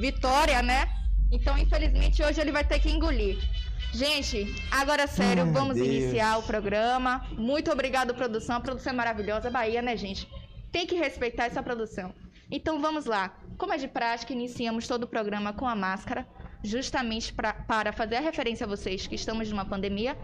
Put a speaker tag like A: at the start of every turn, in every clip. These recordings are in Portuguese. A: Vitória, né? Então, infelizmente, hoje ele vai ter que engolir. Gente, agora é sério,
B: Ai,
A: vamos
B: Deus.
A: iniciar o programa. Muito obrigado, produção. A produção é maravilhosa, Bahia, né, gente? Tem que respeitar essa produção. Então vamos lá. Como é de prática, iniciamos todo o programa com a máscara, justamente pra- para fazer a referência a vocês que estamos numa pandemia.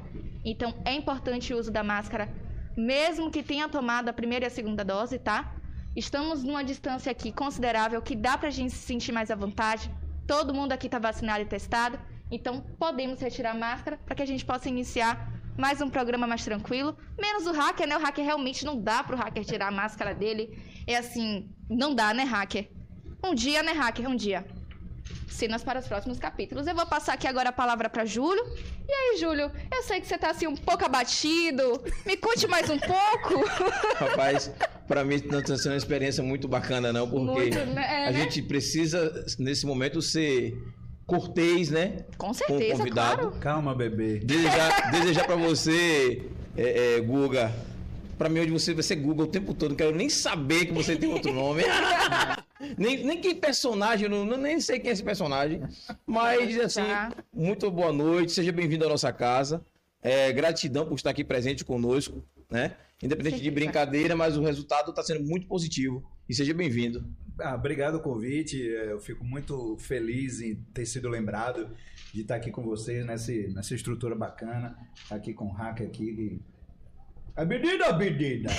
A: Então é importante o uso da máscara, mesmo que tenha tomado a primeira e a segunda dose, tá? Estamos numa distância aqui considerável que dá pra gente se sentir mais à vontade. Todo mundo aqui tá vacinado e testado, então podemos retirar a máscara para que a gente possa iniciar mais um programa mais tranquilo. Menos o hacker, né? O hacker realmente não dá pro hacker tirar a máscara dele. É assim, não dá, né, hacker? Um dia, né, hacker? Um dia. Cenas para os próximos capítulos. Eu vou passar aqui agora a palavra para Júlio. E aí, Júlio, eu sei que você tá assim um pouco abatido. Me conte mais um pouco.
B: Rapaz, pra mim não está sendo uma experiência muito bacana, não, porque
A: Muito, né? É,
B: a
A: né?
B: gente precisa, nesse momento, ser cortês, né?
A: Com certeza,
B: convidado.
A: claro.
C: Calma, bebê.
B: Desejar, desejar pra você, é, é, Guga. Pra mim, onde você vai ser Guga o tempo todo. Não quero nem saber que você tem outro nome. nem, nem que personagem, eu não, não- nem sei quem é esse personagem. Mas, assim,
A: Tá.
B: muito boa noite. Seja bem-vindo à nossa casa. É, gratidão por estar aqui presente conosco, né? Independente de
A: Certeza.
B: brincadeira, mas o resultado está sendo muito positivo. E seja bem-vindo.
C: Ah, obrigado o convite. É, Eu fico muito feliz em ter sido lembrado de estar aqui com vocês nesse, nessa estrutura bacana. Aqui com o hacker aqui. que- A medida, a medida!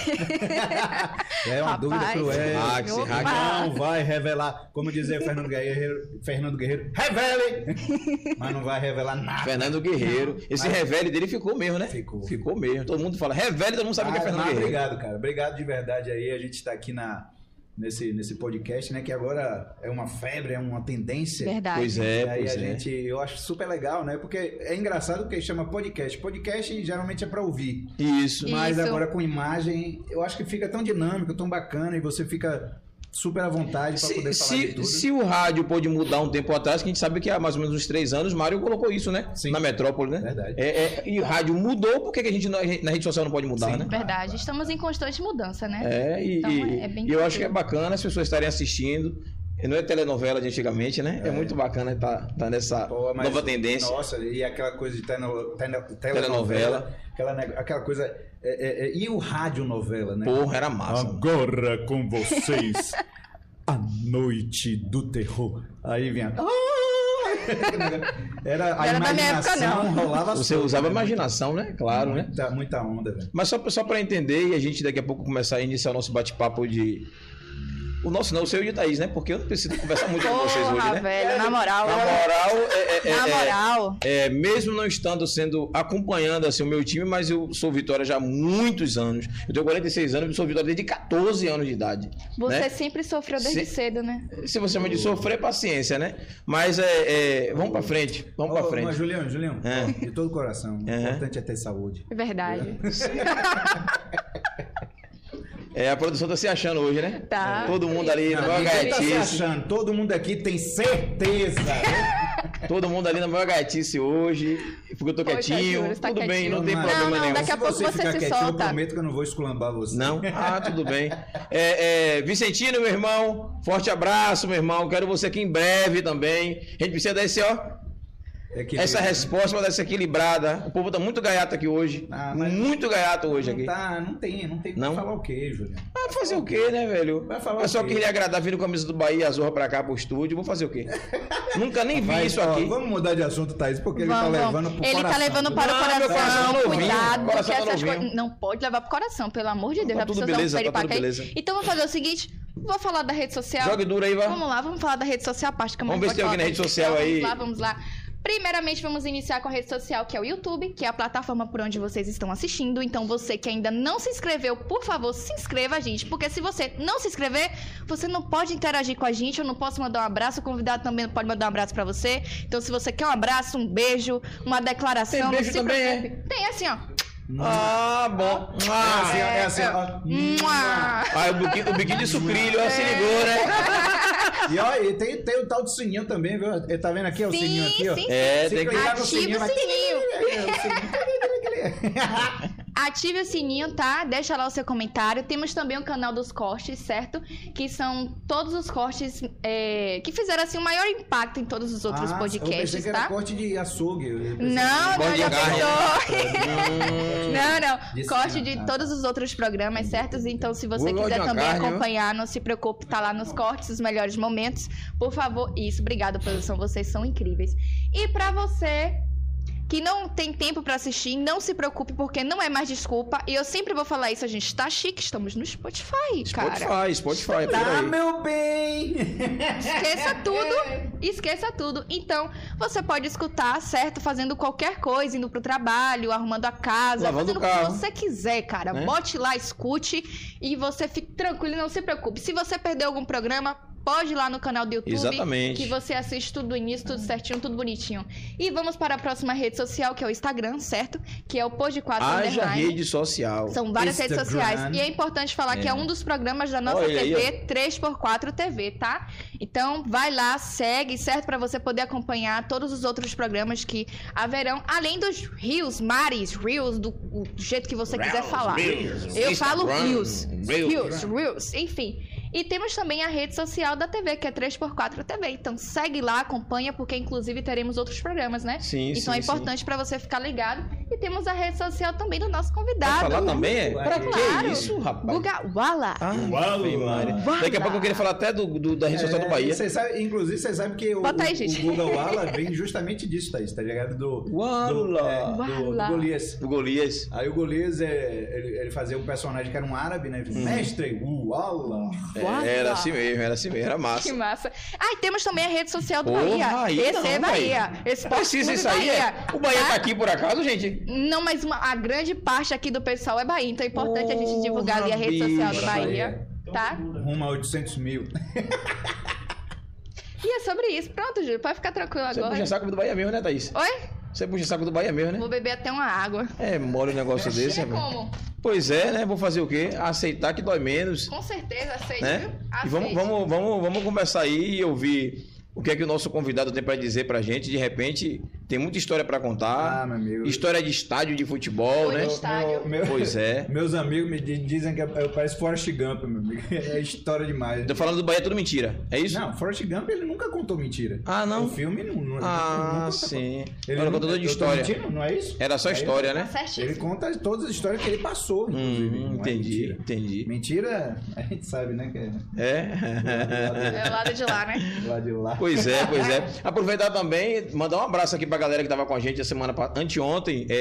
C: é uma
A: Rapaz.
C: dúvida cruel.
B: Ah, que esse
A: Opa.
B: hacker-
C: Não vai revelar, como dizia Fernando Guerreiro, Fernando Guerreiro, revele! Mas não vai revelar nada.
B: Fernando Guerreiro. Esse
C: Mas-
B: revele dele ficou mesmo, né?
C: Ficou.
B: Ficou mesmo. Todo mundo fala revele, todo mundo sabe que é
C: Ah,
B: Fernando
C: mas
B: Guerreiro.
C: Obrigado, cara. Obrigado de verdade aí. A gente está aqui na, nesse, nesse podcast, né? Que agora é uma febre, é uma tendência.
A: Verdade.
B: Pois
C: E
B: é,
C: aí
B: pois
C: a
B: é.
C: gente, eu acho super legal, né? Porque é engraçado porque chama podcast. Podcast geralmente é pra ouvir.
B: Isso.
A: Isso.
C: Mas agora com imagem, eu acho que fica tão dinâmico, tão bacana e você fica super à vontade pra
B: Se,
C: poder falar de
B: se,
C: tudo.
B: se o rádio pôde mudar um tempo atrás, que a gente sabe que há mais ou menos uns três anos, Mário colocou isso, né?
C: Sim.
B: Na metrópole, né?
C: Verdade.
B: É, é, e o rádio mudou, por que que a gente não- a gente- na rede social não pode mudar,
C: Sim.
B: né?
A: Verdade. Estamos em constante mudança, né?
B: É, e,
A: Então,
B: e-
A: é bem
B: e eu acho que é
A: tranquilo.
B: bacana as pessoas estarem assistindo. E Não é telenovela de antigamente, né? É,
C: É.
B: muito bacana estar tá, nessa
C: Pô, mas-
B: nova tendência.
C: Nossa, e aquela coisa de teno- teno-
B: Telenovela.
C: telenovela, aquela, ne- aquela coisa. é, é, é, e o rádio novela, né?
B: Porra, era massa. mano.
C: Agora com vocês, a noite do terror. Aí vinha. Era a
A: Não era da minha
C: imaginação
A: época,
C: rolava.
B: Você
C: solta,
B: usava a
C: né? Uhum.
B: imaginação, né? Claro, né?
C: Muita, muita onda, velho.
B: Mas só, só para entender e a gente daqui a pouco começar a iniciar o nosso bate-papo de. O nosso não, o seu e o de Thaís, né? Porque eu não preciso conversar muito com vocês
A: Porra,
B: hoje, né?
A: velho, na moral.
B: Na moral, é, é- é-
A: na
B: é-
A: moral.
B: é, mesmo não estando sendo acompanhando assim, o meu time, mas eu sou Vitória já há muitos anos. Eu tenho 46 anos e sou Vitória desde 14 anos de idade.
A: Você
B: né?
A: sempre sofreu desde cedo, né?
B: Se você chama de sofrer, paciência, né? Mas é, é, vamos pra frente, vamos pra
C: Ô, Mas,
B: frente.
C: Julião, Julião,
B: É.
C: de todo o coração. O
B: É.
C: importante é ter saúde.
A: É Verdade.
B: É, a produção tá se achando hoje, né?
A: Tá.
B: Todo mundo ali na
C: Não,
B: maior
C: ninguém tá se
B: gaitice.
C: achando. Todo mundo aqui tem certeza.
B: Todo mundo ali na maior gaitice hoje. Porque eu tô
A: Poxa,
B: quietinho.
A: Júlio, você tá
B: Tudo bem,
A: quietinho.
B: não tem
C: Não,
B: problema
A: não,
B: nenhum.
A: daqui a
C: Então, Se
A: pouco
C: você
A: você
C: ficar
A: se
C: quietinho,
A: solta.
C: Eu prometo que eu não vou esculambar você.
B: Não? Ah, tudo bem. É, é, Vicentino, meu irmão, forte abraço, meu irmão. Quero você aqui em breve também. A gente precisa desse, ó.
C: É que
B: Essa
C: ele-
B: resposta vai ser equilibrada. O povo tá muito gaiato aqui hoje.
C: Ah, mas-
B: muito gaiato hoje
C: não
B: aqui.
C: tá, não tem, não tem
B: Não?
C: como falar o quê, Julião?
B: Ah, fazer o quê, né, velho?
C: Vai falar
B: o
C: o
B: pessoal
C: quê?
B: queria agradar vindo com a camisa do Bahia e Azorra pra cá pro estúdio. Vou fazer o quê? Nunca nem vi
C: Vai,
B: isso
C: ó,
B: aqui.
C: Vamos mudar de assunto, Thaís, porque ele
A: Vamos,
C: tá
A: vamos.
C: levando pro
A: Ele
C: coração.
A: tá levando para
B: Ah, meu
A: o
B: coração
A: coração.
B: novinho,
A: Cuidado, porque
B: coração
A: essas
B: novinho.
A: coisas. Não pode levar pro coração, pelo amor de Deus.
B: Tá
A: a
B: tudo
A: pessoa
B: beleza,
A: não é
B: tá tudo
A: piripaca um aí.
B: beleza.
A: Então vou fazer o seguinte: vou falar da rede social.
B: Jogue duro aí, vai.
A: Vamos lá, vamos falar da rede social, a parte que eu mais
B: Vamos ver se tem
A: gosto de
B: alguém na
A: falar
B: rede
A: da
B: social aí.
A: Vamos lá, vamos lá. Primeiramente, vamos iniciar com a rede social, que é o YouTube, que é a plataforma por onde vocês estão assistindo. Então, você que ainda não se inscreveu, por favor, se inscreva, gente. Porque se você não se inscrever, você não pode interagir com a gente. Eu não posso mandar um abraço. O convidado também não pode mandar um abraço pra você. Então, se você quer um abraço, um beijo, uma declaração.
B: Tem beijo
A: não se
B: também, é?
A: preocupe. Tem assim, ó.
B: Ah, bom.
C: É
B: Ah,
C: assim, ó, é assim, ó.
A: Mua.
B: Ah, o biquíni, o biquíni de sucrilho, ó, se ligou, né?
C: E ó, e tem, tem o tal do sininho também, viu? Ele Tá vendo aqui ó, o
A: Sim,
C: sininho aqui, ó?
A: sim,
B: É,
C: Se
B: tem que.
C: clicar no
A: Ativa o
C: vai-
A: sininho.
C: É, o sininho.
A: Ative o sininho, tá? Deixa lá o seu comentário. Temos também o canal dos cortes, certo? Que são todos os cortes é, que fizeram assim o maior impacto em todos os outros
C: Ah, eu pensei
A: podcasts,
C: que era
A: tá?
C: corte de açougue. eu pensei que
A: Não,
C: era
A: não,
B: Corte
A: já
B: de carne.
A: pensou.
B: Hum,
A: Não, não.
C: Disse
A: Corte
C: não,
A: de
C: tá.
A: todos os outros programas, certos? Então, se você
B: Vou logo
A: quiser
B: uma
A: também
B: carne,
A: acompanhar, não se preocupe, tá lá nos cortes, os melhores momentos. Por favor, isso. Obrigada, produção. Vocês são incríveis. E pra você que não tem tempo pra assistir, não se preocupe, porque não é mais desculpa. E eu sempre vou falar isso, a gente tá chique, estamos no Spotify, cara. Tá,
B: Spotify, Spotify, é por
C: Ah,
B: aí.
C: meu bem!
A: Esqueça tudo, esqueça tudo. Então, você pode escutar, certo? Fazendo qualquer coisa, indo pro trabalho, arrumando a casa,
B: Lavando
A: fazendo
B: o
A: que
B: carro.
A: você quiser, cara.
B: Né?
A: Bote lá, escute e você fique tranquilo, não se preocupe. Se você perdeu algum programa, pode ir lá no canal do YouTube. Que
B: Exatamente.
A: você assiste tudo do início, tudo certinho, tudo bonitinho. E vamos para a próxima rede social, que é o Instagram, certo? Que é o Pod 4
B: Haja
A: Underline.
B: rede social.
A: São várias redes
C: Instagram.
A: sociais. E é importante falar que é um dos programas da nossa
B: Olha aí,
A: TV, 3x4 TV, tá? Então, vai lá, segue, certo? Pra você poder acompanhar todos os outros programas que haverão, além dos rios, mares, reels, do, o jeito que você quiser falar. Eu falo reels, reels, reels, enfim. E temos também a rede social da TV, que é 3x4 TV. Então, segue lá, acompanha, porque inclusive teremos outros programas, né?
B: Sim, sim,
A: Então é
B: sim.
A: importante pra você ficar ligado. E temos a rede social também do nosso
B: Vai
A: convidado. né?
B: falar também? é?
C: Claro.
B: Pra que isso, rapaz?
A: Guga Wala.
B: Ah,
C: Uau.
B: Ave Maria. Daqui a pouco eu queria falar até do, do- da rede social do
C: É,
B: Bahia.
C: cês sabem- inclusive, vocês sabem que o,
A: Bota aí,
C: o-
A: gente.
C: o Guga Wala vem justamente disso, Thaís, tá ligado? Do, do, é,
B: Uala!
C: do- do
A: Wala.
C: Golias.
B: Do Golias.
C: Aí o Golias, é, ele, ele fazia um personagem que era um árabe, né? Ele
B: Hum.
C: dizia, Mestre, Uala!
B: É,
A: Uala.
B: era assim mesmo, era assim mesmo, era
A: Que
B: massa.
A: massa. Ah, e temos também a rede social do
B: Porra,
A: Bahia.
B: aí
A: Esse
B: não,
A: é
B: véi.
A: Bahia. Esse
B: Precisa isso aí, é? O Bahia tá aqui por acaso, gente?
A: Ah, Não, mas uma- a grande parte aqui do pessoal é Bahia. Então é importante a gente divulgar ali a rede
B: Porra,
A: social do
B: bicho. Então
A: Bahia. Tá?
C: Rumo a 800 mil.
A: E é sobre isso. Pronto, Júlio. Pode ficar tranquilo
B: Você puxa
A: agora.
B: saco do Bahia mesmo, né, Thaís?
A: Oi?
B: Você puxa saco do Bahia mesmo, né?
A: Vou beber até uma água.
B: É mole um negócio desse,
A: é
B: rapaz.
A: como?
B: Pois é, né? Vou fazer o quê? Aceitar que dói menos,
A: Com certeza, aceito,
B: né?
A: viu?
B: E vamos,
A: Aceite.
B: vamos, vamos, vamos conversar aí e ouvir o que é que o nosso convidado tem pra dizer pra gente. De repente, tem muita história pra
C: Ah,
B: contar.
C: meu amigo.
B: História de estádio de futebol,
A: Foi
B: né?
A: isso. Estádio.
C: meu-
B: Pois é.
C: Meus amigos me di- dizem que eu eu pareço Forrest Gump, meu amigo. É história demais.
B: Tô falando do Bahia, é tudo mentira. É isso?
C: Não, Forrest Gump ele nunca contou mentira.
B: Ah, não?
C: O filme não. não ele
B: Ah,
C: nunca-
B: sim.
C: Ele
B: Era
C: nunca-
B: contador de
C: eu tô
B: história.
C: mentindo, não é isso?
B: Era só
C: É isso?
B: história,
A: Tá
B: né?
A: certíssimo.
C: Ele conta todas as histórias que ele passou, inclusive.
B: Hum,
C: não é
B: entendi,
C: mentira.
B: entendi.
C: Mentira, a gente sabe, né? Que é
B: É.
A: É o lado de lá, né?
C: lá de lá.
B: Pois é, pois é. Aproveitar também, mandar um abraço aqui pra galera que tava com a gente a semana pa- anteontem. É,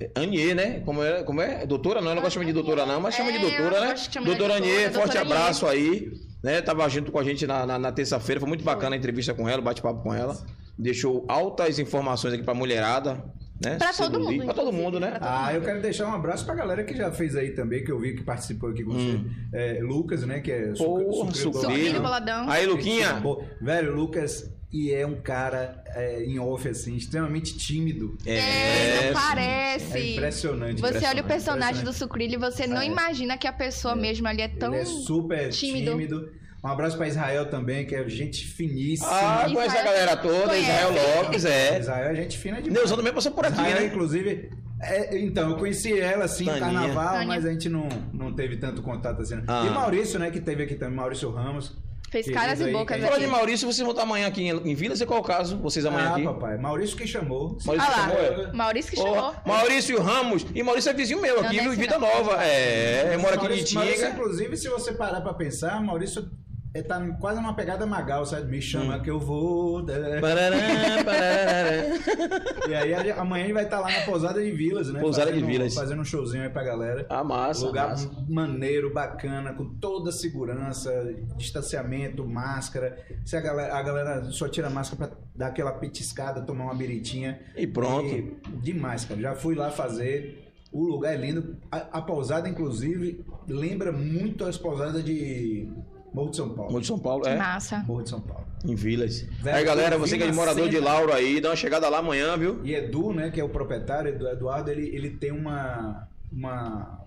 B: é, é, Anier, né? Como é, como é? Doutora? Não, ela não gosta de chamar de doutora, não, mas chama de
A: É,
B: doutora,
A: ela
B: né?
A: gosta de chamar de
B: Doutora
A: doutora,
B: Anier, forte
A: doutora Anier.
B: abraço aí. Né? Tava junto com a gente na, na, na terça-feira, foi muito bacana a entrevista com ela, o bate-papo com ela. Deixou altas informações aqui pra mulherada. Né?
A: Pra todo
B: Seduzir.
A: mundo,
B: Pra todo
A: inclusive,
B: mundo, né?
A: pra todo
C: Ah, eu quero deixar um abraço pra galera que já fez aí também, que eu vi que participou aqui com você. É, Lucas, né? Que é
B: Hum.
C: né?
B: Porra,
A: Sucrilho,
B: Sucrilho.
A: boladão.
B: Aí, Luquinha.
C: Bom, Velho, Lucas, e é um cara é, em off, assim, extremamente tímido.
A: É, não
C: É
A: parece.
C: impressionante.
A: Você olha o
C: impressionante,
A: personagem do
C: impressionante.
A: Sucrilho e você não
C: É.
A: imagina que a pessoa mesmo ali é tão.
C: Ele é super
A: tímido.
C: tímido. Um abraço pra Israel também, que é gente finíssima.
B: Ah,
A: Sim.
B: conhece a
A: Israel
B: galera toda,
A: conhece.
B: Israel Lopes, é.
C: Israel é gente fina demais.
B: Neuzão também passou por aqui,
C: Israel,
B: né?
C: inclusive. é, então, eu conheci ela assim no
B: Taninha.
C: carnaval,
A: Taninha.
C: mas a gente não, não teve tanto contato assim.
B: Ah.
C: E Maurício, né, que teve aqui também, Maurício Ramos.
A: Fez
C: Querido
A: caras e
C: aí,
A: bocas assim.
C: quem-
B: Falando de
A: aqui.
B: Maurício, vocês vão estar amanhã aqui em, em Vila, sei qual é o caso, vocês amanhã
C: Ah,
B: aqui.
C: papai. Maurício que chamou.
B: Maurício
A: Ah lá.
B: chamou, é?
A: Maurício que
B: Porra,
A: chamou.
B: Maurício Ramos. E Maurício é vizinho meu
A: Não,
B: aqui,
A: não é
B: viu?
A: esse
B: Vida Nova. É, eu moro aqui em
C: Maurício, Maurício,
B: Tinga.
C: inclusive, se você parar pra pensar, Maurício é, tá quase numa pegada magal, sabe? Me
B: Hum.
C: chama que eu vou.
B: Parará, parará.
C: E aí a- amanhã ele vai estar lá na Pousada de Vilas, né?
B: Pousada de
C: fazendo,
B: Vilas.
C: Fazendo um showzinho aí pra galera.
B: Ah, massa.
C: Lugar
B: massa.
C: maneiro, bacana, com toda a segurança, distanciamento, máscara. Se a galera, a galera só tira a máscara pra dar aquela petiscada, tomar uma biritinha.
B: E pronto.
C: E demais, cara. Já fui lá fazer. O lugar é lindo. A, a pousada, inclusive, lembra muito as pousadas de Morro de São
B: Morro
C: Paulo.
B: de São Paulo, é.
A: Massa.
C: Morro de São Paulo.
B: Em Vilas.
C: Velho,
B: Aí, galera,
C: eu vi
B: você que é de
C: na
B: morador de
C: cena.
B: Lauro aí, dá uma chegada lá amanhã, viu?
C: E Edu, né, que é o proprietário, Edu- Eduardo, ele, ele tem uma, uma,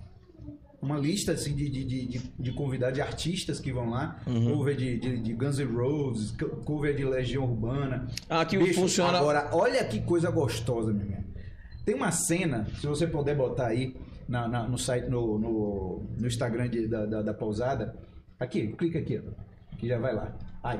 C: uma lista assim, de, de, de, de- de convidados, de artistas que vão lá.
B: Uhum.
C: Cover de, de, de Guns N' Roses, co- cover de Legião Urbana.
B: Aqui
C: Bicho,
B: funciona.
C: Agora, olha que coisa gostosa, meu irmão. Tem uma cena, se você puder botar aí, na- na- no site, no, no, no Instagram de- da, da, da pousada. Aqui, clica aqui, ó, que já vai lá. Aí.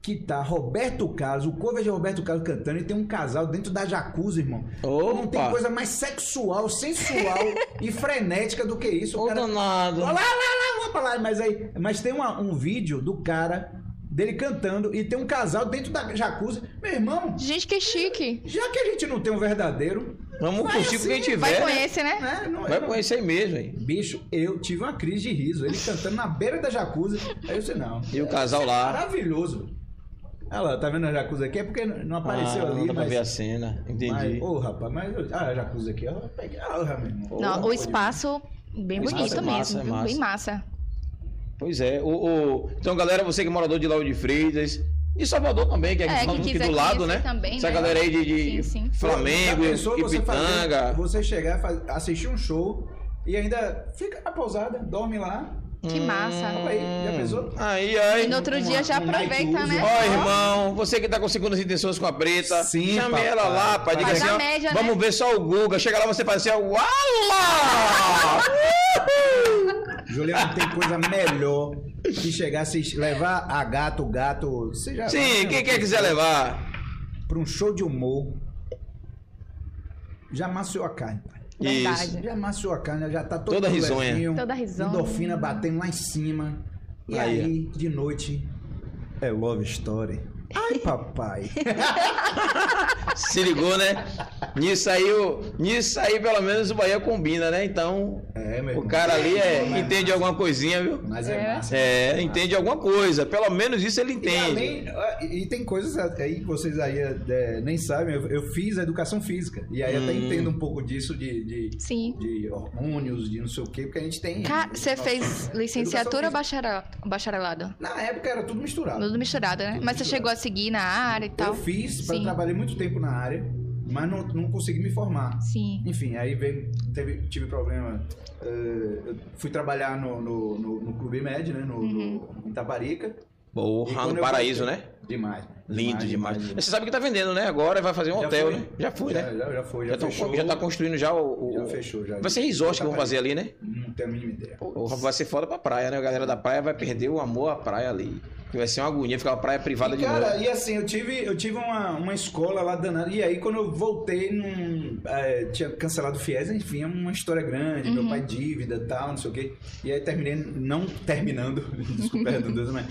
C: Que tá Roberto Carlos, o cover de Roberto Carlos cantando e tem um casal dentro da jacuzzi, irmão. Não tem
B: Opa!
C: coisa mais sexual, sensual e frenética do que isso. O
B: Ô,
C: cara-
B: danado.
C: Lá, lá, lá, lá, vou pra lá. Mas aí, mas tem uma- um vídeo do cara dele cantando e tem um casal dentro da jacuzzi. Meu irmão,
A: Gente, que chique.
C: já que a gente não tem um verdadeiro,
B: Vamos
C: Vai
B: curtir com quem
C: assim,
A: Vai
B: tiver.
A: com
B: né?
A: esse, né?
C: né? Não,
B: Vai conhecer mesmo, aí.
C: Bicho, eu tive uma crise de riso. Ele cantando na beira da jacuzzi. Aí eu disse, não.
B: E o casal lá.
C: Maravilhoso. Olha lá, tá vendo a jacuzzi aqui? É porque não apareceu
B: Ah,
C: ali,
B: não dá pra
C: mas...
B: ver a cena. Entendi.
C: Mas, ô, rapaz, mas... eu- Ah, a jacuzzi aqui, ó. Peguei, ah, meu irmão.
B: Ô,
A: Não, o espaço bem
B: O espaço
A: bonito
B: é massa,
A: mesmo.
B: é
A: viu?
B: massa.
A: Bem massa.
B: Pois é. O, o- Então, galera, você que é morador de Lauro de Freitas. E Salvador também, que é,
A: É,
B: aqui,
A: que
B: falando aqui
A: quiser
B: do lado,
A: conhecer
B: né?
A: também,
B: Essa
A: né?
B: galera aí de, de
A: Sim, sim.
B: Flamengo,
C: Já pensou você
B: Ipitanga.
C: fazer- Você chegar, faz- assistir um show e ainda fica na pousada, dorme lá.
B: Hum.
A: Que massa.
C: Hum. Opa aí, já pensou?
B: Aí, aí.
A: E no outro dia já
C: um night
A: aproveita,
C: uso.
A: né?
B: Ó, irmão, você que tá com segundas intenções com a preta,
C: Sim,
B: chame
C: papai.
B: ela lá, pai. Diga
A: Faz
B: assim,
A: a
B: ó,
A: média, né?
B: vamos ver só o Guga. Chega lá, você faz assim, ó, uala!
C: Juliano, tem coisa melhor que chegar, assistir, levar a gato, gato, seja
B: Sim, quem quer quiser levar.
C: Pra um show de humor. Já amassou a carne, pai.
A: Verdade.
C: Já amassou a carne, já tá todo
B: Toda risonha.
C: levinho,
A: Toda risonha.
C: Endorfina batendo lá em cima. E
B: Aí,
C: aí, de noite, é love story. Ai, papai.
B: Se ligou, né? Nisso aí, o- nisso aí, pelo menos o Bahia combina, né? Então,
C: É,
B: o
C: meu irmão.
B: cara ali é,
C: né?
B: entende alguma coisinha, viu?
C: Mas é,
A: É.
C: massa.
B: É, entende alguma coisa. Pelo menos isso ele
C: E,
B: entende.
C: além, e tem coisas aí que vocês aí é, nem sabem, eu, eu fiz a educação física. E aí até
B: Hum.
C: entendo um pouco disso de, de,
A: Sim.
C: de hormônios, de não sei o quê, porque a gente tem.
A: Ca- Você
C: Nossa,
A: fez licenciatura ou
C: educação
A: bacharel- bacharelado?
C: física. Na época era tudo misturado.
A: Tudo misturado, né?
C: Tudo
A: Mas você
C: misturado.
A: chegou a seguir na área e
C: Eu
A: tal?
C: fiz, pra,
A: Sim.
C: trabalhei muito tempo na área, mas não, não consegui me formar.
A: Sim.
C: Enfim, aí veio, teve, tive problema. eh, eu fui trabalhar no, no, no, no Clube Med, né? No,
A: Uhum.
C: no, em Taparica. E
B: Porra,
C: quando
B: no
C: eu
B: paraíso,
C: voltei-
B: né?
C: Demais.
B: Lindo demais. Você sabe que tá vendendo, né? Agora vai fazer um
C: Já
B: hotel,
C: foi.
B: né? Já foi, né?
C: Já, já, já foi, já,
B: Já, tão-
C: fechou.
B: já tá construindo já o. o-
C: Já fechou, já. Tá
B: Vai ser resort que vão fazer ali, né?
C: Não tenho a mínima ideia.
B: Porra, vai ser foda pra praia, né? A galera da praia vai perder o amor à praia ali. Que vai ser uma agonia ficar uma praia privada
C: E,
B: de
C: cara,
B: novo.
C: e assim, eu tive, eu tive uma, uma escola lá danada. E aí, quando eu voltei, num, é, tinha cancelado o FIES, enfim, é uma história grande. Meu pai dívida e tal, não sei o quê. E aí, terminei, não terminando, desculpa a redundância, mas.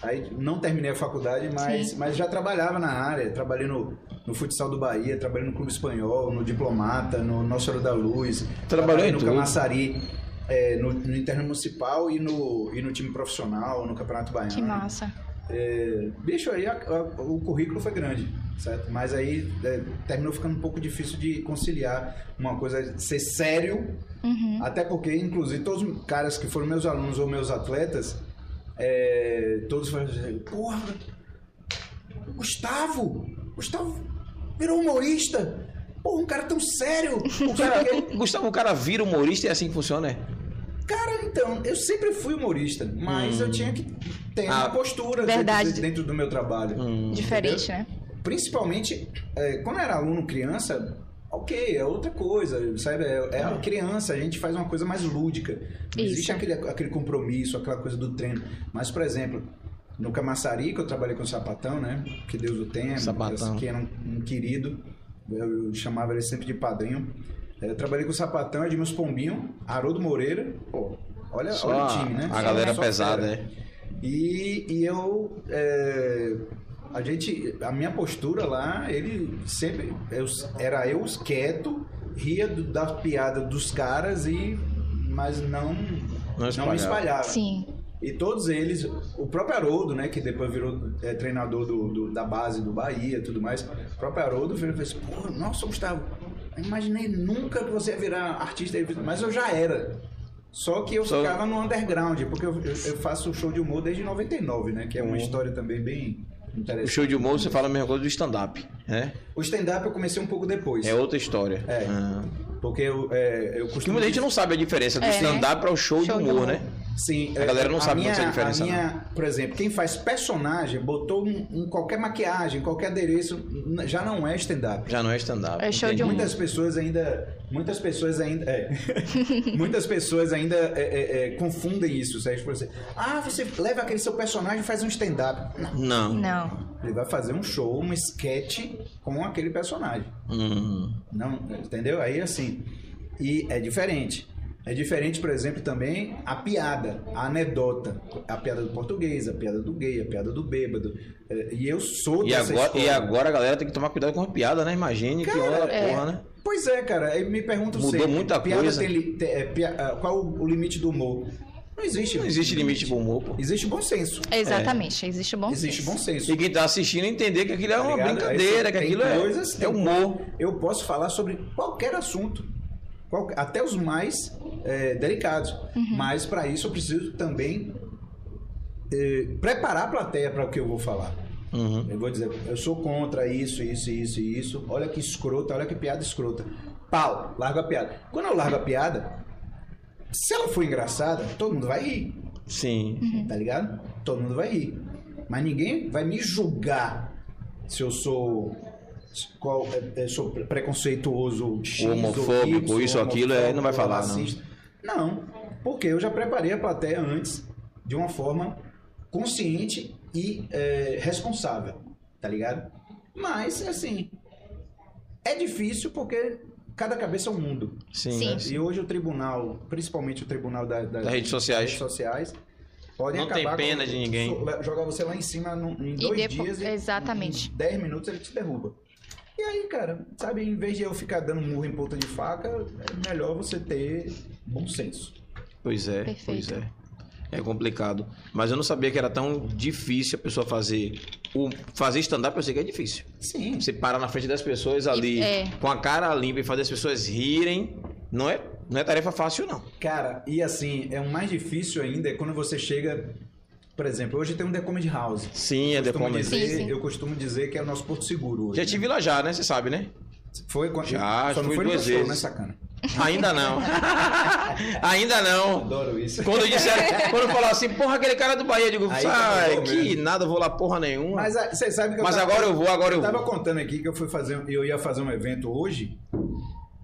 C: Aí não terminei a faculdade, mas, mas já trabalhava na área. Trabalhei no, no futsal do Bahia, trabalhei no Clube Espanhol, no Diplomata, no Nosso Senhor da Luz.
B: Trabalhou em
C: trabalhei no
B: tudo.
C: Camaçari, é, no, no Intermunicipal e no, e no time profissional, no Campeonato Baiano.
A: Que massa.
C: É, bicho, aí a- a- o currículo foi grande, certo? Mas aí é, terminou ficando um pouco difícil de conciliar uma coisa, de ser sério,
A: Uhum.
C: até porque, inclusive, todos os caras que foram meus alunos ou meus atletas, é, todos falaram assim, porra, Gustavo, Gustavo virou humorista, porra, um cara tão sério,
B: O cara, Gustavo, o cara vira humorista e é assim que funciona, né?
C: Cara, então, eu sempre fui humorista, mas eu tinha que ter
B: Ah.
C: uma postura
A: Verdade.
C: Dentro, dentro do meu trabalho.
B: Hum,
A: Diferente, né?
C: Principalmente, é, quando eu era aluno criança, ok, é outra coisa, sabe? É, é a criança, a gente faz uma coisa mais lúdica. Não
A: Isso.
C: existe aquele, aquele compromisso, aquela coisa do treino. Mas, por exemplo, no Camaçari, que eu trabalhei com o Sapatão, né? Que Deus o tenha,
B: Sapatão.
C: que era um, um querido, eu, eu chamava ele sempre de padrinho. É, Eu trabalhei com o Sapatão, Edmilson Pombinho, Haroldo Moreira, pô, olha,
B: Só
C: olha o
B: a-
C: time, né?
B: a galera
C: Só
B: pesada,
C: fera.
B: é.
C: E, e eu. é, a gente. A minha postura lá, ele sempre. eu- era eu quieto, ria do, da piada dos caras e. Mas não. Não,
B: espalhava.
C: me espalhava.
A: Sim.
C: E todos eles, o próprio Haroldo, né, que depois virou é, treinador do, do- da base do Bahia e tudo mais, o próprio Haroldo virou e falou assim: Pô, nossa, Gustavo, eu imaginei nunca que você ia virar artista, mas eu já era. Só que eu
B: Só-
C: ficava no underground, porque eu, eu, eu faço show de humor desde 99, né, que é uma
B: Uhum.
C: história também bem
B: O
C: interessante.
B: show de humor, você fala a mesma coisa do stand-up, né?
C: O stand-up eu comecei um pouco depois,
B: É outra história.
C: É.
B: Ah.
C: porque eu, é, eu
B: Porque
C: costumo.
B: muita gente não sabe a diferença do
A: É, né?
B: stand-up para o show,
A: Show
B: de
A: de
B: humor,
A: humor.
B: né?
C: Sim,
B: A
C: é,
B: galera não sabe
C: minha,
B: muito essa diferença,
C: A minha, por exemplo, quem faz personagem, botou um, um qualquer maquiagem, qualquer adereço, n- já não é stand-up.
B: Já não é stand-up.
A: É show de
B: entendi.
A: um-
C: Muitas pessoas ainda, muitas pessoas ainda, é. muitas pessoas ainda é, é, é, confundem isso, Sérgio. Por exemplo, ah, você leva aquele seu personagem, e faz um stand-up. Não,
B: Não.
A: Não.
C: Ele vai fazer um show, um sketch com aquele personagem.
B: Hum.
C: Não, entendeu? Aí assim. E é diferente. É diferente, por exemplo, também a piada, a anedota. A piada do português, a piada do gay, a piada do bêbado. É, E eu sou
B: E,
C: dessa
B: agora, e
C: escola.
B: agora a galera tem que tomar cuidado com a piada, né? Imagine que
C: Cara,
B: hora,
A: é.
B: porra, né?
C: Pois é, cara. Aí me perguntam
B: Mudou
C: sempre,
B: muita
C: piada
B: coisa.
C: tem li- tem- é, pia- ah, qual o limite do humor? Não existe.
B: Não existe limite pro humor, pô.
C: Existe bom senso.
A: Exatamente, existe o bom
C: existe
A: senso.
C: bom senso.
B: E quem tá assistindo entender que aquilo é
C: Tá
B: uma
C: ligado?
B: brincadeira,
C: Aí
B: que
C: tem
B: aquilo é,
C: coisas,
B: é
C: tem-
B: humor.
C: Eu posso falar sobre qualquer assunto, qual- até os mais é, delicados. Mas para isso eu preciso também é, preparar a plateia para o que eu vou falar.
B: Uhum.
C: Eu vou dizer, eu sou contra isso, isso, isso e isso. Olha que escrota, olha que piada escrota. Pau, largo a piada. Quando eu largo a piada, se ela for engraçada, todo mundo vai rir
B: Sim.
C: tá ligado? Todo mundo vai rir. Mas ninguém vai me julgar se eu sou. se Qual, é, é, sou pre- preconceituoso, X, ou
B: Homofóbico,
C: Y,
B: isso, aquilo, é, não vai
C: ou
B: falar, não.
C: racista. não. porque eu já preparei a plateia antes de uma forma consciente e é, responsável, tá ligado? Mas, assim, é difícil porque cada cabeça é um mundo.
B: Sim.
A: Sim.
B: né?
C: E hoje o tribunal, principalmente o tribunal da- das
B: Das redes sociais.
C: redes sociais, podem
B: Não
C: acabar
B: tem pena de ninguém.
C: so- le- Jogar você lá em cima num- em
A: E
C: dois
A: depo-
C: dias. e-
A: exatamente.
C: Em 10 minutos ele te derruba. E aí, cara, sabe, em vez de eu ficar dando murro em ponta de faca, é melhor você ter bom senso.
B: Pois é,
A: Perfeito.
B: pois é. É complicado. Mas eu não sabia que era tão difícil a pessoa fazer. O, fazer stand-up eu sei que é difícil.
C: Sim.
B: Você parar na frente das pessoas ali
A: é.
B: com a cara limpa e fazer as pessoas rirem, não é, não é tarefa fácil, não.
C: Cara, e assim, é o mais difícil ainda é quando você chega. Por exemplo, hoje tem um The Comedy House.
B: Sim, é
C: Eu costumo,
B: depois.
C: dizer,
A: Sim, sim.
C: eu costumo dizer que é o nosso porto seguro hoje.
B: Já tive lá já, né? Você sabe, né?
C: Foi quando...
B: Já,
C: Só não
B: fui
C: foi no
B: duas
C: meu show,
B: vezes.
C: né, sacana?
B: Ainda não. Ainda não.
C: Adoro isso.
B: Quando disseram, quando falaram assim, porra, aquele cara do Bahia, eu digo,
C: Aí
B: sai,
C: acabou
B: que
C: mesmo."
B: nada, eu vou lá porra nenhuma. Mas,
C: Mas ah, você sabe que eu tava-
B: agora eu vou, agora eu,
C: Eu tava
B: vou.
C: contando aqui que eu fui fazer, eu ia fazer um evento hoje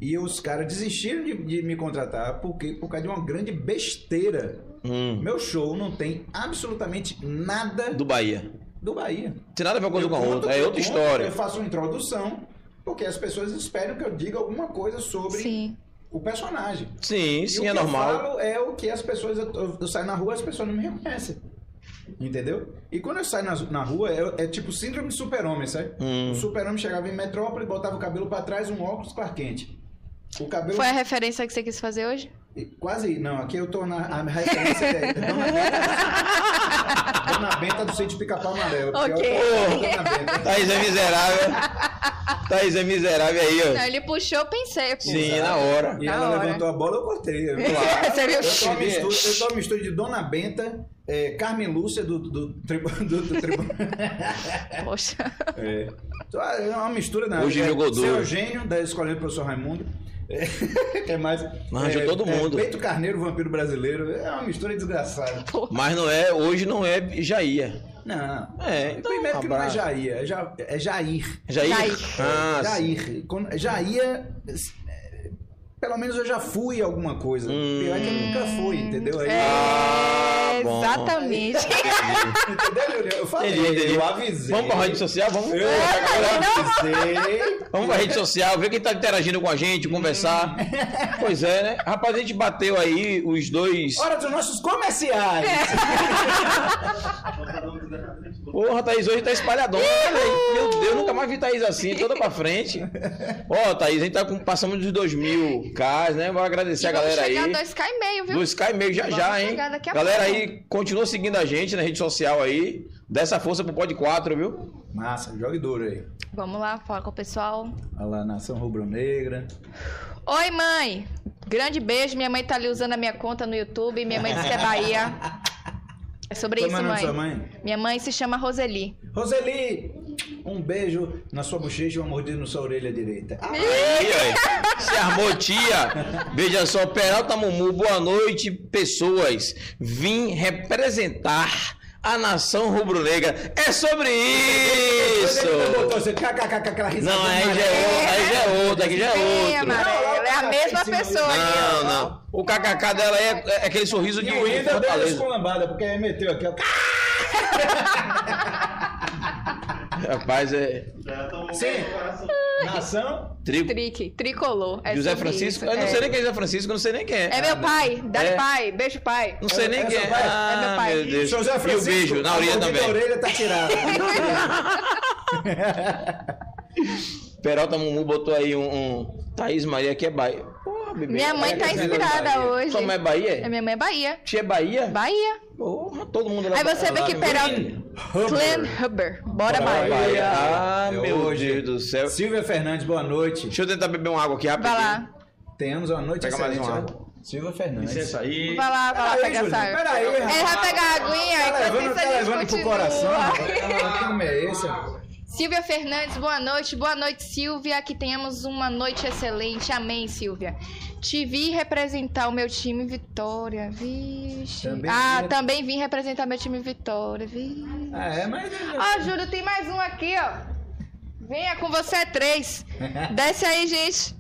C: e os caras desistiram de, de me contratar porque por causa de uma grande besteira.
B: Hum,
C: Meu show não tem absolutamente nada
B: do Bahia.
C: do Bahia.
B: Tem nada a ver uma coisa
C: Eu
B: com a
C: conto o
B: outra.
C: que
B: É
C: eu
B: outra
C: conto, Eu
B: história.
C: faço uma introdução porque as pessoas esperam que eu diga alguma coisa sobre
A: Sim.
C: o personagem.
B: Sim,
C: E
B: sim,
C: o
B: é
C: que Eu
B: normal.
C: falo é o que as pessoas. Eu, eu- eu saio na rua as pessoas não me reconhecem. Entendeu? E quando eu saio na, na rua, é, é tipo síndrome de super-homem, sabe?
B: Hum.
C: O super-homem chegava em metrópole, botava o cabelo pra trás, um óculos Clark quente. O cabelo.
A: Foi a referência que você quis fazer hoje?
C: Quase. Não, aqui eu tô na. A referência é. Dona Benta- Dona Benta do sítio Pica-Pau Amarelo. porque
A: Ok.
C: eu- Dona Benta.
B: Thaís é miserável. Thaís é miserável aí,
A: Não,
B: ó.
A: ele puxou, eu pensei. Pô.
B: Sim, na hora.
C: E
A: Da
C: ela
A: hora.
C: levantou a bola, eu cortei. Eu,
A: Você viu?
C: Eu tô uma mistura, eu tô uma mistura de Dona Benta, é, Carmen Lúcia do, do, tribu- do, do tribunal.
A: Poxa.
C: É. Então, É uma mistura, né?
B: Hoje
C: é,
B: jogou duro.
C: Seu Eugênio, da escola do professor Raimundo. É, é mais.
B: Arranjou
C: é,
B: todo mundo.
C: É, Peito Carneiro, vampiro brasileiro. É uma mistura desgraçada.
B: Mas não é, hoje não é Jair.
C: Não.
B: É, então,
C: Primeiro que não é
B: abraço.
C: Jair, é, Ja- é Jair.
B: Jair?
A: Jair.
B: Ah, sim.
C: Jair. Quando- Jair. é, Pelo menos eu já fui alguma coisa.
B: Hum.
C: Pior é que eu nunca fui, entendeu? Aí-
A: É,
B: Ah, bom.
A: exatamente.
C: Entendeu, Juliano? Eu falei,
B: Entendi, entendi.
C: eu avisei.
B: Vamos pra rede social? Vamos.
C: Eu avisei.
B: Vamos pra rede social, ver quem tá interagindo com a gente, conversar. Pois é, né? Rapaz, a gente bateu aí os dois.
C: Hora dos nossos comerciais.
B: Porra, Thaís hoje tá espalhadona. olha aí. Meu Deus, nunca mais vi Thaís assim, toda pra frente. Ó, Thaís, a gente tá com, passamos dos 2 mil Ks, né? Vou agradecer a galera
A: Vamos chegar
B: aí.
A: a 2K e meio, viu?
B: Dos K e meio já
A: Vamos
B: já, hein?
A: chegar daqui a
B: Galera
A: pouco.
B: aí, continua seguindo a gente na rede social aí. Dá essa força pro Pod 4, viu?
C: Massa, jogue duro aí.
A: Vamos lá, falar com o pessoal.
C: Olha lá, Nação Rubro-Negra.
A: Oi, mãe. Grande beijo. Minha mãe tá ali usando a minha conta no YouTube. Minha mãe disse que é Bahia. É sobre
C: Como é o
A: isso,
C: nome da
A: mãe.
C: sua mãe?
A: Minha mãe se chama Roseli.
C: Roseli! um beijo na sua bochecha e uma mordida na sua orelha direita. Ah,
B: Aí, ó. Se armou, tia. Veja só, Peralta Mumu, boa noite, pessoas. Vim representar a nação rubro-negra. É sobre isso!
C: Ele botou assim, kkkk, aquela risada
B: Não, aí já
C: amarela.
B: é outro, aí já é outro, aqui já é
A: Sim,
B: outro.
A: amarelo. É a mesma pessoa aqui.
B: Não, não. O kkk dela é, é aquele sorriso de
C: E o Ida deu uma
B: Fortaleza.
C: esculambada, porque aí meteu aqui, ó.
B: Rapaz, é.
D: Já tomou
C: Sim.
D: meu coração.
C: Nação.
B: Trigo.
A: Trique, tricolor. É
B: José
A: sobre isso,
B: Francisco? Eu não
A: é.
B: sei nem quem é José Francisco, eu não sei nem quem é.
A: É meu pai, dá
B: É.
A: pai, beijo pai.
B: Não sei nem
C: É
B: quem é.
C: seu pai?
B: Ah,
A: É meu pai.
B: Meu Deus.
C: Seu Zé
B: E o
C: Francisco.
B: beijo, na
C: a
B: orelha
C: mordida da
B: também.
C: orelha tá tirada.
B: Peralta Mumu botou aí um, um Thaís Maria que é Bahia. Porra, bebê.
A: Minha mãe
B: Olha
A: tá
B: que coisa
A: inspirada
B: Bahia.
A: hoje.
B: Sua mãe é
A: É
B: Bahia?
A: minha mãe é Bahia.
B: Tia é Bahia?
A: Bahia.
B: Porra, todo mundo lá. tá
A: Aí você vê
B: lá
A: que
B: no
A: Peralta.
B: Bahia.
A: Clem Hubber. Bora
B: Bahia.
A: Bahia.
B: Ah,
C: É
B: meu
C: hoje.
B: Deus do céu.
C: Silvia Fernandes, boa noite.
B: Deixa eu tentar beber uma água aqui
A: Vai
B: rapidinho.
A: lá.
C: Temos uma noite
B: Pega mais
C: excelente.
B: uma
C: ó.
B: água.
C: Silvia Fernandes.
D: Licença aí.
A: Vai lá, vai lá,
C: Peraí,
A: pega
C: Julinho,
A: essa água.
C: peraí,
A: Ele vai
C: rapaz.
A: pegar a aguinha,
C: Tá
A: enquanto
C: levando,
A: isso
C: tá
A: a gente
C: levando pro coração.
A: continua.
C: Ah, Que homem é esse? rapaz?
A: Silvia Fernandes, boa noite. Boa noite, Silvia. Que tenhamos uma noite excelente. Amém, Silvia. Te vi representar o meu time Vitória. Vixe.
C: Também
A: ah,
C: vim-
A: também vim representar meu time Vitória. Vixe.
C: Ah, é, mas.
A: Ó, Júlio, tem mais um aqui, ó. Venha com você, é três. Desce aí, gente.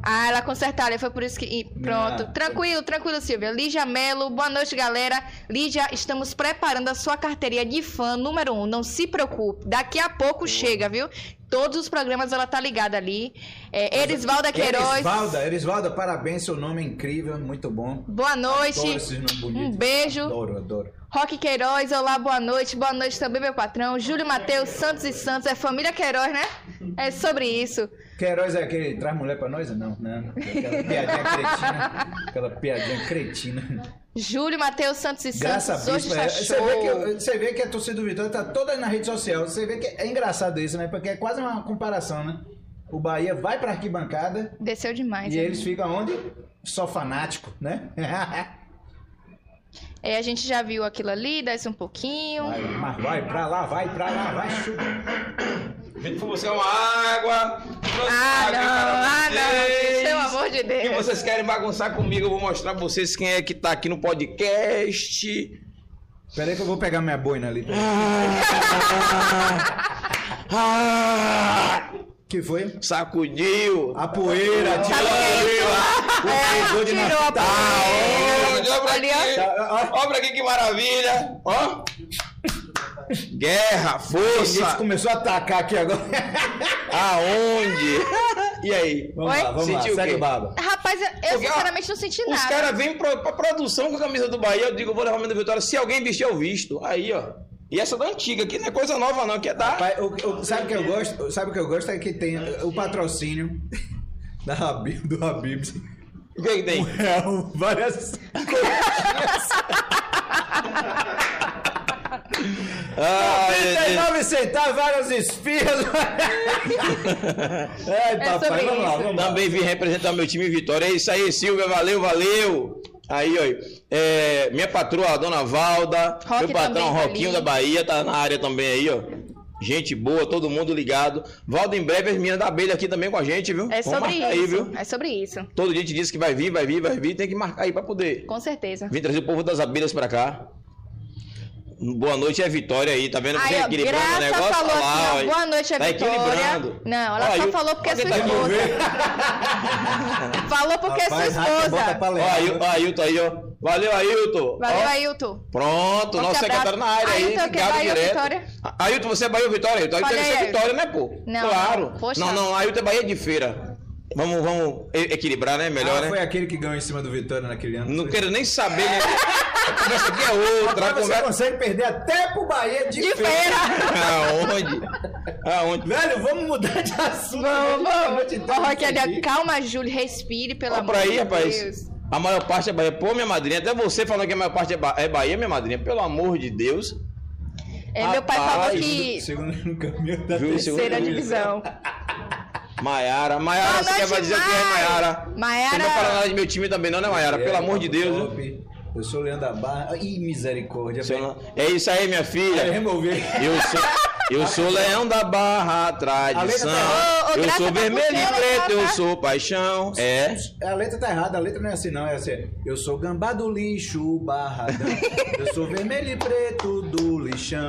A: Ah, ela consertou ali, foi por isso que. Ih, Pronto.
C: Ah.
A: Tranquilo, tranquilo, Silvia. Lígia Melo, boa noite, galera. Lígia, estamos preparando a sua carteirinha de fã número um. Não se preocupe. Daqui a pouco chega, viu? Todos os programas ela tá ligada ali. É, Erisvalda Queiroz.
C: Erisvalda, Erisvalda, parabéns, seu nome é incrível, muito bom.
A: Boa noite.
C: Adoro esses nomes bonitos.
A: Um beijo.
C: Adoro, adoro.
A: Roque Queiroz, olá, boa noite. Boa noite também, meu patrão. Júlio Matheus, Santos e Santos. É família Queiroz, né? É sobre isso.
C: Queiroz é aquele traz mulher pra nós? Não, não. Aquela piadinha cretina. Aquela piadinha cretina.
A: Júlio Matheus, Santos e
C: Graça
A: Santos. Hoje
C: Bispo.
A: está
C: é- Você
A: show.
C: vê, que, eu- você vê que a torcida do Vitória tá toda na rede social. Você vê que é engraçado isso, né? Porque é quase uma comparação, né? O Bahia vai pra arquibancada
A: Desceu demais.
C: e
A: né?
C: eles ficam onde? Só fanático, né?
A: Então, É, a gente já viu aquilo ali, desce um pouquinho.
C: Vai, mas vai pra lá, vai pra lá, vai chupa.
B: Vem com você uma água.
A: Ah, não, ah, não,
B: Vocês.
A: pelo amor de
B: E
A: Deus.
B: vocês querem bagunçar comigo, eu vou mostrar pra vocês quem é que tá aqui no podcast.
C: Peraí que eu vou pegar minha boina ali.
B: Ah,
C: Que foi?
B: sacudiu.
C: A poeira,
A: Sabe o que é isso?
C: pegou
A: Ela
C: de
A: tirou a
C: Natal.
A: poeira.
B: Olha pra
A: Ali,
B: aqui. Olha pra aqui que maravilha. Ó. Guerra,
C: A gente
B: força.
C: começou a atacar aqui agora.
B: Aonde? E aí?
C: Vamos
A: Oi?
C: lá, vamos
B: Sentiu o
C: lá, segue
B: quê?
C: o baba.
A: Rapaz, eu- eu
B: Porque, ó,
A: sinceramente não senti
B: Os
A: nada.
B: caras vêm pra, pra produção com a camisa do Bahia. Eu digo, eu vou levar a minha da vitória. Se alguém vestir, eu visto. Aí, ó. E essa da antiga, que não é coisa nova, não, que é da.
C: Pai, o- o- sabe o que eu gosto? Sabe o que eu gosto é que tem o patrocínio da Habib, do Habib.
B: O que, é que tem?
C: É, um- várias.
B: Ah, meu Deus.
C: 39 centavos, várias esfirras. Ai, papai,
A: É sobre
C: vamos lá,
A: isso.
C: vamos lá.
B: Também vim representar meu time em Vitória. É isso aí, Silvia. Valeu, valeu. Aí, ó. é, minha patroa, a dona Valda.
A: Roque
B: meu patrão,
A: também tá
B: Roquinho
A: ali.
B: da Bahia, tá na área também aí, ó. Gente boa, todo mundo ligado. Valda em breve, as meninas da abelha aqui também com a gente, viu?
A: É
B: Vamos
A: sobre isso.
B: marcar aí, viu?
A: É sobre isso.
B: Todo dia te disse que vai vir, vai vir, vai vir. Tem que marcar aí pra poder.
A: Com certeza.
B: Vim trazer o povo das abelhas pra cá. Boa noite, é Vitória aí, tá vendo? Você
A: Aí, ó,
B: equilibrando o
A: Graça
B: negócio.
A: falou
B: Olha lá,
A: assim, ó,
B: ó,
A: boa noite, é
B: tá
A: Vitória.
B: equilibrando.
A: Não, ela
B: Ó,
A: só
B: aí o-
A: falou porque é
B: alguém
A: sua
B: tá
A: esposa. Falou porque é sua
C: Rapaz, Raquel, bota pra
A: esposa.
B: Ó, Ailton, Ailton aí, ó. Valeu, Ailton.
A: Valeu,
B: Ó,
A: Ailton.
B: Pronto,
A: Forte
B: nosso
A: abraço.
B: secretário na área aí,
A: Ailton, que é
B: ligado
A: Bahia ou
B: direto.
A: Vitória?
B: A- Ailton, você é Bahia ou Vitória? Ailton, Ailton
A: Olha
B: deve ser
A: aí.
B: Vitória, né, pô?
A: Não,
B: claro.
A: poxa.
B: Não, não, Ailton é Bahia de feira. Vamos, vamos e- equilibrar, né? Melhor,
C: Ah,
B: né?
C: Foi aquele que ganhou em cima do Vitória naquele ano.
B: Não quero nem saber, né? A conversa aqui é outra. A
C: Agora você
B: conversa...
C: consegue perder até pro Bahia de,
A: De
C: feira.
A: feira.
B: Aonde? Aonde?
C: Velho, vamos mudar de assunto. né?
A: Vamos,
C: Vamos te
A: vamos.
C: dar
A: Ô, Raquel, é
C: isso aqui.
A: calma, Júlio, respire, pelo
B: Olha
A: amor
B: um pra aí,
A: de
B: rapaz.
A: Deus.
B: A maior parte é Bahia. Pô, minha madrinha, até você falou que a maior parte é, Ba- é Bahia, minha madrinha. Pelo amor de Deus.
A: É, meu pai
B: Rapaz,
A: falou que.
C: Segundo no caminho da
B: Viu, segundo-
A: Terceira divisão.
B: né? Maiara, Maiara,
A: Boa
B: você quer
A: noite,
B: dizer que é
A: Mai.
B: Maiara?
A: Maiara.
B: Você não vai falar nada de meu time também, não, né, Maiara? Pelo amor de Deus. viu?
C: É, Top. Eu sou o Leandro da Barra. Ih, misericórdia.
B: Você
C: velho.
B: não- É isso É aí, minha
C: Eu
B: filha.
C: removi.
B: Eu sou. Eu sou leão da barra, tradição.
A: tá- Ô, ô,
B: eu
A: Graça,
B: sou
A: tá com
B: vermelho e
A: pena,
B: preto, eu
A: tá?
B: sou paixão. É.
C: A letra tá errada, a letra não é assim, não. É assim. Eu sou gambá do lixo, barradão. Eu sou vermelho e preto do lixão.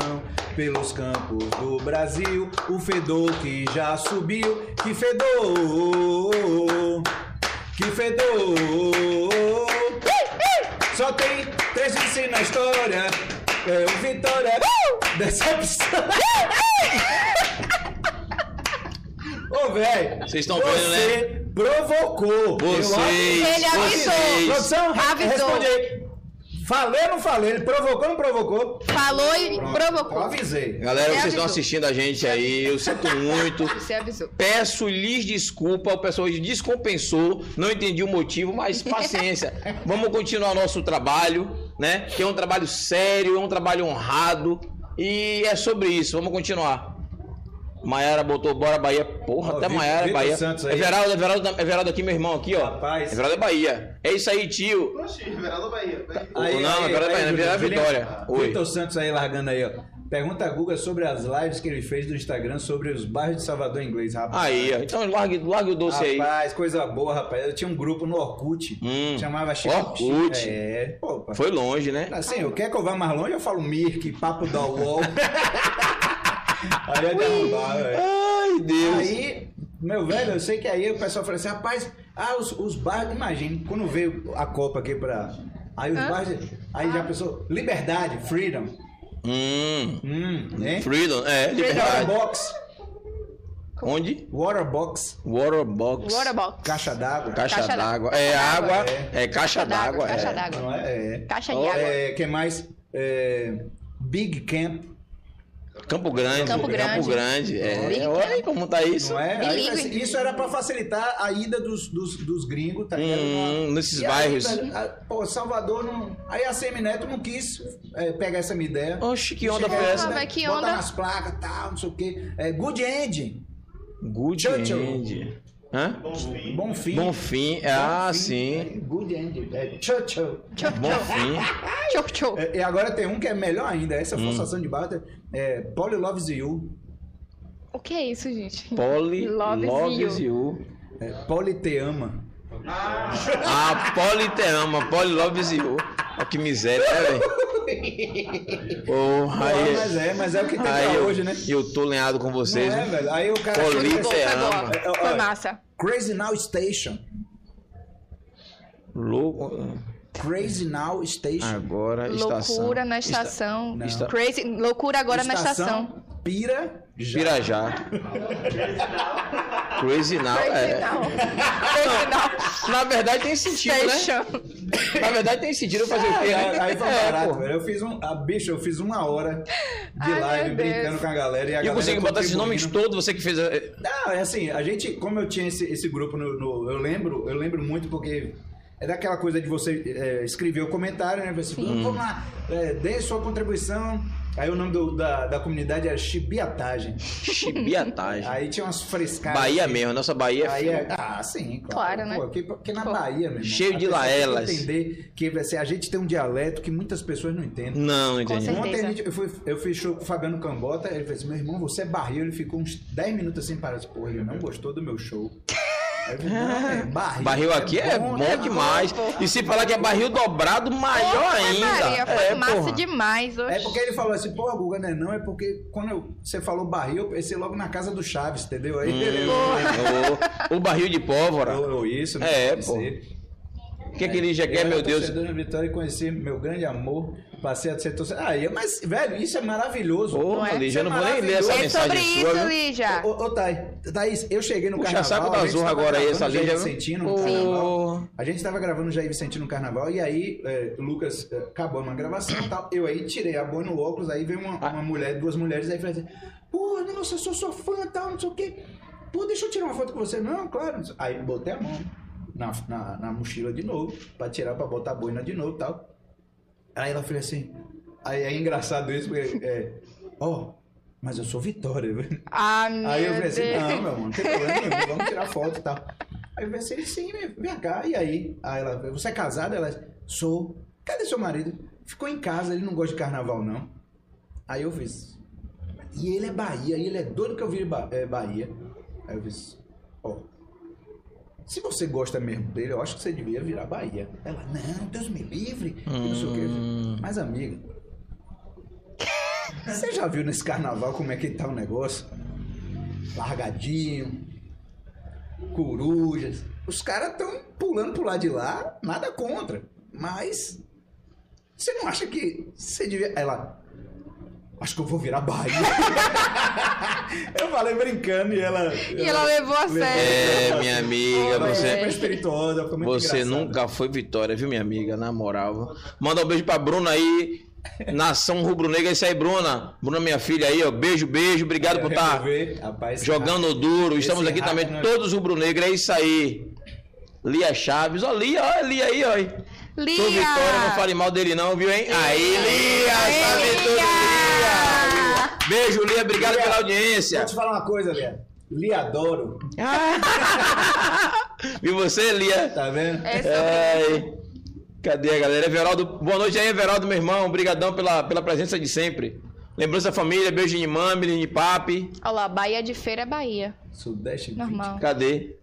C: Pelos campos do Brasil, o fedor que já subiu. Que fedor! Que fedor! Só tem três vices na história. É o Vitória. Decepção. Ô, velho.
B: Vocês estão vendo, né?
C: Você provocou.
B: Vocês,
C: Eu acho-
A: Ele avisou.
B: vocês.
C: Produção, re-
A: Avisou.
C: responde aí. Falei ou não falei? Ele provocou ou não provocou?
A: Falou e
C: Pronto, Eu
A: provocou.
C: avisei.
B: Galera,
A: Você
B: vocês estão
A: avisou.
B: assistindo a gente aí, eu sinto muito.
A: Você avisou.
B: Peço-lhes desculpa, o pessoal hoje descompensou, não entendi o motivo, mas paciência. Vamos continuar nosso trabalho, né? Que é um trabalho sério, é um trabalho honrado. E é sobre isso, vamos continuar. Maiara botou Bora Bahia. Porra,
C: Ó,
B: até
C: Vitor-
B: Maiara é
C: Vitor
B: Bahia.
C: Santos aí.
B: Everaldo, Everaldo, Everaldo aqui, meu irmão, aqui, ó.
C: Rapaz.
B: Everaldo é Bahia. É isso aí, tio.
D: Oxi, Ribeirão da Bahia.
C: Tá.
B: Ô, não, agora vai, né?
C: Vitor,
B: Virar Vitória. Oi.
C: Vitor Santos aí largando aí, ó. Pergunta a Guga sobre as lives que ele fez do Instagram sobre os bairros de Salvador inglês, rapaz.
B: Aí, ó. Então largue, largue o doce aí.
C: Rapaz, coisa boa, rapaz. Eu tinha um grupo no Orkut.
B: Hum.
C: Chamava
B: Orkut.
C: É, opa.
B: Foi longe, né?
C: Assim, eu quer que eu vá mais longe, eu falo Mirk, papo da UOL. aí é derrubar, velho.
B: Ai, Deus.
C: Aí, meu velho, eu sei que aí o pessoal fala assim, rapaz, ah, os, os bairros, imagina, quando veio a Copa aqui pra. Aí os bairros. Aí já pensou, liberdade, freedom.
B: Hum.
C: Hum, né?
B: Freedom, é, liberdade.
C: Waterbox.
B: Onde?
C: Waterbox.
B: Waterbox.
A: Waterbox.
C: Caixa d'água.
B: Caixa,
A: Caixa
B: d'água. É água. É, caixa
A: Caixa d'água.
B: d'água.
A: Caixa
B: é.
A: d'água.
C: Não é? é.
A: Caixa de
C: Oh,
A: água.
C: é, que mais? É, Big Camp.
B: Campo Grande. é
A: Campo
B: Campo
A: Grande.
B: Grande.
A: Big
B: É. Olha aí como tá isso.
C: Não é? Aí,
A: Bilíngue.
C: assim, isso era pra facilitar a ida dos, dos, dos gringos, tá ligado?
B: Hum, nesses
C: E aí,
B: bairros.
C: velho, a- pô, Salvador não. Aí a Semineto não quis eh, pegar essa minha ideia.
B: Oxe, que onda foi
C: Chegar,
B: essa?
A: Ah,
C: né,
A: mas que
C: botar
A: onda.
C: nas placas, tal, não sei o quê. É, good End,
B: Good
C: Churchill.
B: End. Hã?
D: Bom fim.
C: Bom Fim.
B: Bom fim. Ah,
C: Bom Fim,
B: sim.
C: é, good End, é, Churchill.
A: Tchau,
B: Bom
A: tchau.
B: fim.
A: Tchau, tchau.
C: É, e agora tem um que é melhor ainda, essa
B: Hum.
C: forçação de barra. É, Polly Loves You.
A: O que é isso, gente?
B: Polly
A: Loves
B: Loves You.
C: É, Polly Te Ama.
B: Ah, Polly te ama. Polly Loves You. Ó, que miséria, né, velho? Porra, aí.
C: mas é, mas é o que tem pra
B: Aí eu,
C: hoje, né?
B: eu tô lenhado com
C: Não
B: vocês.
C: é,
B: né?
C: velho? Aí o cara.
B: Polly
A: Foi boa, foi
B: te ama. É,
A: boa. Foi massa.
C: Crazy Now Station.
B: Louco.
C: Crazy Now Station.
B: Agora, estação.
A: Loucura na
B: Esta-
A: estação.
C: Não.
B: Esta-
A: Crazy. Loucura agora na estação.
C: Pira.
B: Pirajá. Crazy Now, é.
A: Original. Original.
B: Na verdade tem sentido,
A: Station.
B: né? Na verdade tem sentido eu fazer o quê, né?
C: Aí, aí foi
B: É,
C: barato,
B: pô.
C: velho. Eu fiz um. A bicha, eu fiz uma hora de
A: Ai, meu
C: live brincando
A: Deus.
C: com a galera.
B: E eu
C: E a galera
B: consigo botar esses nomes
C: contribuindo.
B: todos, você que fez. a- é,
C: Não, é assim, a gente, como eu tinha esse, esse grupo no, no- Eu lembro, eu lembro muito porque. É daquela coisa de você é, escrever o comentário, né? Você, vamos lá, é, dê sua contribuição. Aí o nome do- da, da comunidade era Chibiatagem.
B: Chibiatagem.
C: Aí tinha umas frescadas.
B: Bahia mesmo, nossa Bahia é.
C: Aí
B: fria.
C: é- Ah, sim, claro.
A: Claro, né?
C: Porque, porque na
A: Pô.
C: Bahia, meu irmão,
B: Cheio
C: a
B: de
C: pessoa tem que
B: laelas.
C: entender que assim, a gente tem um dialeto que muitas pessoas não entendem.
B: Não, não entendi.
A: certeza.
C: Ontem a gente- eu, fui, eu fui show com o Fabiano Cambota, ele falou assim: meu irmão, você é barril. Ele ficou uns 10 minutos assim parado. Pô, ele não gostou do meu show. Aí eu falei, não, é barril.
B: Barril aqui é bom,
C: né?
B: demais. E se falar que é barril dobrado, maior
A: Ave
B: ainda.
A: Maria, foi
B: é,
A: massa
B: porra.
A: demais hoje.
C: É porque ele falou assim, pô, Guga, não é não, é porque quando eu- você falou barril, eu pensei logo na casa do Chaves, entendeu?
B: Hum.
C: Aí ele.
B: O, o barril de pólvora.
C: Ou- ou isso, né?
B: É,
C: Pode
B: pô.
C: ser.
B: O que, que ele já quer,
C: é, eu
B: meu
C: era
B: Deus?
C: torcedor do Vitória e conheci meu grande amor. Passei a ser torcedor. Ah, eu- mas, velho, isso é maravilhoso.
B: Porra,
A: Não é?
B: Lígia, eu não vou nem ler essa
A: É sobre
B: mensagem
A: isso,
B: sua. viu?
A: Lígia.
C: Ô, ô, Thay, Thaís, eu cheguei no
B: Puxa
C: carnaval.
B: saco da
C: a gente
B: Zorra
C: tava
B: agora aí,
C: gravando
B: essa
C: o Jair
B: Lídia, viu?
C: Vicentino no
B: Pô.
C: carnaval. A gente tava gravando o Jair Vicentino no carnaval. E aí, é, Lucas, é, acabou uma gravação e tal. Eu aí tirei a boina, o óculos. Aí veio uma, uma mulher, duas mulheres. Aí falei assim: Pô, nossa, eu sou sua fã e tal, não sei o quê. Pô, deixa eu tirar uma foto com você. Não, claro. não sei- Aí botei a mão na, na, na mochila de novo. Pra tirar, pra botar a boina de novo e tal. Aí ela falou assim. Aí é engraçado isso, porque é. Ó, mas eu sou Vitória, velho.
A: Ah, meu
C: Aí eu falei
A: Deus.
C: assim, não, meu amor, não tem problema nenhum, vamos tirar foto e tal. Aí eu pensei, sim, né? vem cá, e aí? Aí ela, você é casada? Ela, sou. Cadê seu marido? Ficou em casa, ele não gosta de carnaval, não. Aí eu fiz, E ele é Bahia, e ele é doido que eu vire Ba- é, Bahia. Aí eu disse, ó, se você gosta mesmo dele, eu acho que você devia virar Bahia. Ela, não, Deus me livre, e não sei o quê. Eu
B: Hum.
C: disse, Mas amiga, você já viu nesse carnaval como é que tá o negócio? Largadinho, corujas. Os caras estão pulando pro lado de lá, nada contra. Mas você não acha que você devia. Ela. Acho que eu vou virar Bahia. eu falei brincando e ela.
A: E ela levou a sério.
B: É, minha amiga,
C: Ela
B: você.
C: foi espirituosa, foi muito
B: Você
C: engraçada.
B: nunca foi vitória, viu, minha amiga? Na moral. Manda um beijo pra Bruna aí. Nação rubro-negra, é isso aí, Bruna. Bruna, minha filha aí, ó. Beijo, beijo. Obrigado por estar
C: Remover, rapaz,
B: jogando duro. Estamos
C: Esse
B: aqui também,
C: rato, né?
B: todos rubro-negros, é isso aí. Lia Chaves, ó, Lia, ó, Lia aí, ó. Tô
A: Lia!
B: vitória, não fale mal dele, não, viu, hein? Aí, Lia!
A: Ei,
C: tá
B: Sabe tudo, Lia!
A: Lia!
B: Beijo, Lia, obrigado
C: Lia.
B: pela
C: Vou
B: audiência.
C: te falar uma coisa, Lia. Lhe adoro.
B: E você, Lia?
C: Tá vendo?
A: É sobre
B: Ai, cadê a galera? Everaldo, boa noite aí, Everaldo, meu irmão. Obrigadão pela, pela presença de sempre. Lembrança da família, beijo de mami, de papi.
A: Olha lá, Bahia de feira é Bahia.
C: Sudeste 20.
A: Normal.
B: Cadê?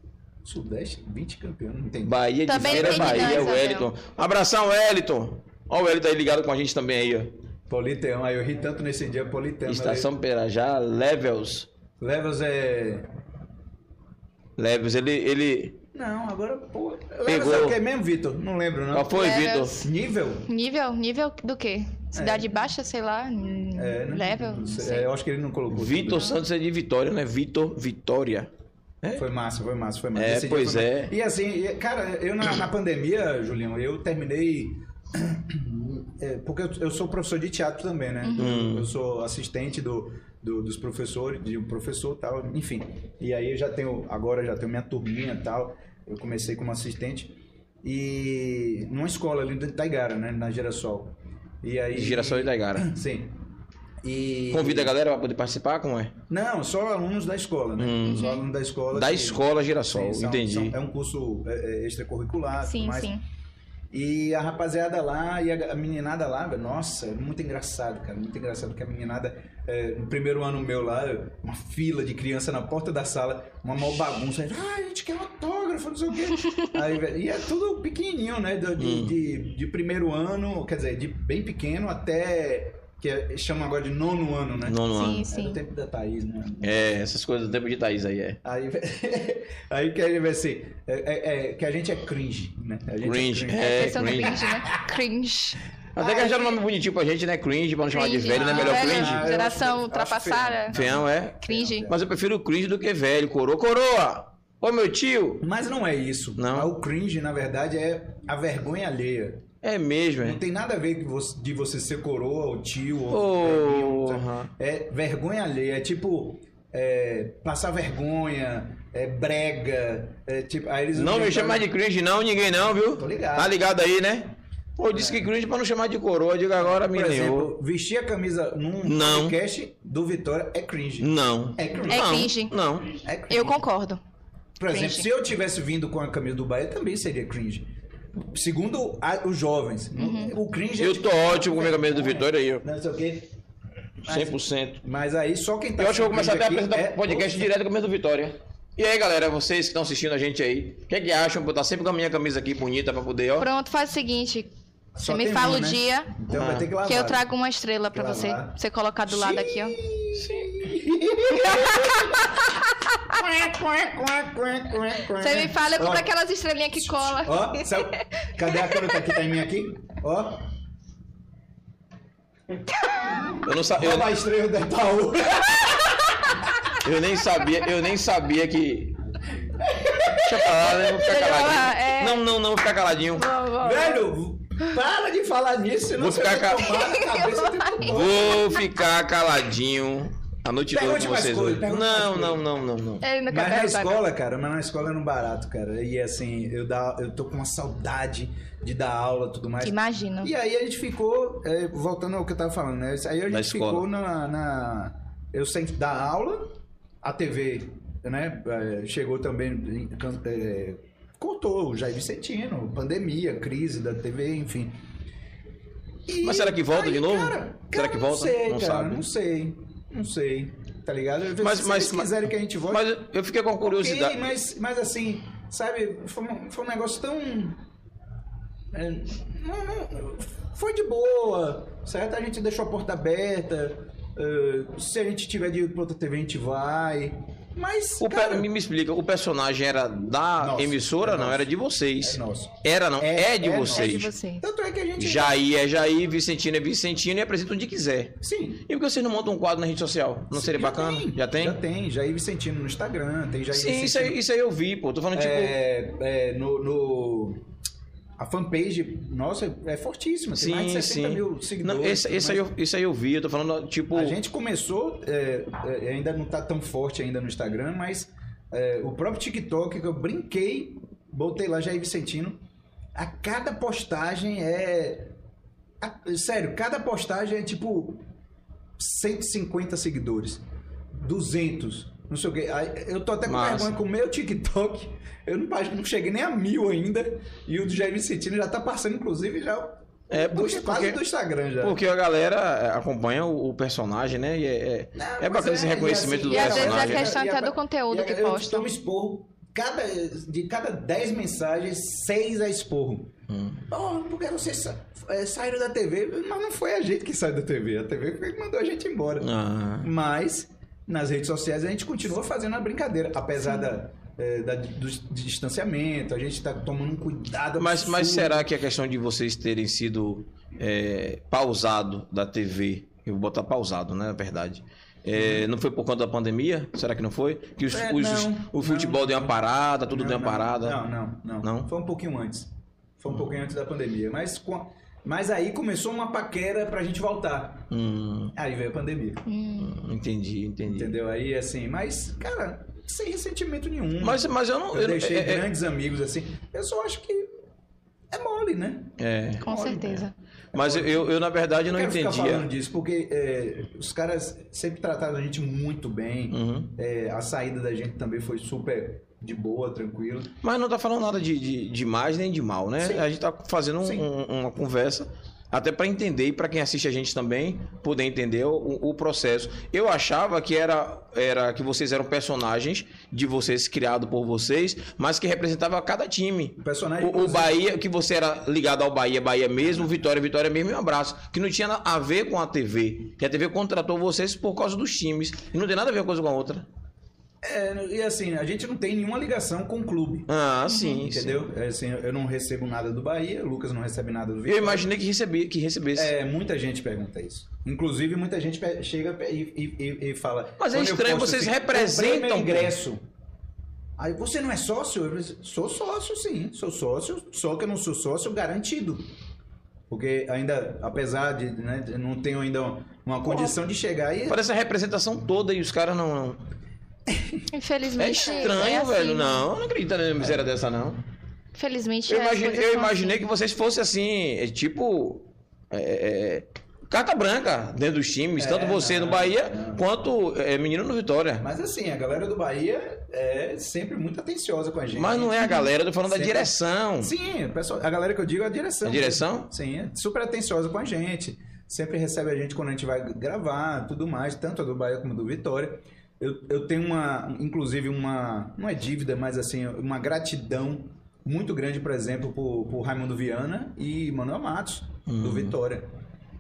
C: Sudeste 20 campeão, não tem.
B: Bahia de
A: Também
B: Feira,
A: tem de
B: Bahia,
A: nós,
B: Wellington. Um Abração, Wellington. Ó, o Wellington aí ligado com a gente também aí, ó.
C: Politeão, aí eu ri tanto nesse dia, Politeão.
B: Estação Perajá, Levels.
C: Levels é.
B: Levels, ele. ele...
C: Não, agora, pô. Levels
B: Pegou.
C: é o que mesmo, Vitor? Não lembro, não.
B: Qual foi, Vitor?
A: Levels.
C: Nível?
A: Nível? Nível do quê? Cidade baixa, sei lá. hum,
C: É, não-
A: level?
C: não
A: Não
C: sei.
A: sei.
C: É, eu acho que ele não colocou.
B: Vitor Santos é de Vitória, né? Vitor Vitória.
C: Foi massa, foi massa, foi massa.
B: É,
C: Esse dia
B: pois
C: foi
B: é.
C: massa. E assim, e, cara, eu na, na pandemia, Julião, eu terminei. é, porque eu, eu sou professor de teatro também, né?
B: Uhum.
C: Eu, eu sou assistente do, do- dos professores, de um professor e tal, enfim. E aí eu já tenho, agora eu já tenho minha turminha e tal. Eu comecei como assistente. E numa escola ali da Taigara, né? Na Girassol. E aí.
B: Girassol da Gara.
C: Sim. E.
B: Convida a galera pra poder participar, como é?
C: Não, só alunos da escola, né?
B: Hum.
C: Só alunos da escola. assim.
B: Da
C: que-
B: escola
C: Sim,
B: Girassol,
C: são-
B: entendi.
C: são- é um curso é, é, extracurricular. tudo
A: Sim,
C: mais.
A: sim.
C: E a rapaziada lá e a, a meninada lá, velho, nossa, é muito engraçado, cara. Muito engraçado que a meninada, é, no primeiro ano meu lá, uma fila de criança na porta da sala, uma maior bagunça. Ah, a gente quer autógrafo, não sei o quê. Aí, velho, e é tudo pequenininho, né? do- De, de, de primeiro ano, quer dizer, de bem pequeno até. que é, chama agora de nono ano, né?
B: Nono ano.
A: Sim,
C: É do
A: sim.
C: tempo da Thaís, né?
B: É, essas coisas do tempo de Thaís aí, é.
C: Aí, aí que ele vai ser. é- é- é que a gente é cringe, né? A gente
B: Cringe.
A: É,
B: É,
A: questão do
B: cringe.
A: cringe, né? Cringe.
B: Até que acharam um nome bonitinho pra gente, né? Cringe, pra não chamar de
A: Ah, é Cringe, é
B: velho, né?
A: não,
B: Melhor
A: velho,
B: cringe.
C: Ah, eu
A: Geração
C: acho-
A: ultrapassada.
C: acho
B: Feião é.
A: Cringe.
B: Mas eu prefiro cringe do que velho. Coroa, coroa! Ô meu tio!
C: Mas não é isso.
B: Não.
C: Mas O cringe, na verdade, é a vergonha alheia.
B: É mesmo,
C: Não
B: é.
C: tem nada a ver que você- de você ser coroa ou tio ou.
B: Ô,
C: É vergonha alheia. É tipo. é, passar vergonha, é brega. É tipo, aí eles
B: Não me chama mais de cringe, não, ninguém não, viu?
C: Tô ligado. É.
B: Tá ligado aí, né? Pô, disse que cringe pra não chamar de coroa, diga agora, me
C: Por
B: nenhum.
C: exemplo, vestir a camisa num
B: Não.
C: podcast do Vitória é cringe.
B: Não.
C: É
A: É
C: cringe.
B: não,
A: cringe.
B: Não.
C: É cringe.
A: Eu concordo.
C: Por exemplo,
A: Cringe.
C: se eu tivesse vindo com a camisa do Bahia, também seria cringe. Segundo a- os jovens,
A: Uhum.
C: o cringe é
B: Eu
C: tipo,
B: tô ótimo com a minha camisa do Vitória aí, ó.
C: Não sei o quê. Mas-
B: 100%.
C: Mas aí só quem tá.
B: Eu acho que eu vou começar até a
C: cringe aqui
B: apresentar
C: é
B: podcast
C: você.
B: direto com a mesma Vitória. E aí, galera, vocês que estão assistindo a gente aí, o que é que acham? Vou botar sempre com a minha camisa aqui bonita pra poder, ó.
A: Pronto, faz o seguinte.
C: Só
A: Você me
C: tem
A: fala
C: uma,
A: o
C: né?
A: dia
C: Então
B: Ah.
C: vai ter que lavar.
A: que eu trago uma estrela pra
C: Lavar.
A: você. Pra você colocar do lado aqui, ó. Você me fala, eu compro
C: Ó.
A: aquelas estrelinhas que cola.
C: Ó, sabe- cadê a caneta que tá em mim aqui? Ó,
B: Eu não sabia.
C: rouba a estrela do Itaú.
B: Eu nem sabia, eu nem sabia que. Deixa pra lá, né? Vou ficar
A: Deixa pra lá,
B: caladinho.
A: é.
B: Não, não, não, vou ficar caladinho.
A: Vamos, vamos.
C: Velho, para de falar nisso, senão
B: Vou
C: você
B: ficar
C: vai
B: ca-
C: tomar na cabeça do Itaú.
B: Vou ficar caladinho a noite toda
C: Pergunte
B: com
C: mais
B: vocês
C: coisa,
B: hoje.
C: pergunte mais
B: Não,
C: coisa.
B: não, não, não, não.
A: Ele não quer né?
C: Mas é na
A: perguntar, não.
C: escola, cara, mas na escola era um barato, cara. E assim, eu, dá, eu tô com uma saudade de dar aula e tudo mais.
A: Imagino.
C: E aí a gente ficou, é, voltando ao que eu tava falando, né? Aí a
B: Da
C: gente
B: escola.
C: ficou na, na- Eu sempre dar aula, a TV, né? é, chegou também. em- can- É, contou o Jair Vicentino, pandemia, crise da TV, enfim. E
B: Mas será que volta de novo? Será que
C: não
B: volta?
C: Sei,
B: Não
C: cara,
B: sabe.
C: Não sei. Não sei, tá ligado? Eu-
B: Mas-
C: se
B: mas-
C: eles quiserem que a gente volte.
B: Mas eu fiquei com uma curiosidade.
C: Ok, mas, mas assim, sabe, foi um, foi um negócio tão. é, não- não- foi de boa, certo? A gente deixou a porta aberta. eh, se a gente tiver de ir pra outra TV, a gente vai. Mas.
B: O pe-
C: cara, é
B: Me me explica, o personagem era da
C: Nosso,
B: emissora?
C: é
B: não,
C: nosso.
B: era de vocês.
C: é nosso.
B: Era não, é,
C: É-
B: de
C: é nosso.
A: É
B: vocês.
A: de você.
C: Tanto é que a gente.
B: Jair é Jair, Vicentino é Vicentino e apresenta onde quiser.
C: Sim.
B: E por que vocês não montam um quadro na rede social? Não seria
C: Já
B: bacana?
C: tem,
B: já tem?
C: Já tem. Jair Vicentino no Instagram, tem Jair
B: Sim,
C: Vicentino.
B: isso aí, isso aí eu vi, pô. Tô falando, tipo.
C: É, é, no, no- A fanpage, nossa, é fortíssima. Tem mais de
B: Sim,
C: 60
B: sim.
C: mil
B: Não,
C: seguidores.
B: esse, esse aí eu, isso aí eu vi, eu tô falando, tipo.
C: A gente começou, é, é, ainda não tá tão forte ainda no Instagram, mas é, o próprio TikTok que eu brinquei, botei lá Jair Vicentino. A cada postagem é. a- sério, cada postagem é tipo 150 seguidores, 200, não sei o quê. Aí, Eu tô até com
B: Massa.
C: vergonha com o meu TikTok. Eu não, pa- não cheguei nem a mil ainda. E o do Jair Vicentino já tá passando, inclusive, já.
B: É,
C: do-
B: porque-
C: tá quase né?
B: porque-
C: do Instagram já.
B: Porque a galera é, acompanha o, o personagem, né? E é, é-
C: Não,
B: é
C: mas
B: bacana esse
C: e
B: reconhecimento do
A: E às vezes a
B: personagem.
A: questão é
C: e a-
A: até do conteúdo
C: e a-
A: que
C: é eu
A: posta.
C: tomo esporro. Cada, de cada 10 mensagens, 6 é esporro.
B: Hum.
C: Oh, porque vocês sa- é, saíram da TV? Mas não foi a gente que saiu da TV. A TV foi que mandou a gente embora.
B: Ah.
C: Mas, nas redes sociais, a gente continua fazendo a brincadeira. Apesar da, é, da- do distanciamento, a gente tá tomando um cuidado
B: Mas, mas
C: absurdo.
B: será que a questão de vocês terem sido é, pausado da TV, eu vou botar pausado, né, na verdade, é, não foi por conta da pandemia? Será que não foi? Que os-
C: Uhum. É,
B: os-
C: não,
B: o futebol
C: não.
B: deu uma parada, tudo
C: Não,
B: deu uma
C: não,
B: parada?
C: Não, não, não,
B: Não?
C: Foi um pouquinho antes. Foi um pouquinho antes da pandemia. Mas, com a- mas aí começou uma paquera pra gente voltar.
B: Hum,
C: Aí veio a pandemia.
A: Hum.
B: entendi, entendi.
C: Entendeu? Aí, assim, mas, cara, sem ressentimento nenhum.
B: Mas, mas eu não.
C: eu,
B: eu não-
C: deixei
B: é- é-
C: grandes amigos, assim. Eu só acho que é mole, né?
B: é,
A: Com certeza.
B: mas eu, eu, eu, na verdade, não
C: quero ficar falando
B: entendia.
C: disso, porque é, os caras sempre trataram a gente muito bem.
B: Uhum.
C: É, a saída da gente também foi super de boa, tranquilo.
B: Mas não tá falando nada de, de, de mais nem de mal, né?
C: Sim.
B: A gente tá fazendo um-
C: Sim.
B: um- uma conversa até pra entender e pra quem assiste a gente também poder entender o, o processo. Eu achava que era, era que vocês eram personagens de vocês criado por vocês, mas que representava cada time.
C: O personagem.
B: O, o Bahia, que você era ligado ao Bahia, Bahia mesmo, Vitória, Vitória mesmo e um abraço. Que não tinha na- a ver com a TV. Que a TV contratou vocês por causa dos times. E não tem nada a ver uma coisa com a outra.
C: é, e assim, a gente não tem nenhuma ligação com o clube.
B: Ah, sim. sim.
C: Entendeu? É, assim, eu não recebo nada do Bahia, o Lucas não recebe nada do
B: Eu
C: Vitória.
B: imaginei que, recebia, que recebesse.
C: É, muita gente pergunta isso. Inclusive, muita gente pe- chega pe- e, e- e- e fala.
B: Mas é
C: quando eu
B: estranho,
C: posto assim,
B: vocês
C: "Comprei
B: representam,
C: Meu ingresso. Aí você não é sócio? Eu disse, sou sócio, sim. Sou sócio, só que eu não sou sócio garantido. Porque ainda, apesar de, né, de não tenho ainda uma condição de chegar aí.
B: Parece a representação toda e os caras não. não- É
A: Infelizmente.
B: estranho,
A: é assim.
B: velho. Não, eu não acredito na miséria dessa, não.
A: Infelizmente.
B: Eu
A: as
B: imaginei,
A: coisas
B: eu
A: são
B: imaginei
A: assim.
B: que vocês fossem assim, é, tipo. é, é, carta branca dentro dos times,
C: É,
B: tanto você
C: não,
B: no Bahia
C: não.
B: quanto é, menino no Vitória.
C: Mas assim, a galera do Bahia é sempre muito atenciosa com a gente.
B: Mas não é a galera, eu tô falando da
C: Sempre.
B: direção.
C: Sim, o pessoal, a galera que eu digo é a direção.
B: A direção?
C: Sim, é super atenciosa com a gente. Sempre recebe a gente quando a gente vai gravar, tudo mais, tanto a do Bahia como a do Vitória. Eu, eu tenho uma, inclusive, uma. Não é dívida, mas assim, uma gratidão muito grande, por exemplo, por, por Raimundo Viana e Manuel Matos, do
B: Hum.
C: Vitória.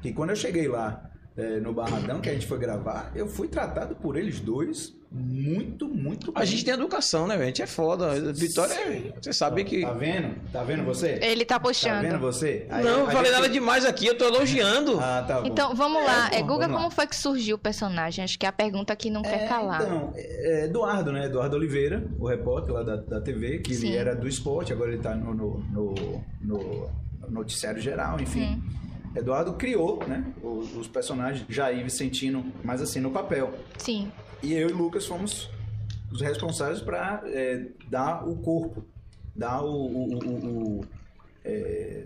C: Que quando eu cheguei lá eh, no Barradão, que a gente foi gravar, eu fui tratado por eles dois muito, muito
B: A gente tem educação, né, velho? A gente é foda. Vitória,
C: Sim.
B: você sabe que.
C: Tá vendo? Tá vendo você?
A: Ele tá
C: Tá
A: puxando.
C: vendo você? Aí-
B: Não, eu
C: aí
B: falei
C: você-
B: nada demais aqui, eu tô elogiando.
C: Ah, tá bom.
A: Então, vamos lá.
C: É,
A: É,
C: bom,
A: Guga,
C: vamos lá.
A: como foi que surgiu o personagem? Acho que é a pergunta que não quer
C: É,
A: calar.
C: Então, é, é Eduardo, né? Eduardo Oliveira, o repórter lá da, da TV, que
A: Sim.
C: ele era do esporte, agora ele tá no, no, no- no noticiário geral, enfim. Eduardo criou, né? Os, os personagens, Jair Vicentino, mas assim, no papel.
A: Sim.
C: E eu e Lucas fomos os responsáveis para dar o corpo, dar o, o- o- o- o, é,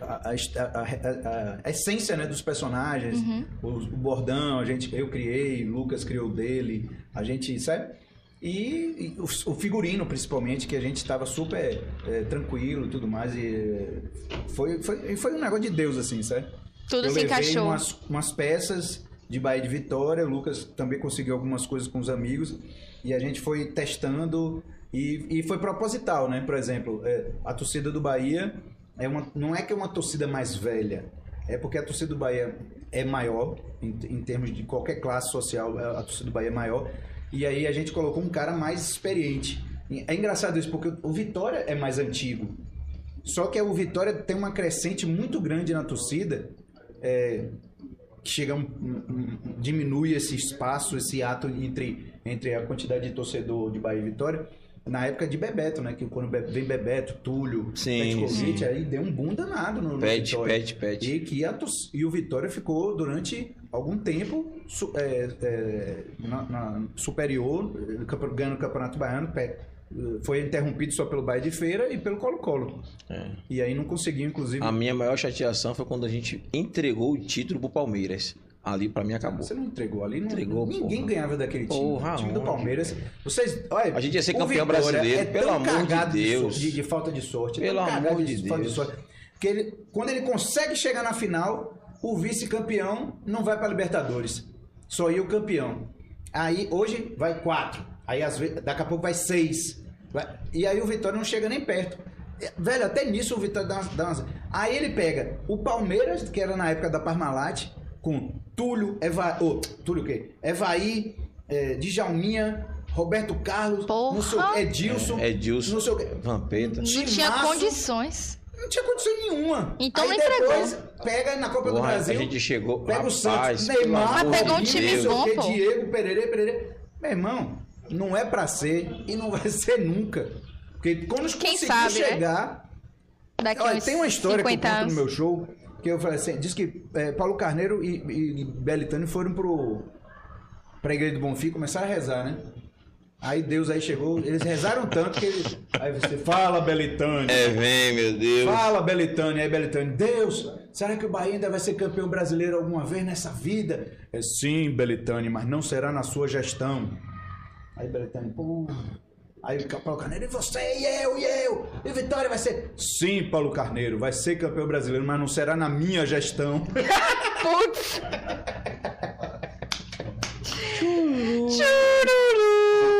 C: a, a est- a- a- a- a essência né, dos personagens,
A: Uhum.
C: o, o bordão, a gente, eu criei, Lucas criou o dele, a gente, sabe? E, e o, o figurino, principalmente, que a gente estava super é, tranquilo e tudo mais. E é, foi, foi, e foi um negócio de Deus, assim, sabe?
A: Tudo
C: eu
A: se
C: levei
A: encaixou.
C: Umas, umas peças de Bahia de Vitória. O Lucas também conseguiu algumas coisas com os amigos. E a gente foi testando. E, e foi proposital, né? Por exemplo, é, a torcida do Bahia é uma, não é que é uma torcida mais velha. É porque a torcida do Bahia é maior, em, em termos de qualquer classe social, a a torcida do Bahia é maior. E aí a gente colocou um cara mais experiente. E É engraçado isso, porque o Vitória é mais antigo. Só que o Vitória tem uma crescente muito grande na torcida. é, que chega um, um- um- diminui esse espaço, esse ato entre, entre a quantidade de torcedor de Bahia e Vitória. Na época de Bebeto, né? Que quando Be- vem Bebeto, Túlio,
B: Sim,
C: Petkovic,
B: sim.
C: aí deu um boom danado no, no
B: Pet,
C: Vitória.
B: pet, pet.
C: E que a tor- e o Vitória ficou durante algum tempo su- é, é, na- na- superior, eh, campe- ganhando o Campeonato Baiano. pe- eh, Foi interrompido só pelo Bahia de Feira e pelo Colo-Colo.
B: É.
C: E aí não conseguiu, inclusive.
B: A minha maior chateação foi quando a gente entregou o título pro Palmeiras. Ali pra mim acabou.
C: Você não entregou ali, não
B: Entregou,
C: Ninguém
B: porra.
C: ganhava daquele time.
B: Porra,
C: o time do
B: onde?
C: Palmeiras. Vocês, olha,
B: A gente ia ser
C: o
B: campeão
C: Vitória
B: brasileiro,
C: é
B: pelo
C: tão
B: amor de
C: cagado de
B: Deus.
C: so- De, de falta de sorte. é tão
B: Pelo
C: cagado
B: amor de
C: falta
B: Deus.
C: sorte, que ele, quando ele consegue chegar na final, o vice-campeão não vai pra Libertadores. Só ia o campeão. Aí hoje vai quatro. Aí às vezes, daqui a pouco vai seis. Vai- e aí o Vitória não chega nem perto. É, Velho, até nisso o Vitória dá umas, dá umas- Aí ele pega o Palmeiras, que era na época da Parmalat, com Túlio, Eva, ô, Túlio o quê? Evaí, eh, Djalminha, Roberto Carlos, não sei o-
A: Porra!
C: Edilson.
B: É Edilson.
C: Não sei o quê.
B: Vampeta.
A: Não tinha
C: Timaço.
A: condições.
C: Não tinha condição nenhuma.
A: Então
C: Aí
A: não entregou.
C: depois pega na Copa do
B: Porra,
C: Brasil.
B: a gente chegou-
C: Pega o
B: rapaz,
C: Santos,
B: pelo
C: Neymar,
A: amor Mas pegou um de time Deus. bom,
C: Porque
A: pô.
C: Diego, Pererê, Pererê. Meu irmão, não é pra ser e não vai ser nunca. Porque quando
A: Quem
C: conseguir
A: sabe, né?
C: chegar.
A: Daqui
C: Olha,
A: uns
C: tem uma história que eu
A: 50
C: conto
A: anos.
C: no meu show. Que eu falei assim: diz que eh, Paulo Carneiro e, e, e Belitani foram pro, pra igreja do Bonfim e começaram a rezar, né? Aí Deus aí chegou, eles rezaram tanto que eles. Aí você fala, Belitani.
B: É, vem, meu Deus.
C: Fala, Belitânia, aí, Belitânia. Deus, será que o Bahia ainda vai ser campeão brasileiro alguma vez nessa vida? É sim, Belitânia, mas não será na sua gestão. Aí, Belitânia, pô. Aí o Paulo Carneiro, e você, e eu, e eu, e Vitória vai ser. Sim, Paulo Carneiro, vai ser campeão brasileiro, mas não será na minha gestão.
A: Putz.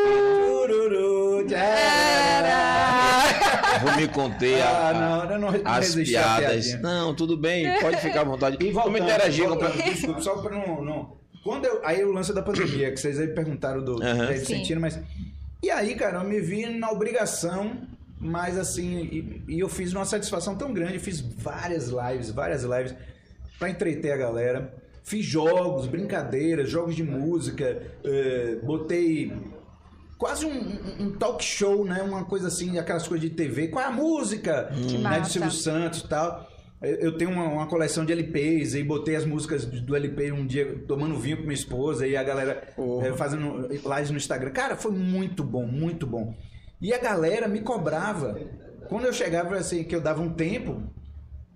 C: Tururu, tcharará.
B: Vou me conter a-
C: Ah,
B: a-
C: não, eu não
B: as
C: resisti à
B: piadas.
C: piadinha.
B: Não, tudo bem, pode ficar à vontade.
C: E voltando,
B: Vamos interagir com
C: voltando, Desculpa, só pra não... não- Quando eu, aí o lance da pandemia, que vocês aí perguntaram do
B: Aham.
C: Jair
A: Sim.
C: Vicentino, mas... E aí, cara, eu me vi na obrigação, mas assim... E, e eu fiz uma satisfação tão grande, fiz várias lives, várias lives pra entreter a galera. Fiz jogos, brincadeiras, jogos de música, eh, botei... Quase um, um- um talk show, né? Uma coisa assim, aquelas coisas de TV. Qual é a música?
A: Que
C: né, do
A: massa.
C: Silvio Santos e tal. Eu- Eu tenho uma, uma coleção de LPs e botei as músicas do LP um dia tomando vinho com minha esposa e a galera
B: Porra.
C: eh, fazendo lives no Instagram. Cara, foi muito bom, muito bom. E a galera me cobrava. Quando eu chegava assim, que eu dava um tempo,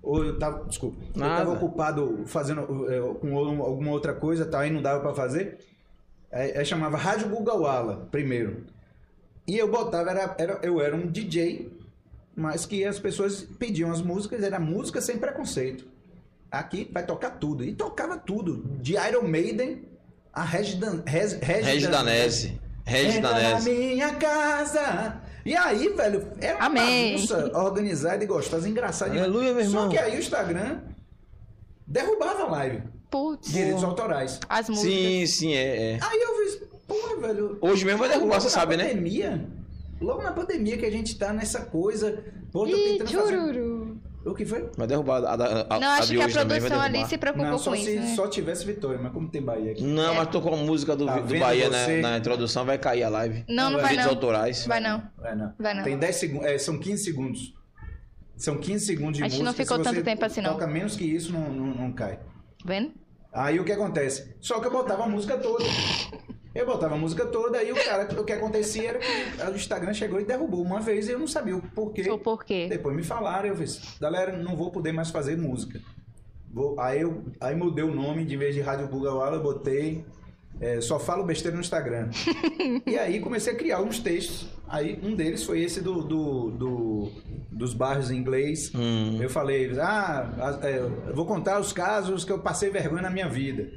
C: ou eu tava, desculpa, eu
B: Nada.
C: tava ocupado fazendo eh, com alguma outra coisa e tal, aí não dava pra fazer. Aí, aí chamava Rádio Bugawala, primeiro. E eu botava, era, era- eu era um DJ, mas que as pessoas pediam as músicas, era música sem preconceito. Aqui vai tocar tudo. E tocava tudo. De Iron Maiden a Regidan, Reg,
B: Regis Danese. Regis
C: Entra na
B: Danese.
C: minha casa. E aí, velho, era uma
A: Amém.
C: bagunça organizada e gostosa, engraçada. demais.
B: Aleluia, meu
C: Só
B: irmão.
C: que é aí o Instagram derrubava a live.
A: Putz.
C: Direitos autorais.
A: As músicas.
B: Sim, sim, é, é.
C: Aí eu vi, porra, velho.
B: Hoje mesmo vai derrubar, você sabe,
C: na
B: né?
C: pandemia, logo na pandemia que a gente tá nessa coisa. Pô, tô
A: Ih,
C: tentando fazer...
A: tchururu.
C: O que foi?
B: Vai derrubar a, a, a,
A: Não,
B: Ah, a
A: acho
B: de
A: que a
B: hoje também, vai
A: produção
B: derrubar.
A: ali se preocupou
C: Não, só
A: com
C: se
A: isso. né?
C: só tivesse vitória, mas como tem Bahia aqui.
B: Não, mas tocou a música do,
C: Tá
B: do
C: vendo
B: Bahia
C: você?
B: na, na introdução, vai cair a live.
A: Não, não
C: Não,
A: vai
B: Vídeos
A: não.
B: autorais.
A: Vai não.
C: É, não.
A: Vai não.
C: Tem 10 segundos. são 15 segundos. São 15 segundos de
A: A gente não
C: música,
A: ficou
C: se você
A: tanto tempo assim, não.
C: Toca menos que isso, não, não, não cai.
A: Vendo?
C: Aí o que acontece? Só que eu botava a música toda. Eu botava a música toda, aí o cara, o que acontecia era que o Instagram chegou e derrubou uma vez e eu não sabia o porquê.
A: O porquê?
C: Depois me falaram, eu fiz, galera, não vou poder mais fazer música. Vou- aí, eu, aí mudei o nome, de vez de Rádio Bugawala, eu botei. é, só falo besteira no Instagram. e aí comecei a criar uns textos. Aí um deles foi esse do, do- do- dos bairros em inglês.
B: Hum.
C: Eu falei, ah, as- é, eu vou contar os casos que eu passei vergonha na minha vida.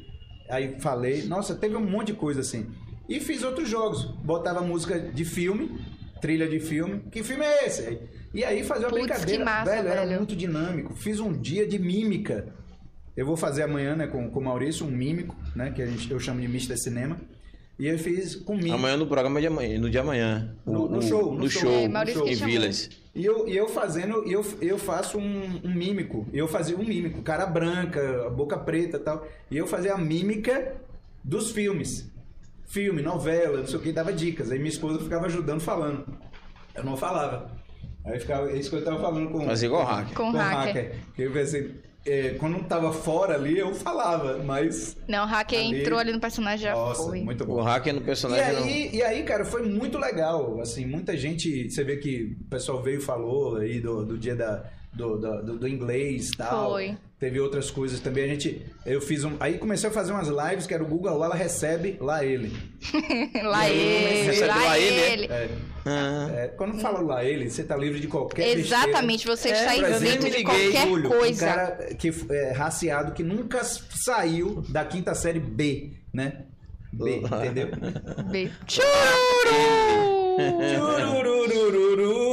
C: Aí falei, nossa, teve um monte de coisa assim. E fiz outros jogos. Botava música de filme, trilha de filme. Que filme é esse? Aí- E aí fazia uma
A: Putz,
C: brincadeira.
A: que massa,
C: Era
A: velho.
C: muito dinâmico. Fiz um dia de mímica. Eu vou fazer amanhã, né, com com o Maurício, um mímico, né? Que a gente, eu chamo de Mr. Cinema. E eu fiz com mímica.
B: Amanhã no programa de amanhã, no de amanhã. O-
C: No- no
B: o-
C: show, no
B: do
C: show.
B: show,
A: É, Maurício que
B: em
A: chamou.
B: Village.
C: E eu, e eu fazendo, e eu, eu faço um, um mímico. Eu fazia um mímico, cara branca, boca preta e tal. E eu fazia a mímica dos filmes. Filme, novela, não sei o que, dava dicas. Aí minha esposa ficava ajudando falando. Eu não falava. Aí ficava, é isso que eu tava falando com.
B: Fazia é igual hacker.
A: Com hacker.
C: Eu pensei, é, quando tava fora ali, eu falava, mas.
A: Não, o hacker
C: Ali-
A: entrou ali no personagem já
C: Nossa,
A: foi.
C: muito bom.
B: O hacker no
C: E
B: personagem não.
C: aí, e aí, cara, foi muito legal. Assim, muita gente. Você vê que o pessoal veio e falou aí do, do dia da, do, do, do- do inglês e tal.
A: Foi.
C: Teve outras coisas também. A gente. Eu fiz um. Aí comecei a fazer umas lives que era o Google Ela recebe lá ele.
A: lá ele,
B: Recebe
A: lá
B: lá ele, né?
A: ele.
C: É,
B: Ah.
C: é, quando fala lá ele, você tá livre de qualquer.
A: Exatamente, você está
B: É, Brasil,
A: isento
B: me
A: de
B: liguei,
A: qualquer
B: Júlio,
C: coisa.
A: coisa.
C: Um cara que é raciado que nunca saiu da quinta série B, né? B, entendeu?
A: Be-
B: ah.
A: Tchururu!
C: Tchurururururu.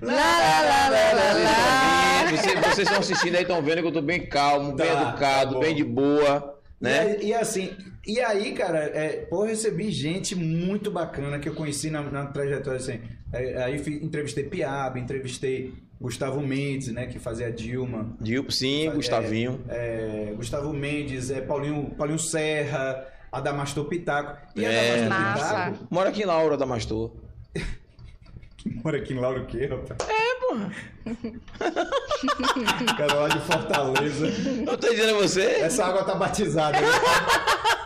A: Lá, lá, lá, lá, lá, lá.
B: Vocês- vocês estão assistindo aí, estão vendo que eu tô bem calmo, bem
C: Tá, tá
B: educado,
C: bom.
B: bem de boa, né?
C: E, aí- e assim, e aí, cara, é, pô, eu recebi gente muito bacana que eu conheci na, na trajetória, assim. Aí, aí fi- entrevistei Piaba, entrevistei Gustavo Mendes, né, que fazia Dilma.
B: Dilpo, sim, Gustavinho.
C: É, Gustavo Mendes, é, Paulinho, Paulinho Serra, Adamastor Pitaco. E
B: É.
C: Adamastor
A: Massa.
C: Pitaco,
B: Mora aqui em Laura da Mastor.
C: que mora aqui em Lauro que, rapaz? É, porra. cara lá de Fortaleza.
B: Eu tô dizendo a você.
C: Essa água tá batizada. né?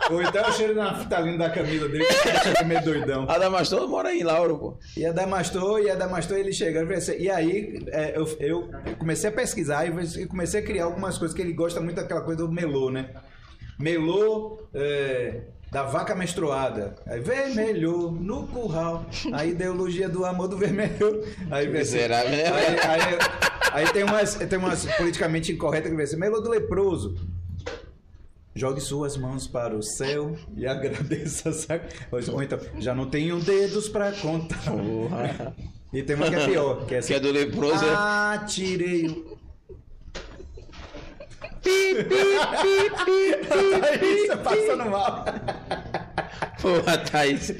C: Ou então é o cheiro da naftalina da camisa dele, que é meio doidão.
B: A da Mastor mora aí em Lauro, pô.
C: E a Damastor, e a Damastor, ele chegou. eu pensei- E aí, é, eu, eu comecei a pesquisar e comecei a criar algumas coisas que ele gosta muito daquela coisa do melô, né? Melô é, da vaca menstruada. Aí, vermelho no curral. Aí, ideologia do amor do vermelho. Aí, pensei-
B: Miserável, né?
C: Aí, aí- aí tem, umas, tem umas politicamente incorretas que vem assim, melô do leproso. Jogue suas mãos para o céu e agradeça. Sabe? Ou então, já não tenho dedos para contar.
B: Porra.
C: E tem uma que é pior, que é assim.
B: Que é do leproso. é-
C: Ah, tirei o. Aí você Tá passando mal.
B: Porra, Thaís.